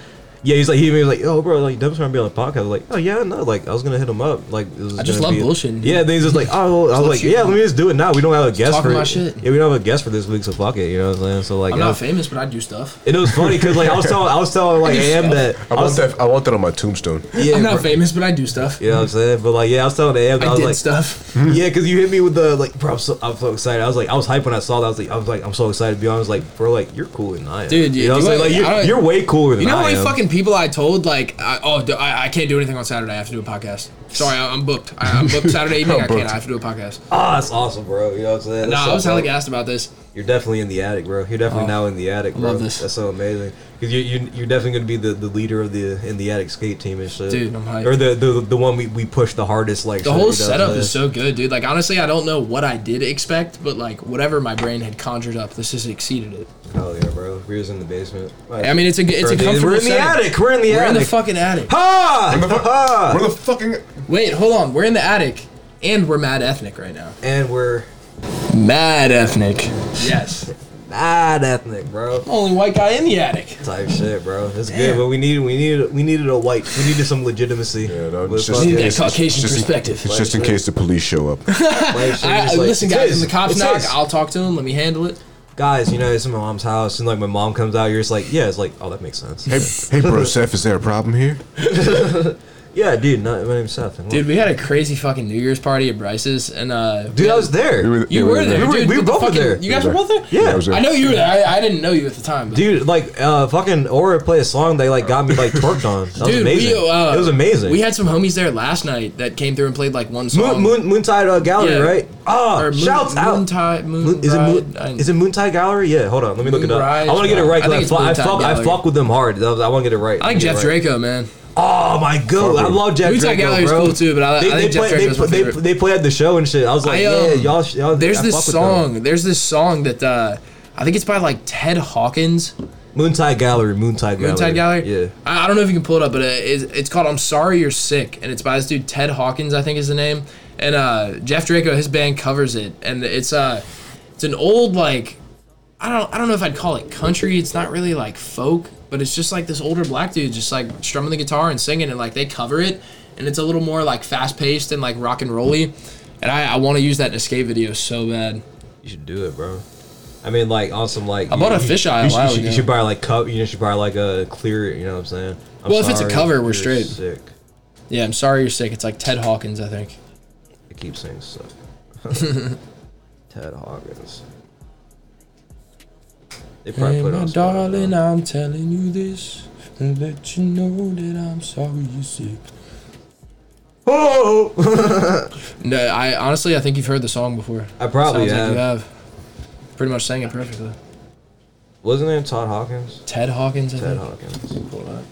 Yeah, he's like he was like, oh bro, like Devin's trying to be on the podcast. I was like, oh yeah, no, like I was gonna hit him up. Like it was
I just
gonna
love
be-
bullshitting.
Yeah, then he's just like, oh, I was
love
like,
shooting.
yeah, let me just do it now. We don't have a guest
talking
for
my
it.
shit.
Yeah, we don't have a guest for this week, so fuck it. You know what I'm saying? So like,
I'm
yeah,
not famous, but I do stuff.
And it was funny because like I was telling I was telling like AM that
I want that. I want that on my tombstone.
yeah,
I'm not
bro,
famous, but I do stuff.
you know what I'm saying? But like yeah, I was telling AM that I,
I
was
did
like
stuff.
yeah, because you hit me with the like bro, I'm so, I'm so excited. I was like I was hyped when I saw that. I was like I was like I'm so excited to be on. I was like bro, like you're cooler than I am,
Dude,
You know what I'm
you-
saying? Like
I
you're,
don't-
you're way cooler than
You know how
I
many
am.
fucking people I told like, I, "Oh, d- I, I can't do anything on Saturday. I have to do a podcast." Sorry, I, I'm booked. I, I'm booked Saturday evening. I can't. I have to do a podcast.
Ah, that's awesome, bro. You know what I'm saying?
No,
That's
I
so
was hella
dope.
gassed about this.
You're definitely in the attic, bro. You're definitely now in the attic, bro.
love this.
That's so amazing. Cause you, you you're definitely gonna be the, the leader of the in the attic skate team and shit.
Dude, I'm hyped.
Or the the, the one we, we push the hardest like
The
shit,
whole
you know what I'm
setup
saying?
is so good, dude. Like honestly, I don't know what I did expect, but like whatever my brain had conjured up, this has exceeded it.
Hell yeah, bro. We're just in the basement.
I mean, it's a g- it's a comfortable
We're in the
setting.
attic. We're in the
We're
attic.
in the fucking attic.
ha! ha!
Where the fucking
Wait, hold on. We're in the attic, and we're mad ethnic right now.
And we're
Mad ethnic. Yes.
not ethnic, ah, bro.
Only white guy in the attic.
Type shit, bro. That's good, but we needed we needed we needed a white. We needed some legitimacy.
Yeah, no,
With
it's just-
fucking
Need
yeah,
that
it's just-
Caucasian
just in-
perspective.
It's just in case the police show up.
white shit,
I,
just like,
listen,
it's
guys.
his,
When the cops
it's
knock,
his.
I'll talk to them. Let me handle it.
guys, you know, it's in my mom's house, and like my mom comes out, you're just like, yeah, it's like, oh, that makes sense.
hey, hey, bro, Seth, is there a problem here?
yeah, dude, not, my name's Seth. and-
Dude, we had a crazy fucking New Year's party at Bryce's, and uh,
dude, I was there.
We were-
you
we
were there.
We were-
dude,
we were
with the
both
fucking-
there.
You guys were both there.
Yeah.
I was there.
I know you were there. I, I didn't know you at the time. But
Dude, like, uh, fucking Aura play a song. They like got me like twerked on. That was
Dude,
amazing.
we, uh,
it was amazing.
We had some homies there last night that came through and played like one
Moon,
song.
Moon, Moontide uh, Gallery,
Yeah.
right? Ah,
Or Moon-
shouts out.
Moontide- Moon
Moon- is it Moon,
Ride- I-
is it Moontide Gallery? Yeah, hold on, let me look it up.
Moonrise
I want to get it right.
Ride. I
'cause
think
I,
it's
fuck, I
Moontide
fuck, I
Gallery.
fuck with them hard. That was- I want to get it right.
I like
Get it
Jeff
right.
Draco, man.
Oh my god, I love Jeff
Moontide
Draco,
Gallery's
bro.
cool too, but I- I
they,
think
they
Jeff
play-
Draco's
they,
my
play-
favorite.
they, they played at the show and shit. I was like,
I,
yeah,
um,
y'all, sh- y'all.
There's
I
this
fuck with them.
song. There's this song that uh, I think it's by like Ted Hawkins.
Moontide Gallery, Moontide Gallery.
Moontide Gallery.
Yeah.
I, I don't know if you can pull it up, but uh, it's, it's called "I'm Sorry You're Sick," and it's by this dude Ted Hawkins, I think is the name, and uh, Jeff Draco, his band covers it, and it's uh, it's an old like, I don't I don't know if I'd call it country. It's not really like folk, but it's just like this older black dude just like strumming the guitar and singing, and like they cover it, and it's a little more like fast paced and like rock and rolly, and I, I want to use that in escape video so bad.
You should do it, bro. I mean, like on some like.
I bought a
you- you-
fisheye a
You, should-
while
you, should, you
ago.
should buy like cup. You should buy like a clear. You know what I'm saying? I'm
Well, if it's a
sorry,
cover, we're
you're
straight.
Sick.
Yeah, I'm sorry you're sick. It's like Ted Hawkins, I think.
I keep saying suck. Ted Hawkins. They probably
Hey,
put it
my
on
darling,
darling,
I'm telling you this to let you know that I'm sorry you sick. Oh! no, I honestly, I think you've heard the song before.
I probably
Sounds like
have.
you have. Pretty much sang it perfectly.
Wasn't it Todd Hawkins?
Ted Hawkins, I
Ted
think.
Hawkins.
Hold on.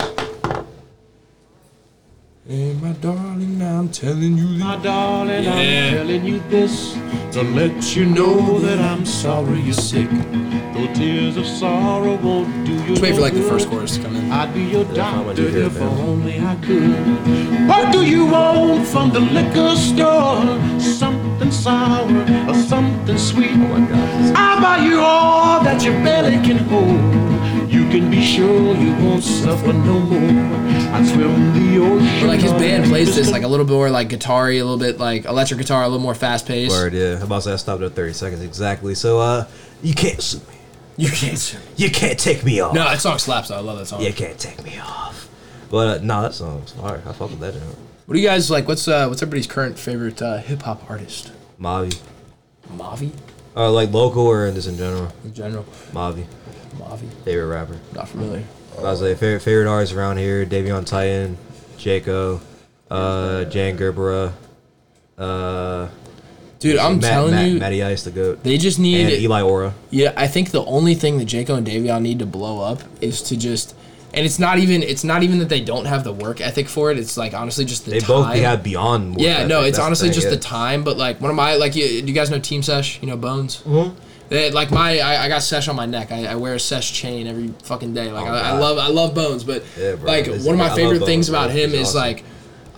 Hey, my darling, I'm telling you this. My darling, I'm telling you this to let you know that I'm sorry you're sick.
Though tears of sorrow won't do you
Just wait for
no
like the first
good,
chorus to come in.
I'd be your
how much you
doctor
hear it,
if
man.
only I could. What do you want from the liquor store? Something sour or something sweet.
Oh my god.
I'll buy you all that your belly can hold. You can be sure you won't suffer no more. I swim the ocean.
But like his band plays this like a little bit more like guitar a little bit like electric guitar, a little more fast paced.
Word, yeah. I'm about to say I stopped at 30 seconds exactly. So, uh, you can't sue me.
You can't.
You can't take me off.
No, that song slaps. though. I love that song.
You can't take me off. But uh, nah, that song's hard. I fuck with that. Genre.
What do you guys like? What's uh, what's everybody's current favorite uh, hip hop artist?
Mavi.
Mavi
Uh, like local or just in general?
in general.
Mavi.
Mavi,
Favorite rapper.
not familiar.
I was like favorite favorite artists around here: Davion Titan, Jaco, uh, Jan Gerbera, uh,
Dude, I'm
Matt,
telling
Matt,
you,
Matty Ice the goat,
they just
and
need.
Eli Ora.
Yeah, I think the only thing that Jaco and Davion need to blow up is to just. And it's not even it's not even that they don't have the work ethic for it. It's like honestly just the
They
time.
both they have beyond. More
Yeah,
effort.
no, it's
That's the
honestly
thing,
just
yeah.
the time. But like one of my like, you, do you guys know Team Sesh? You know Bones. Mm-hmm. They, like my, I, I got Sesh on my neck. I, I wear a Sesh chain every fucking day. Like
Oh,
I, I
God.
love, I love Bones. But
Yeah, bro,
like
this
one of
guy- I
my
love
favorite
Bones,
things
bro.
about him
He's
is
awesome.
like,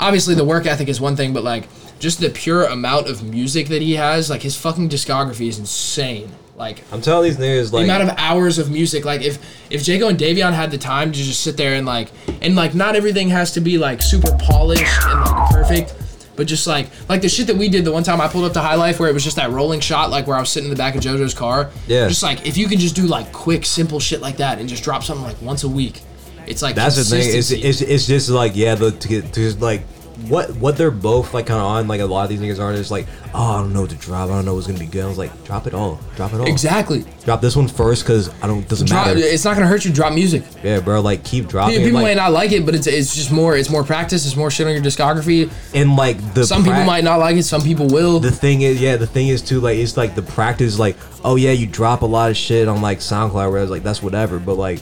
obviously the work ethic is one thing, but like just the pure amount of music that he has, like his fucking discography is insane. Like
I'm telling these niggas
the
like
amount of hours of music. Like if if Jago and Davion had the time to just sit there and like and like not everything has to be like super polished and like perfect. But just like like the shit that we did the one time I pulled up to High Life where it was just that rolling shot like where I was sitting in the back of JoJo's car.
Yeah.
Just like if you can just do like quick simple shit like that and just drop something like once a week, it's like
That's the thing. It's,
consistency.
it's it's just like yeah, the to get to just like what what they're both like kind of on. Like a lot of these niggas are just like oh I don't know what to drop. I don't know what's gonna be good. I was like drop it all, drop it all.
exactly.
Drop this one first because I don't doesn't
Drop,
matter.
it's not gonna hurt you. to Drop music.
Yeah, bro. Like keep dropping. it,
People
like,
might not like it, but it's it's just more it's more practice. It's more shit on your discography.
and like the
Some people
prac-
might not like it. Some people will.
the thing is, yeah, the thing is too, like it's like the practice, like oh yeah, you drop a lot of shit on like SoundCloud, where it's like that's whatever, but like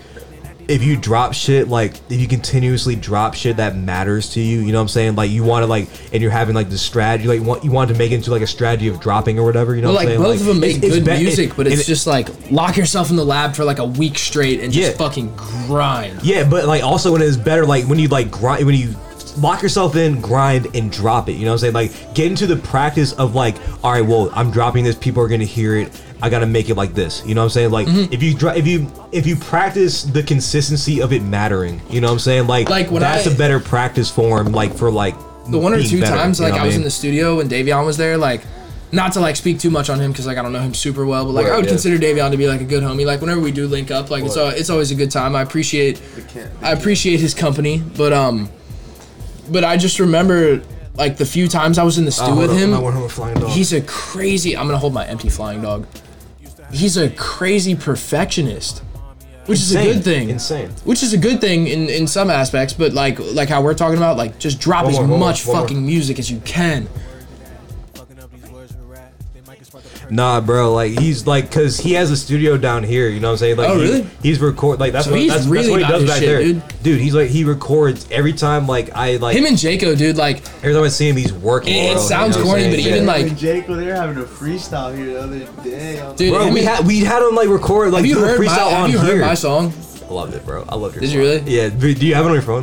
if you drop shit, like if you continuously drop shit that matters to you, you know what I'm saying? Like you want to like, and you're having like the strategy, like want you want to make it into like a strategy of dropping or whatever, you know?
But
what I'm
like
saying?
both of them make
it's- it's
good
be-
music, but it's
and it-
just like lock yourself in the lab for like a week straight and just
Yeah.
fucking grind.
Yeah, but like also when it's better, like when you like grind, when you lock yourself in, grind and drop it. You know what I'm saying? Like get into the practice of like, all right, well, I'm dropping this, people are gonna hear it. I gotta make it like this. You know what I'm saying? Like
Mm-hmm.
if you dri- if you if you practice the consistency of it mattering, you know what I'm saying? Like,
Like, when
that's
I-
a better practice form. Like for like
The one or
being
two
better,
times
you know
like
what
I was
mean?
in the studio when Davion was there, like not to like speak too much on him because like I don't know him super well, but like
Word,
I would
yeah.
consider Davion to be like a good homie. Like whenever we do link up, like it's al- it's always a good time. I appreciate I appreciate his company, but um, but I just remember like the few times I was in the stew
Oh, hold
with
on,
him.
I want a flying dog.
He's a crazy. I'm gonna hold my empty flying dog. He's a crazy perfectionist, which is a
Insane.
good thing.
Insane.
Which is a good thing in, in some aspects, but like like how we're talking about, like just drop
One
as
more, one more,
much
one more.
fucking music as you can.
Nah, bro. Like he's like, cause he has a studio down here. You know what I'm saying? Like,
Oh,
he-
really?
he's record like that's
So
what
he's
that's,
really
that's what he
about
does
his
back
shit,
there,
dude.
He's like he records every time. Like I like
Him and Jaco, dude, like
every time I see him, he's working.
It- it
bro, you
sounds
know what I'm
corny,
saying?
but
Yeah.
even, like-
and Jake, well, they were having a freestyle here the other day. I'm
dude.
Bro,
him
we
and-
had we had him like record like
have you
do a
heard my,
freestyle
have
on
you
here.
heard my song?
I loved it, bro. I loved your
Did you
song.
really?
Yeah. but Do you have it on your phone?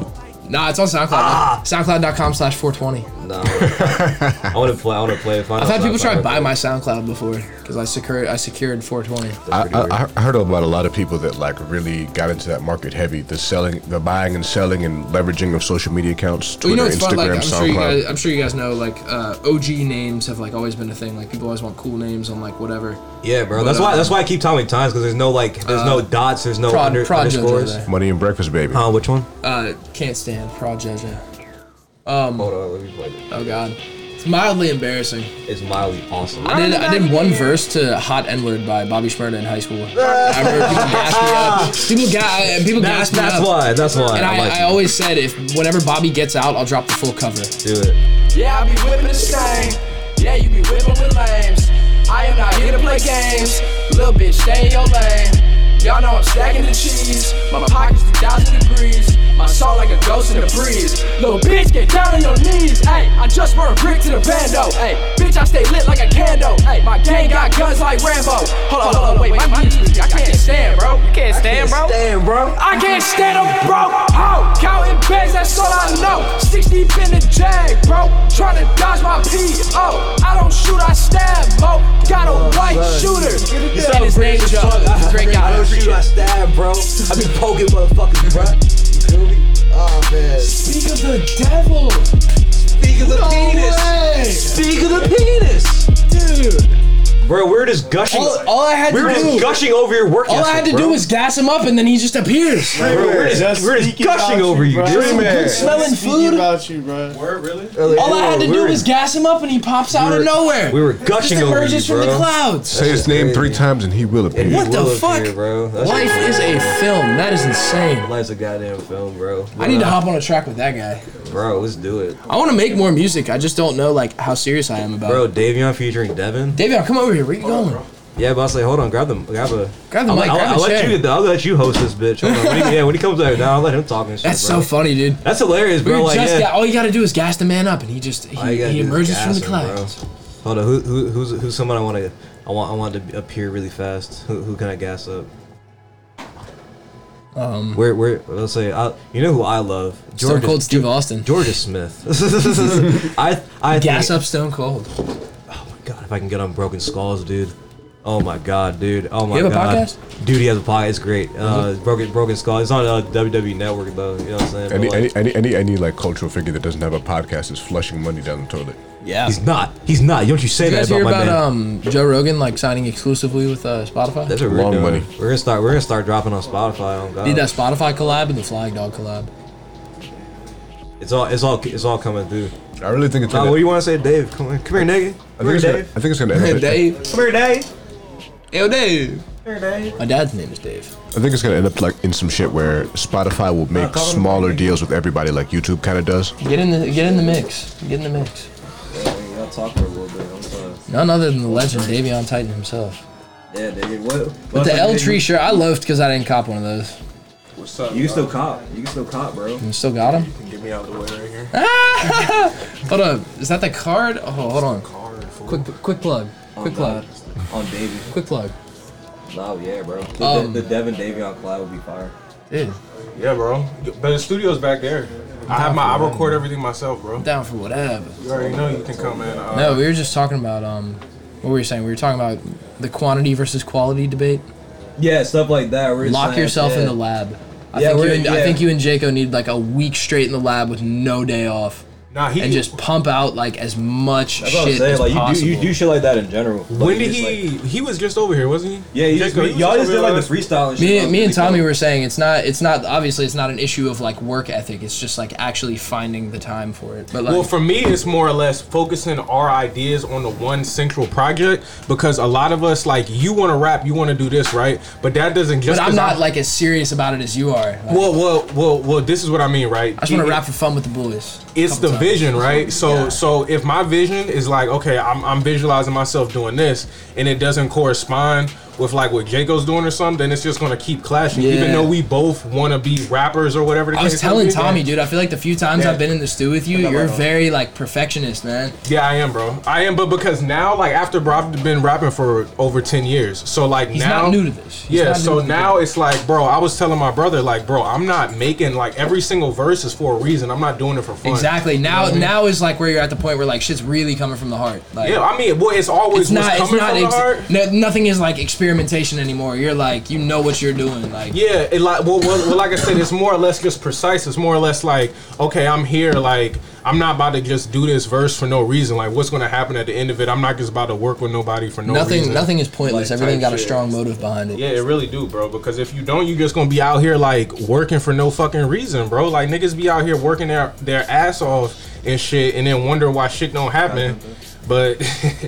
Nah, it's on SoundCloud.
Ah.
SoundCloud.com slash 420.
No. I want to play. I want to play. it.
I've had people try to buy my SoundCloud before because I secured I secured 420.
I, I, I heard about a lot of people that like really got into that market heavy. The selling, the buying and selling and leveraging of social media accounts,
Well, you
Twitter,
know it's fun. Like
Instagram,
I'm sure you
SoundCloud.
guys, I'm sure you guys know like uh, OG names have like always been a thing. Like people always want cool names on like whatever.
Yeah, bro.
But,
That's why.
uh,
That's why I keep telling me times because there's no like. There's no dots. There's no
Prod-
under,
Prod Judge over
underscores.
there.
Money and breakfast, baby.
Huh? Which one?
Uh, can't stand Prod Jeje. Um,
Hold on. Let me play. it.
Oh god, it's mildly embarrassing.
It's mildly awesome.
I did, I did one verse to "Hot N Word" by Bobby Shmurda in high school. I remember people gassed me up. People, ga- uh, people
That's
gassed me
that's
up.
why. That's why.
And I,
like
I
it.
always said, if whenever Bobby gets out, I'll drop the full cover.
do it.
Yeah, I be whipping the same. Yeah, you be whipping with lames. I am not here to play games. Little bitch, stay in your lane. Y'all know I'm stacking the cheese. My pockets 2,000 degrees. My soul like a ghost in the breeze. Little bitch, get down on your knees. Hey, I just burned a brick to the bando. Hey, bitch, I stay lit like a candle. Hey, my gang got guns like Rambo. Hold on, hold on, wait, my knees. I can't stand, bro. You can't stand, bro.
Damn, bro.
I can't stand a broke hoe. Counting bands, that's all I know. 60 in the jag, bro. Trying to dodge my PO. I don't shoot, I stab, mo. Got a white shooter. And his name's Joe. Drake out.
Don't shoot, I stab, bro. I be poking motherfuckers, bro. You feel me? Oh, man.
Speak of the devil,
Speak of the penis. Speak of the penis.
dude.
Bro, we we're just gushing.
All, all I had
we
to
were just
do,
gushing over your work.
all I had to do was gas him up, and then he just appears.
Bro, we're just,
Just
we we're just
speaking
gushing
about
over you,
bro.
dude.
Smelling
Speaking
food.
about you, bro.
All I had to
We
do
were-
was gas him up, and he pops out
were-
of nowhere.
we were
just
gushing over you,
emerges from the
bro.
clouds.
Say his name three
crazy.
times and he will appear.
What the
Will
fuck?
appear, bro. That's
Life is a film. That is insane.
Life's a goddamn film, bro.
I need to hop on a track with that guy.
Bro, let's do it.
I want to make more music. I just don't know like how serious I am about
Bro,
it.
Davion featuring Devin.
Davion, come over here. Where you going?
Yeah, but I was like, hold on, grab them, grab a,
Grab the
I'll,
mic,
I'll,
grab a
I'll let
chair.
you get the, I'll let you host this bitch. Hold on. When he, yeah, when he comes back down, I'll let him talk and shit.
That's
bro.
so funny, dude.
That's hilarious,
We
bro.
were
like,
just
yeah.
ga- all you gotta do is gas the man up, and he just
All you
he,
gotta
he
do is
emerges from
gas
the
him, bro.
clouds.
Hold on, who, who who's who's someone I want to I want I want to appear really fast. Who, who can I gas up? Um, where where let's say I, you know who I love
Stone
Georgia
Cold Steve Austin.
Georgia Smith. I I
Gas
think,
up Stone Cold.
God if I can get on Broken Skulls, dude. Oh my God, dude. Oh my
You have a
God.
podcast?
Dude, he has a podcast. It's great. Uh, Broken Broken Skulls. It's on uh, WWE Network though. You know what I'm saying?
Any,
But, like,
any, any, any, any like cultural figure that doesn't have a podcast is flushing money down the toilet.
Yeah.
he's not. He's not. Don't you say
You
that
guys
about
hear
my
about
man?
um, Joe Rogan like signing exclusively with uh, Spotify?
That's what we're
Long
doing.
money.
We're gonna start. We're gonna start dropping on Spotify. On God.
Need that Spotify collab and the Flag Dog collab.
It's all it's all it's all coming through.
I really think
Oh,
it's.
Nah,
gonna,
what do you want to say, Dave? Come here, come here, nigga.
I
Come
think
here,
it's gonna,
Dave.
I think it's gonna end up.
Dave.
Come here, Dave.
Yo, Dave.
Come here, Dave.
My dad's name is Dave.
I think it's gonna end up like in some shit where Spotify will make
call him.
smaller deals with everybody, like YouTube kind of does.
Get in the get in the mix. Get in the mix.
I'll talk for a little bit. I'm sorry.
None other than the legend Davion Titan himself.
Yeah, nigga. What?
But the L Tree shirt, I loved because I didn't cop one of those.
You can still cop. You can still cop, bro.
You still got him?
Get me out of the way right here.
Hold on. Is that the card? Oh, hold on. Oh, Quick, quick plug. Quick plug.
On Davy.
Quick plug.
No, yeah, bro. The,
Um,
the Devin Davion collab would be fire.
Dude,
Yeah, bro. But the studio's back there. I have my. I record everything myself, bro.
down for whatever.
You already know you can come in. Uh,
No, we were just talking about um, what were you saying? We were talking about the quantity versus quality debate.
Yeah, stuff like that. We're just
Lock
saying,
yourself
yeah.
in the lab. I
Yeah,
think you
we're-
and, I
yeah.
think you and Jaco need like a week straight in the lab with no day off
Nah, he
and just pump out like as much
That's what I'm
shit
saying.
as
Like you
possible.
do, you do shit like that in general. Like,
When did
just,
he?
like-
he was just over here, wasn't he?
yeah, you just,
Jacob, he was
y'all just
over
did like
here
the
last-
freestyle and shit.
Me,
That was
me and
pretty
Tommy
dope.
were saying it's not it's not obviously it's not an issue of like work ethic it's just like actually finding the time for it but like
Well, for me, it's more or less focusing our ideas on the one central project because a lot of us like you want to rap, you want to do this, right? But that doesn't just.
but I'm
'cause
not like as serious about it as you are like,
Well, well, well, well. This is what I mean, right?
I just want to rap for fun with the boys
It's the
Couple
vision, right? So so if my vision is like, okay, I'm, I'm visualizing myself doing this, and it doesn't correspond with like what Jacob's doing or something, then it's just gonna keep clashing. Even
Yeah.
though we both want to be rappers or whatever. The
I
case
was
may
telling
be.
Tommy, dude. I feel like the few times
Yeah.
I've been in the stew with you, you're very like perfectionist, man.
Yeah, I am, bro. I am, but because now, like after, bro, I've been rapping for over ten years, so like
He's
now,
not new to this. He's
yeah,
not new
so
to
now it's like, bro, I was telling my brother, like, bro, I'm not making like every single verse is for a reason. I'm not doing it for fun.
Exactly. Now, now is like where you're at the point where like shit's really coming from the heart. Like,
Yeah, I mean, well, it's
it's
always what's
not. It's
coming
not.
from
ex-
the
no,
heart.
nothing is like experimentation anymore. You're like you know what you're doing. Like
Yeah, it like well, well, well, like I said, it's more or less just precise. It's more or less like, okay, I'm here. Like I'm not about to just do this verse for no reason. Like what's gonna happen at the end of it? I'm not just about to work with nobody for no
nothing.
reason.
Nothing is pointless.
Like,
Everything
type
got a
shit.
strong motive behind it.
Yeah, it really do, bro. Because if you don't, you just gonna be out here like working for no fucking reason, bro. Like niggas be out here working their their ass off and shit, and then wonder why shit don't happen. But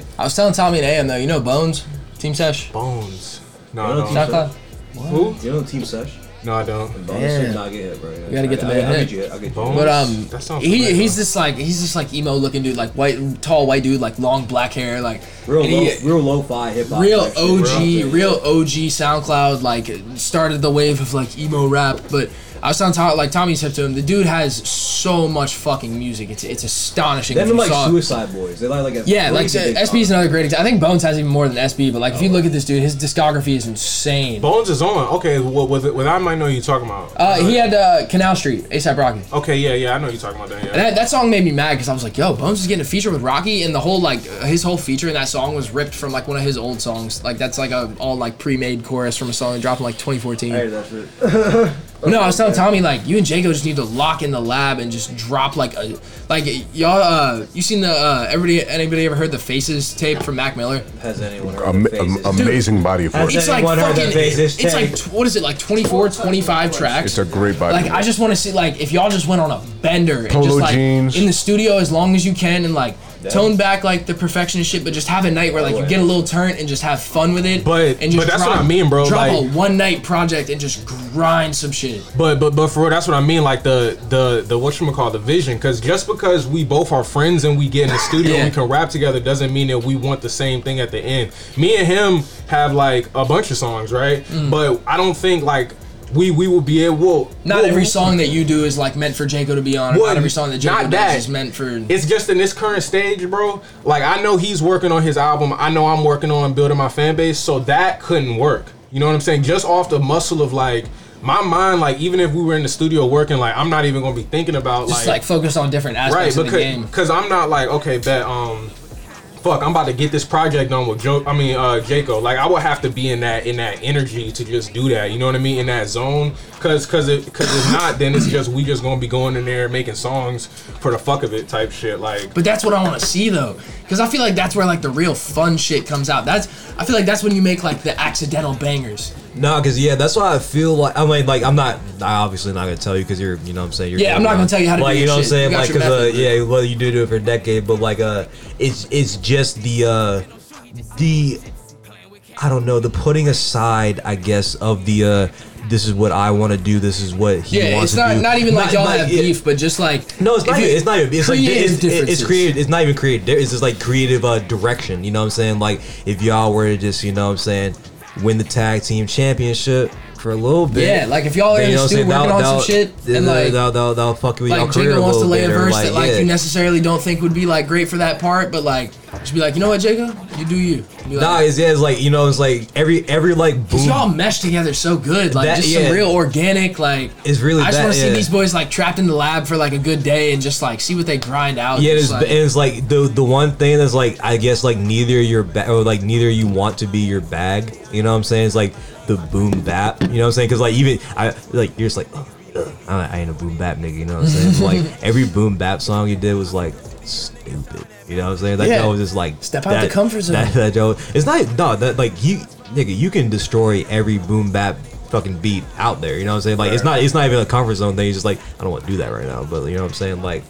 I was telling Tommy and AM though. You know Bones, Team Sesh,
bones, no,
I
I
don't
don't.
think
SoundCloud.
Who?
You know Team Sesh?
No, I don't.
Bonus
Yeah.
shit, nah, I get it, bro. You
gotta get the man
I'll
in.
get you. I'll get you.
Bones?
But um,
That sounds
he
familiar.
he's this like he's this like emo looking dude, like white, tall white dude, like long black hair, like
Real
and
low,
he-
real lo-fi hip hop.
real OG, real OG SoundCloud, like started the wave of like emo rap. But I was on top, like Tommy said to him, the dude has so much fucking music. It's it's astonishing.
Them
if
and
you
like
saw-
Suicide Boys. They like like a
yeah, like
crazy big
SB is another great example. I think Bones has even more than SB, but like if you look at this dude, his discography is insane.
Bones is on. Okay, what was it? What I might know you talking about?
Uh, he had uh, Canal Street, ASAP Rocky.
Okay, yeah, yeah, I know you talking about that. Yeah.
And that, that song made me mad because I was like, yo, Bones is getting a feature with Rocky, and the whole like his whole feature in that song was ripped from like one of his old songs. Like that's like a all like pre-made chorus from a song that dropped in like 2014.
I heard that shit.
No, I was telling Tommy like you and Jago just need to lock in the lab and just drop like a like y'all uh you seen the uh everybody anybody ever heard the Faces tape from Mac Miller?
Has anyone heard
Am-
of Faces?
am- amazing body of work.
Has
It's like
anyone heard
fucking
of Faces?
it's like
Tape?
tw- what is it like 24 25 tracks.
It's a great body.
like
of
I
work.
just want to see like if y'all just went on a bender and
Polo
just like
jeans.
in the studio as long as you can and like tone back like the perfectionist shit, but just have a night where like you get a little turn and just have fun with it.
But-
and just
but that's what I mean, bro,
Drop
like-
a one night project and just grind some shit.
But but but for real, that's what I mean. Like the the the what you call the vision. Because just because we both are friends and we get in the studio
Yeah.
and we can rap together doesn't mean that we want the same thing at the end. Me and him have like a bunch of songs, right?
Mm.
But I don't think like we we will be able. Well,
Not
well,
every
we-
song that you do is like meant for Jaco to be on. or
Well,
not every song that
not
Jaco
that.
does is meant for.
It's just in this current stage, bro. Like I know he's working on his album. I know I'm working on building my fan base. So that couldn't work. You know what I'm saying? Just off the muscle of like my mind. Like even if we were in the studio working, like I'm not even gonna be thinking about
just like focus on different
right
aspects of the
because
game.
because I'm not like okay bet um fuck I'm about to get this project done with Joe I mean uh Jaco like I would have to be in that in that energy to just do that you know what I mean in that zone because because it because if not then it's just we just gonna be going in there making songs for the fuck of it type shit like
But that's what I want to see though, because I feel like that's where like the real fun shit comes out. That's I feel like that's when you make like the accidental bangers.
Nah, cause yeah, that's why I feel like I mean, like I'm not I obviously not gonna tell you because you're, you know, what I'm saying you're.
Yeah, I'm not gonna tell you how to do
like,
your
you know, what I'm
shit.
saying
You got
like,
your
cause uh,
method.
yeah, well, you do do it for a decade, but like, uh, it's it's just the uh, the I don't know the putting aside, I guess, of the uh, this is what I want to do, this is what he
Yeah,
wants
it's
to
not
do.
not even like y'all have
yeah.
beef, but just like
No, it's
if
not.
you-
Even, it's not even. It's like
creative
it's, it- it's
differences.
creative. It's not even creative. It's just like creative uh, direction. You know what I'm saying? Like if y'all were to just, you know, what I'm saying, win the tag team championship for a little bit.
Yeah, like, if y'all are
then,
in
what
the
I'm
studio
saying,
working
that'll-
on some
that'll-
shit, and,
that'll-
like-
that'll, that'll, that'll fuck with
Like
your career
Jacob
a
wants to
little
lay a
bit, or,
verse that like
yeah.
you necessarily don't think would be like great for that part, but like just be like, you know what, Jacob, you do you. And be like,
Nah, it's yeah, it's like you know, it's like every every like
Cause
boom.
y'all mesh together so good, like
That-
just
yeah.
some real organic, like.
It's really
I just
that,
want to see
yeah.
these boys like trapped in the lab for like a good day and just like see what they grind out.
Yeah,
just,
it's,
like,
it's like the the one thing that's like I guess like neither your ba- or like neither you want to be your bag. You know what I'm saying? It's like the boom bap. You know what I'm saying? Because like even I like you're just like "Ugh, ugh, I I ain't a boom bap nigga. You know what I'm saying? But, like every boom bap song you did was like stupid. You know what I'm saying? Like
Yeah.
that was just like
Step out the comfort zone.
That, that joke. It's not no that like you nigga you can destroy every boom bap fucking beat out there. You know what I'm saying? Like it's not it's not even a comfort zone thing. It's just like I don't want to do that right now. But you know what I'm saying? Like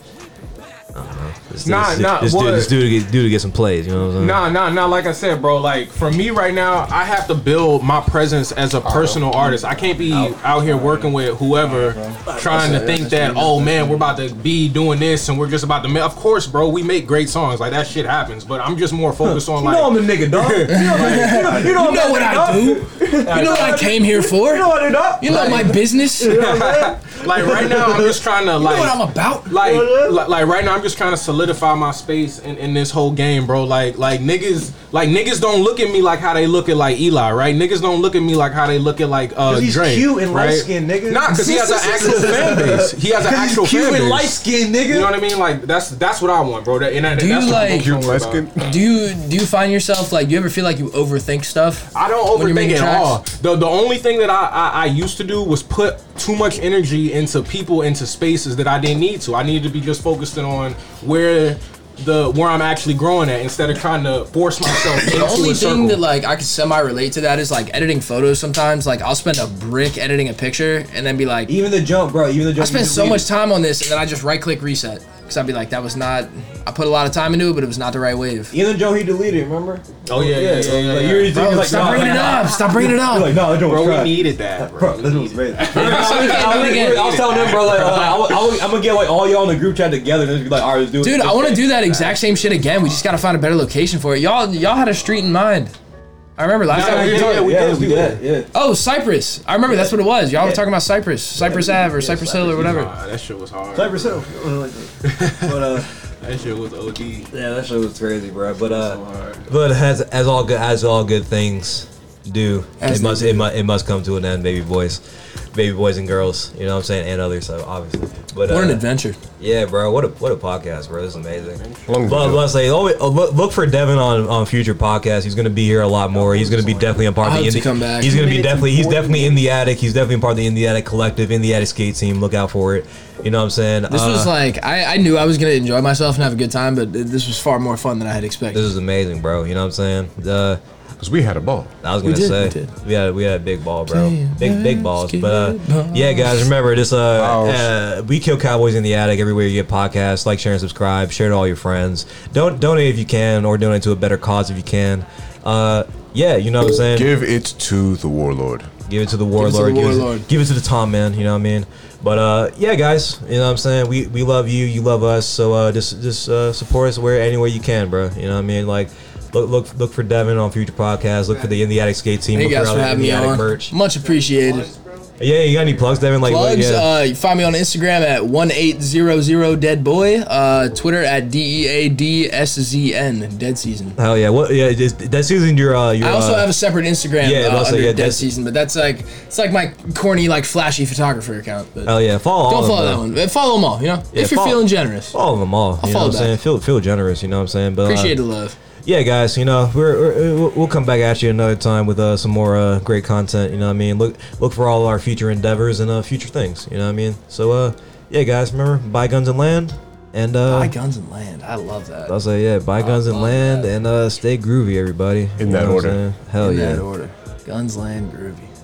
This,
Nah,
this,
nah,
this dude,
what?
this dude, to get, dude to get some plays. You know what I'm saying?
Nah, nah, nah. Like I said, bro. Like for me right now, I have to build my presence as a personal artist. I can't be out here working with whoever, trying to think that oh man, we're about to be doing this and we're just about to. Ma-. Of course, bro. We make great songs. Like that shit happens. But I'm just more focused on
You
like.
know I'm a nigga, dog. You know, you know, you know,
You
I'm
know
a
what
nigga,
I
dog.
do.
You know what I came here for?
You know what I do, dog.
You know my business?
You know what I'm saying?
like right now, I'm just trying to
You know
like
what I'm about?
Like, li- like right now, I'm just trying to solidify my space in, in this whole game, bro. Like, like niggas, like niggas don't look at me like how they look at like Eli, right? Niggas don't look at me like how they look at like uh
'Cause he's
Drake,
cute and
right?
light-skinned, nigga.
Nah, because he has an actual fan base. He has an
'Cause he's
actual
cute
fan
and
base.
light-skinned, nigga.
You know what I mean? Like that's that's what I want, bro. That, and that,
Do
that's
you
what
like?
people
Do
don't know about.
you do you find yourself like? Do you ever feel like you overthink stuff?
I don't
when you're
overthink
making
at
tracks?
all. The the only thing that I, I I used to do was put too much energy into people into spaces that I didn't need to. I needed to be just focusing on where the where I'm actually growing at instead of trying to force myself into
The only
a circle.
thing that like I can semi relate to that is like editing photos. Sometimes like I'll spend a brick editing a picture and then be like,
Even the jump, bro. Even the jump.
I spent
you
so
deleted.
much time on this and then I just right click reset because I'd be like, that was not. I put a lot of time into it, but it was not the right wave.
Even the jump he deleted. Remember?
Oh yeah, yeah, yeah. yeah,
Like,
yeah.
you already
Bro,
did- like,
stop
nah,
bringing it
nah,
up!
nah.
Stop bringing it
You're
up!
like, no, that joint was
Bro, we
trash.
needed that, bro.
Bro, that joint was great. I was,
Again.
I was telling them, bro, like, uh, I was, I was, I'm gonna get like all y'all in the group chat together and just be like, all right, let's do it.
Dude, I want to
to
do that exact same shit again. We just gotta find a better location for it. Y'all, y'all had a street in mind. I remember last
Yeah,
time we
yeah,
talked.
yeah, we
yeah,
did,
let's
we
do that. Yeah.
Oh, Cypress. I remember that's what it was. Y'all were talking about Cypress, Cypress Ave or Cypress Hill or whatever.
Nah, that shit was hard.
Cypress
bro.
Hill. But uh,
That shit was OD.
Yeah, that shit was crazy, bro. But uh,
But as as all good as all good things do,
As
it
they
must it must it must come to an end, baby boys, baby boys and girls. You know what I'm saying, and others so obviously. But
What an
uh,
adventure.
yeah, bro, what a what a podcast, bro. This is amazing.
Long
But
video.
let's say, oh, wait, oh, look, look for Devin on, on future podcasts. He's going to be here a lot more. He's going to be definitely a part
I
of the.
hope to
indie-
come back.
He's going to be
Minutes
definitely.
and
He's
40
definitely in the attic. He's definitely part of the in the attic collective, in the attic skate team. Look out for it. You know what I'm saying? Uh,
This was like I, I knew I was gonna enjoy myself and have a good time, but th- this was far more fun than I had
this
expected.
is amazing, bro. You know what I'm saying? Uh,
Because we had a ball.
I was
We
gonna
did,
say we,
we did.
had we had a big ball, bro.
Damn,
big big balls.
let's
But
get
uh, yeah, guys, remember this. Uh, uh, we kill cowboys in the attic everywhere you get podcasts. Like, share, and subscribe. Share it to all your friends. Don't donate if you can, or donate to a better cause if you can. Uh, yeah, you know what I'm saying.
Give it to the warlord.
Give it to the warlord. Give it to,
warlord.
give it to the Tom man. You know what I mean. But uh, yeah, guys, you know what I'm saying. We we love you. You love us. So uh, just just uh, support us where anywhere you can, bro. You know what I mean. Like look look look for Devin on future podcasts. Look for the In the Attic Skate team.
Thank
look
you guys for
other In
having
the
me
Attic
on.
merch.
Much appreciated.
Yeah, you got any plugs, Devin? Like what-
Plugs.
yeah.
Uh, you find me on Instagram at one eight zero zero dead boy. Uh, Twitter at d e a d s z n dead season.
Hell yeah. What? Yeah, just, that's using your uh your.
I also
uh,
have a separate Instagram
yeah,
uh,
that's-
under
yeah,
dead
that's-
season, but that's like it's like my corny like flashy photographer account. But
Hell Oh, yeah. Follow. all
don't
of
follow
them,
that
though.
one. But Follow them all. You know,
Yeah,
if you're
follow-
feeling generous,
Follow them all. You know
follow
what I'm
back.
saying? Feel feel generous. You know what I'm saying? But uh,
appreciate the love.
yeah guys you know we're, we're we'll- we'll come back at you another time with uh, some more uh, great content you know what i mean look look for all our future endeavors and uh, future things you know what i mean so uh yeah guys remember buy guns and land and uh
Buy guns and land. I love that.
i'll say yeah buy guns and land and uh stay groovy everybody
In
You
that
know what I'm
order.
saying? hell
in
oh, yeah
that order. Guns land groovy.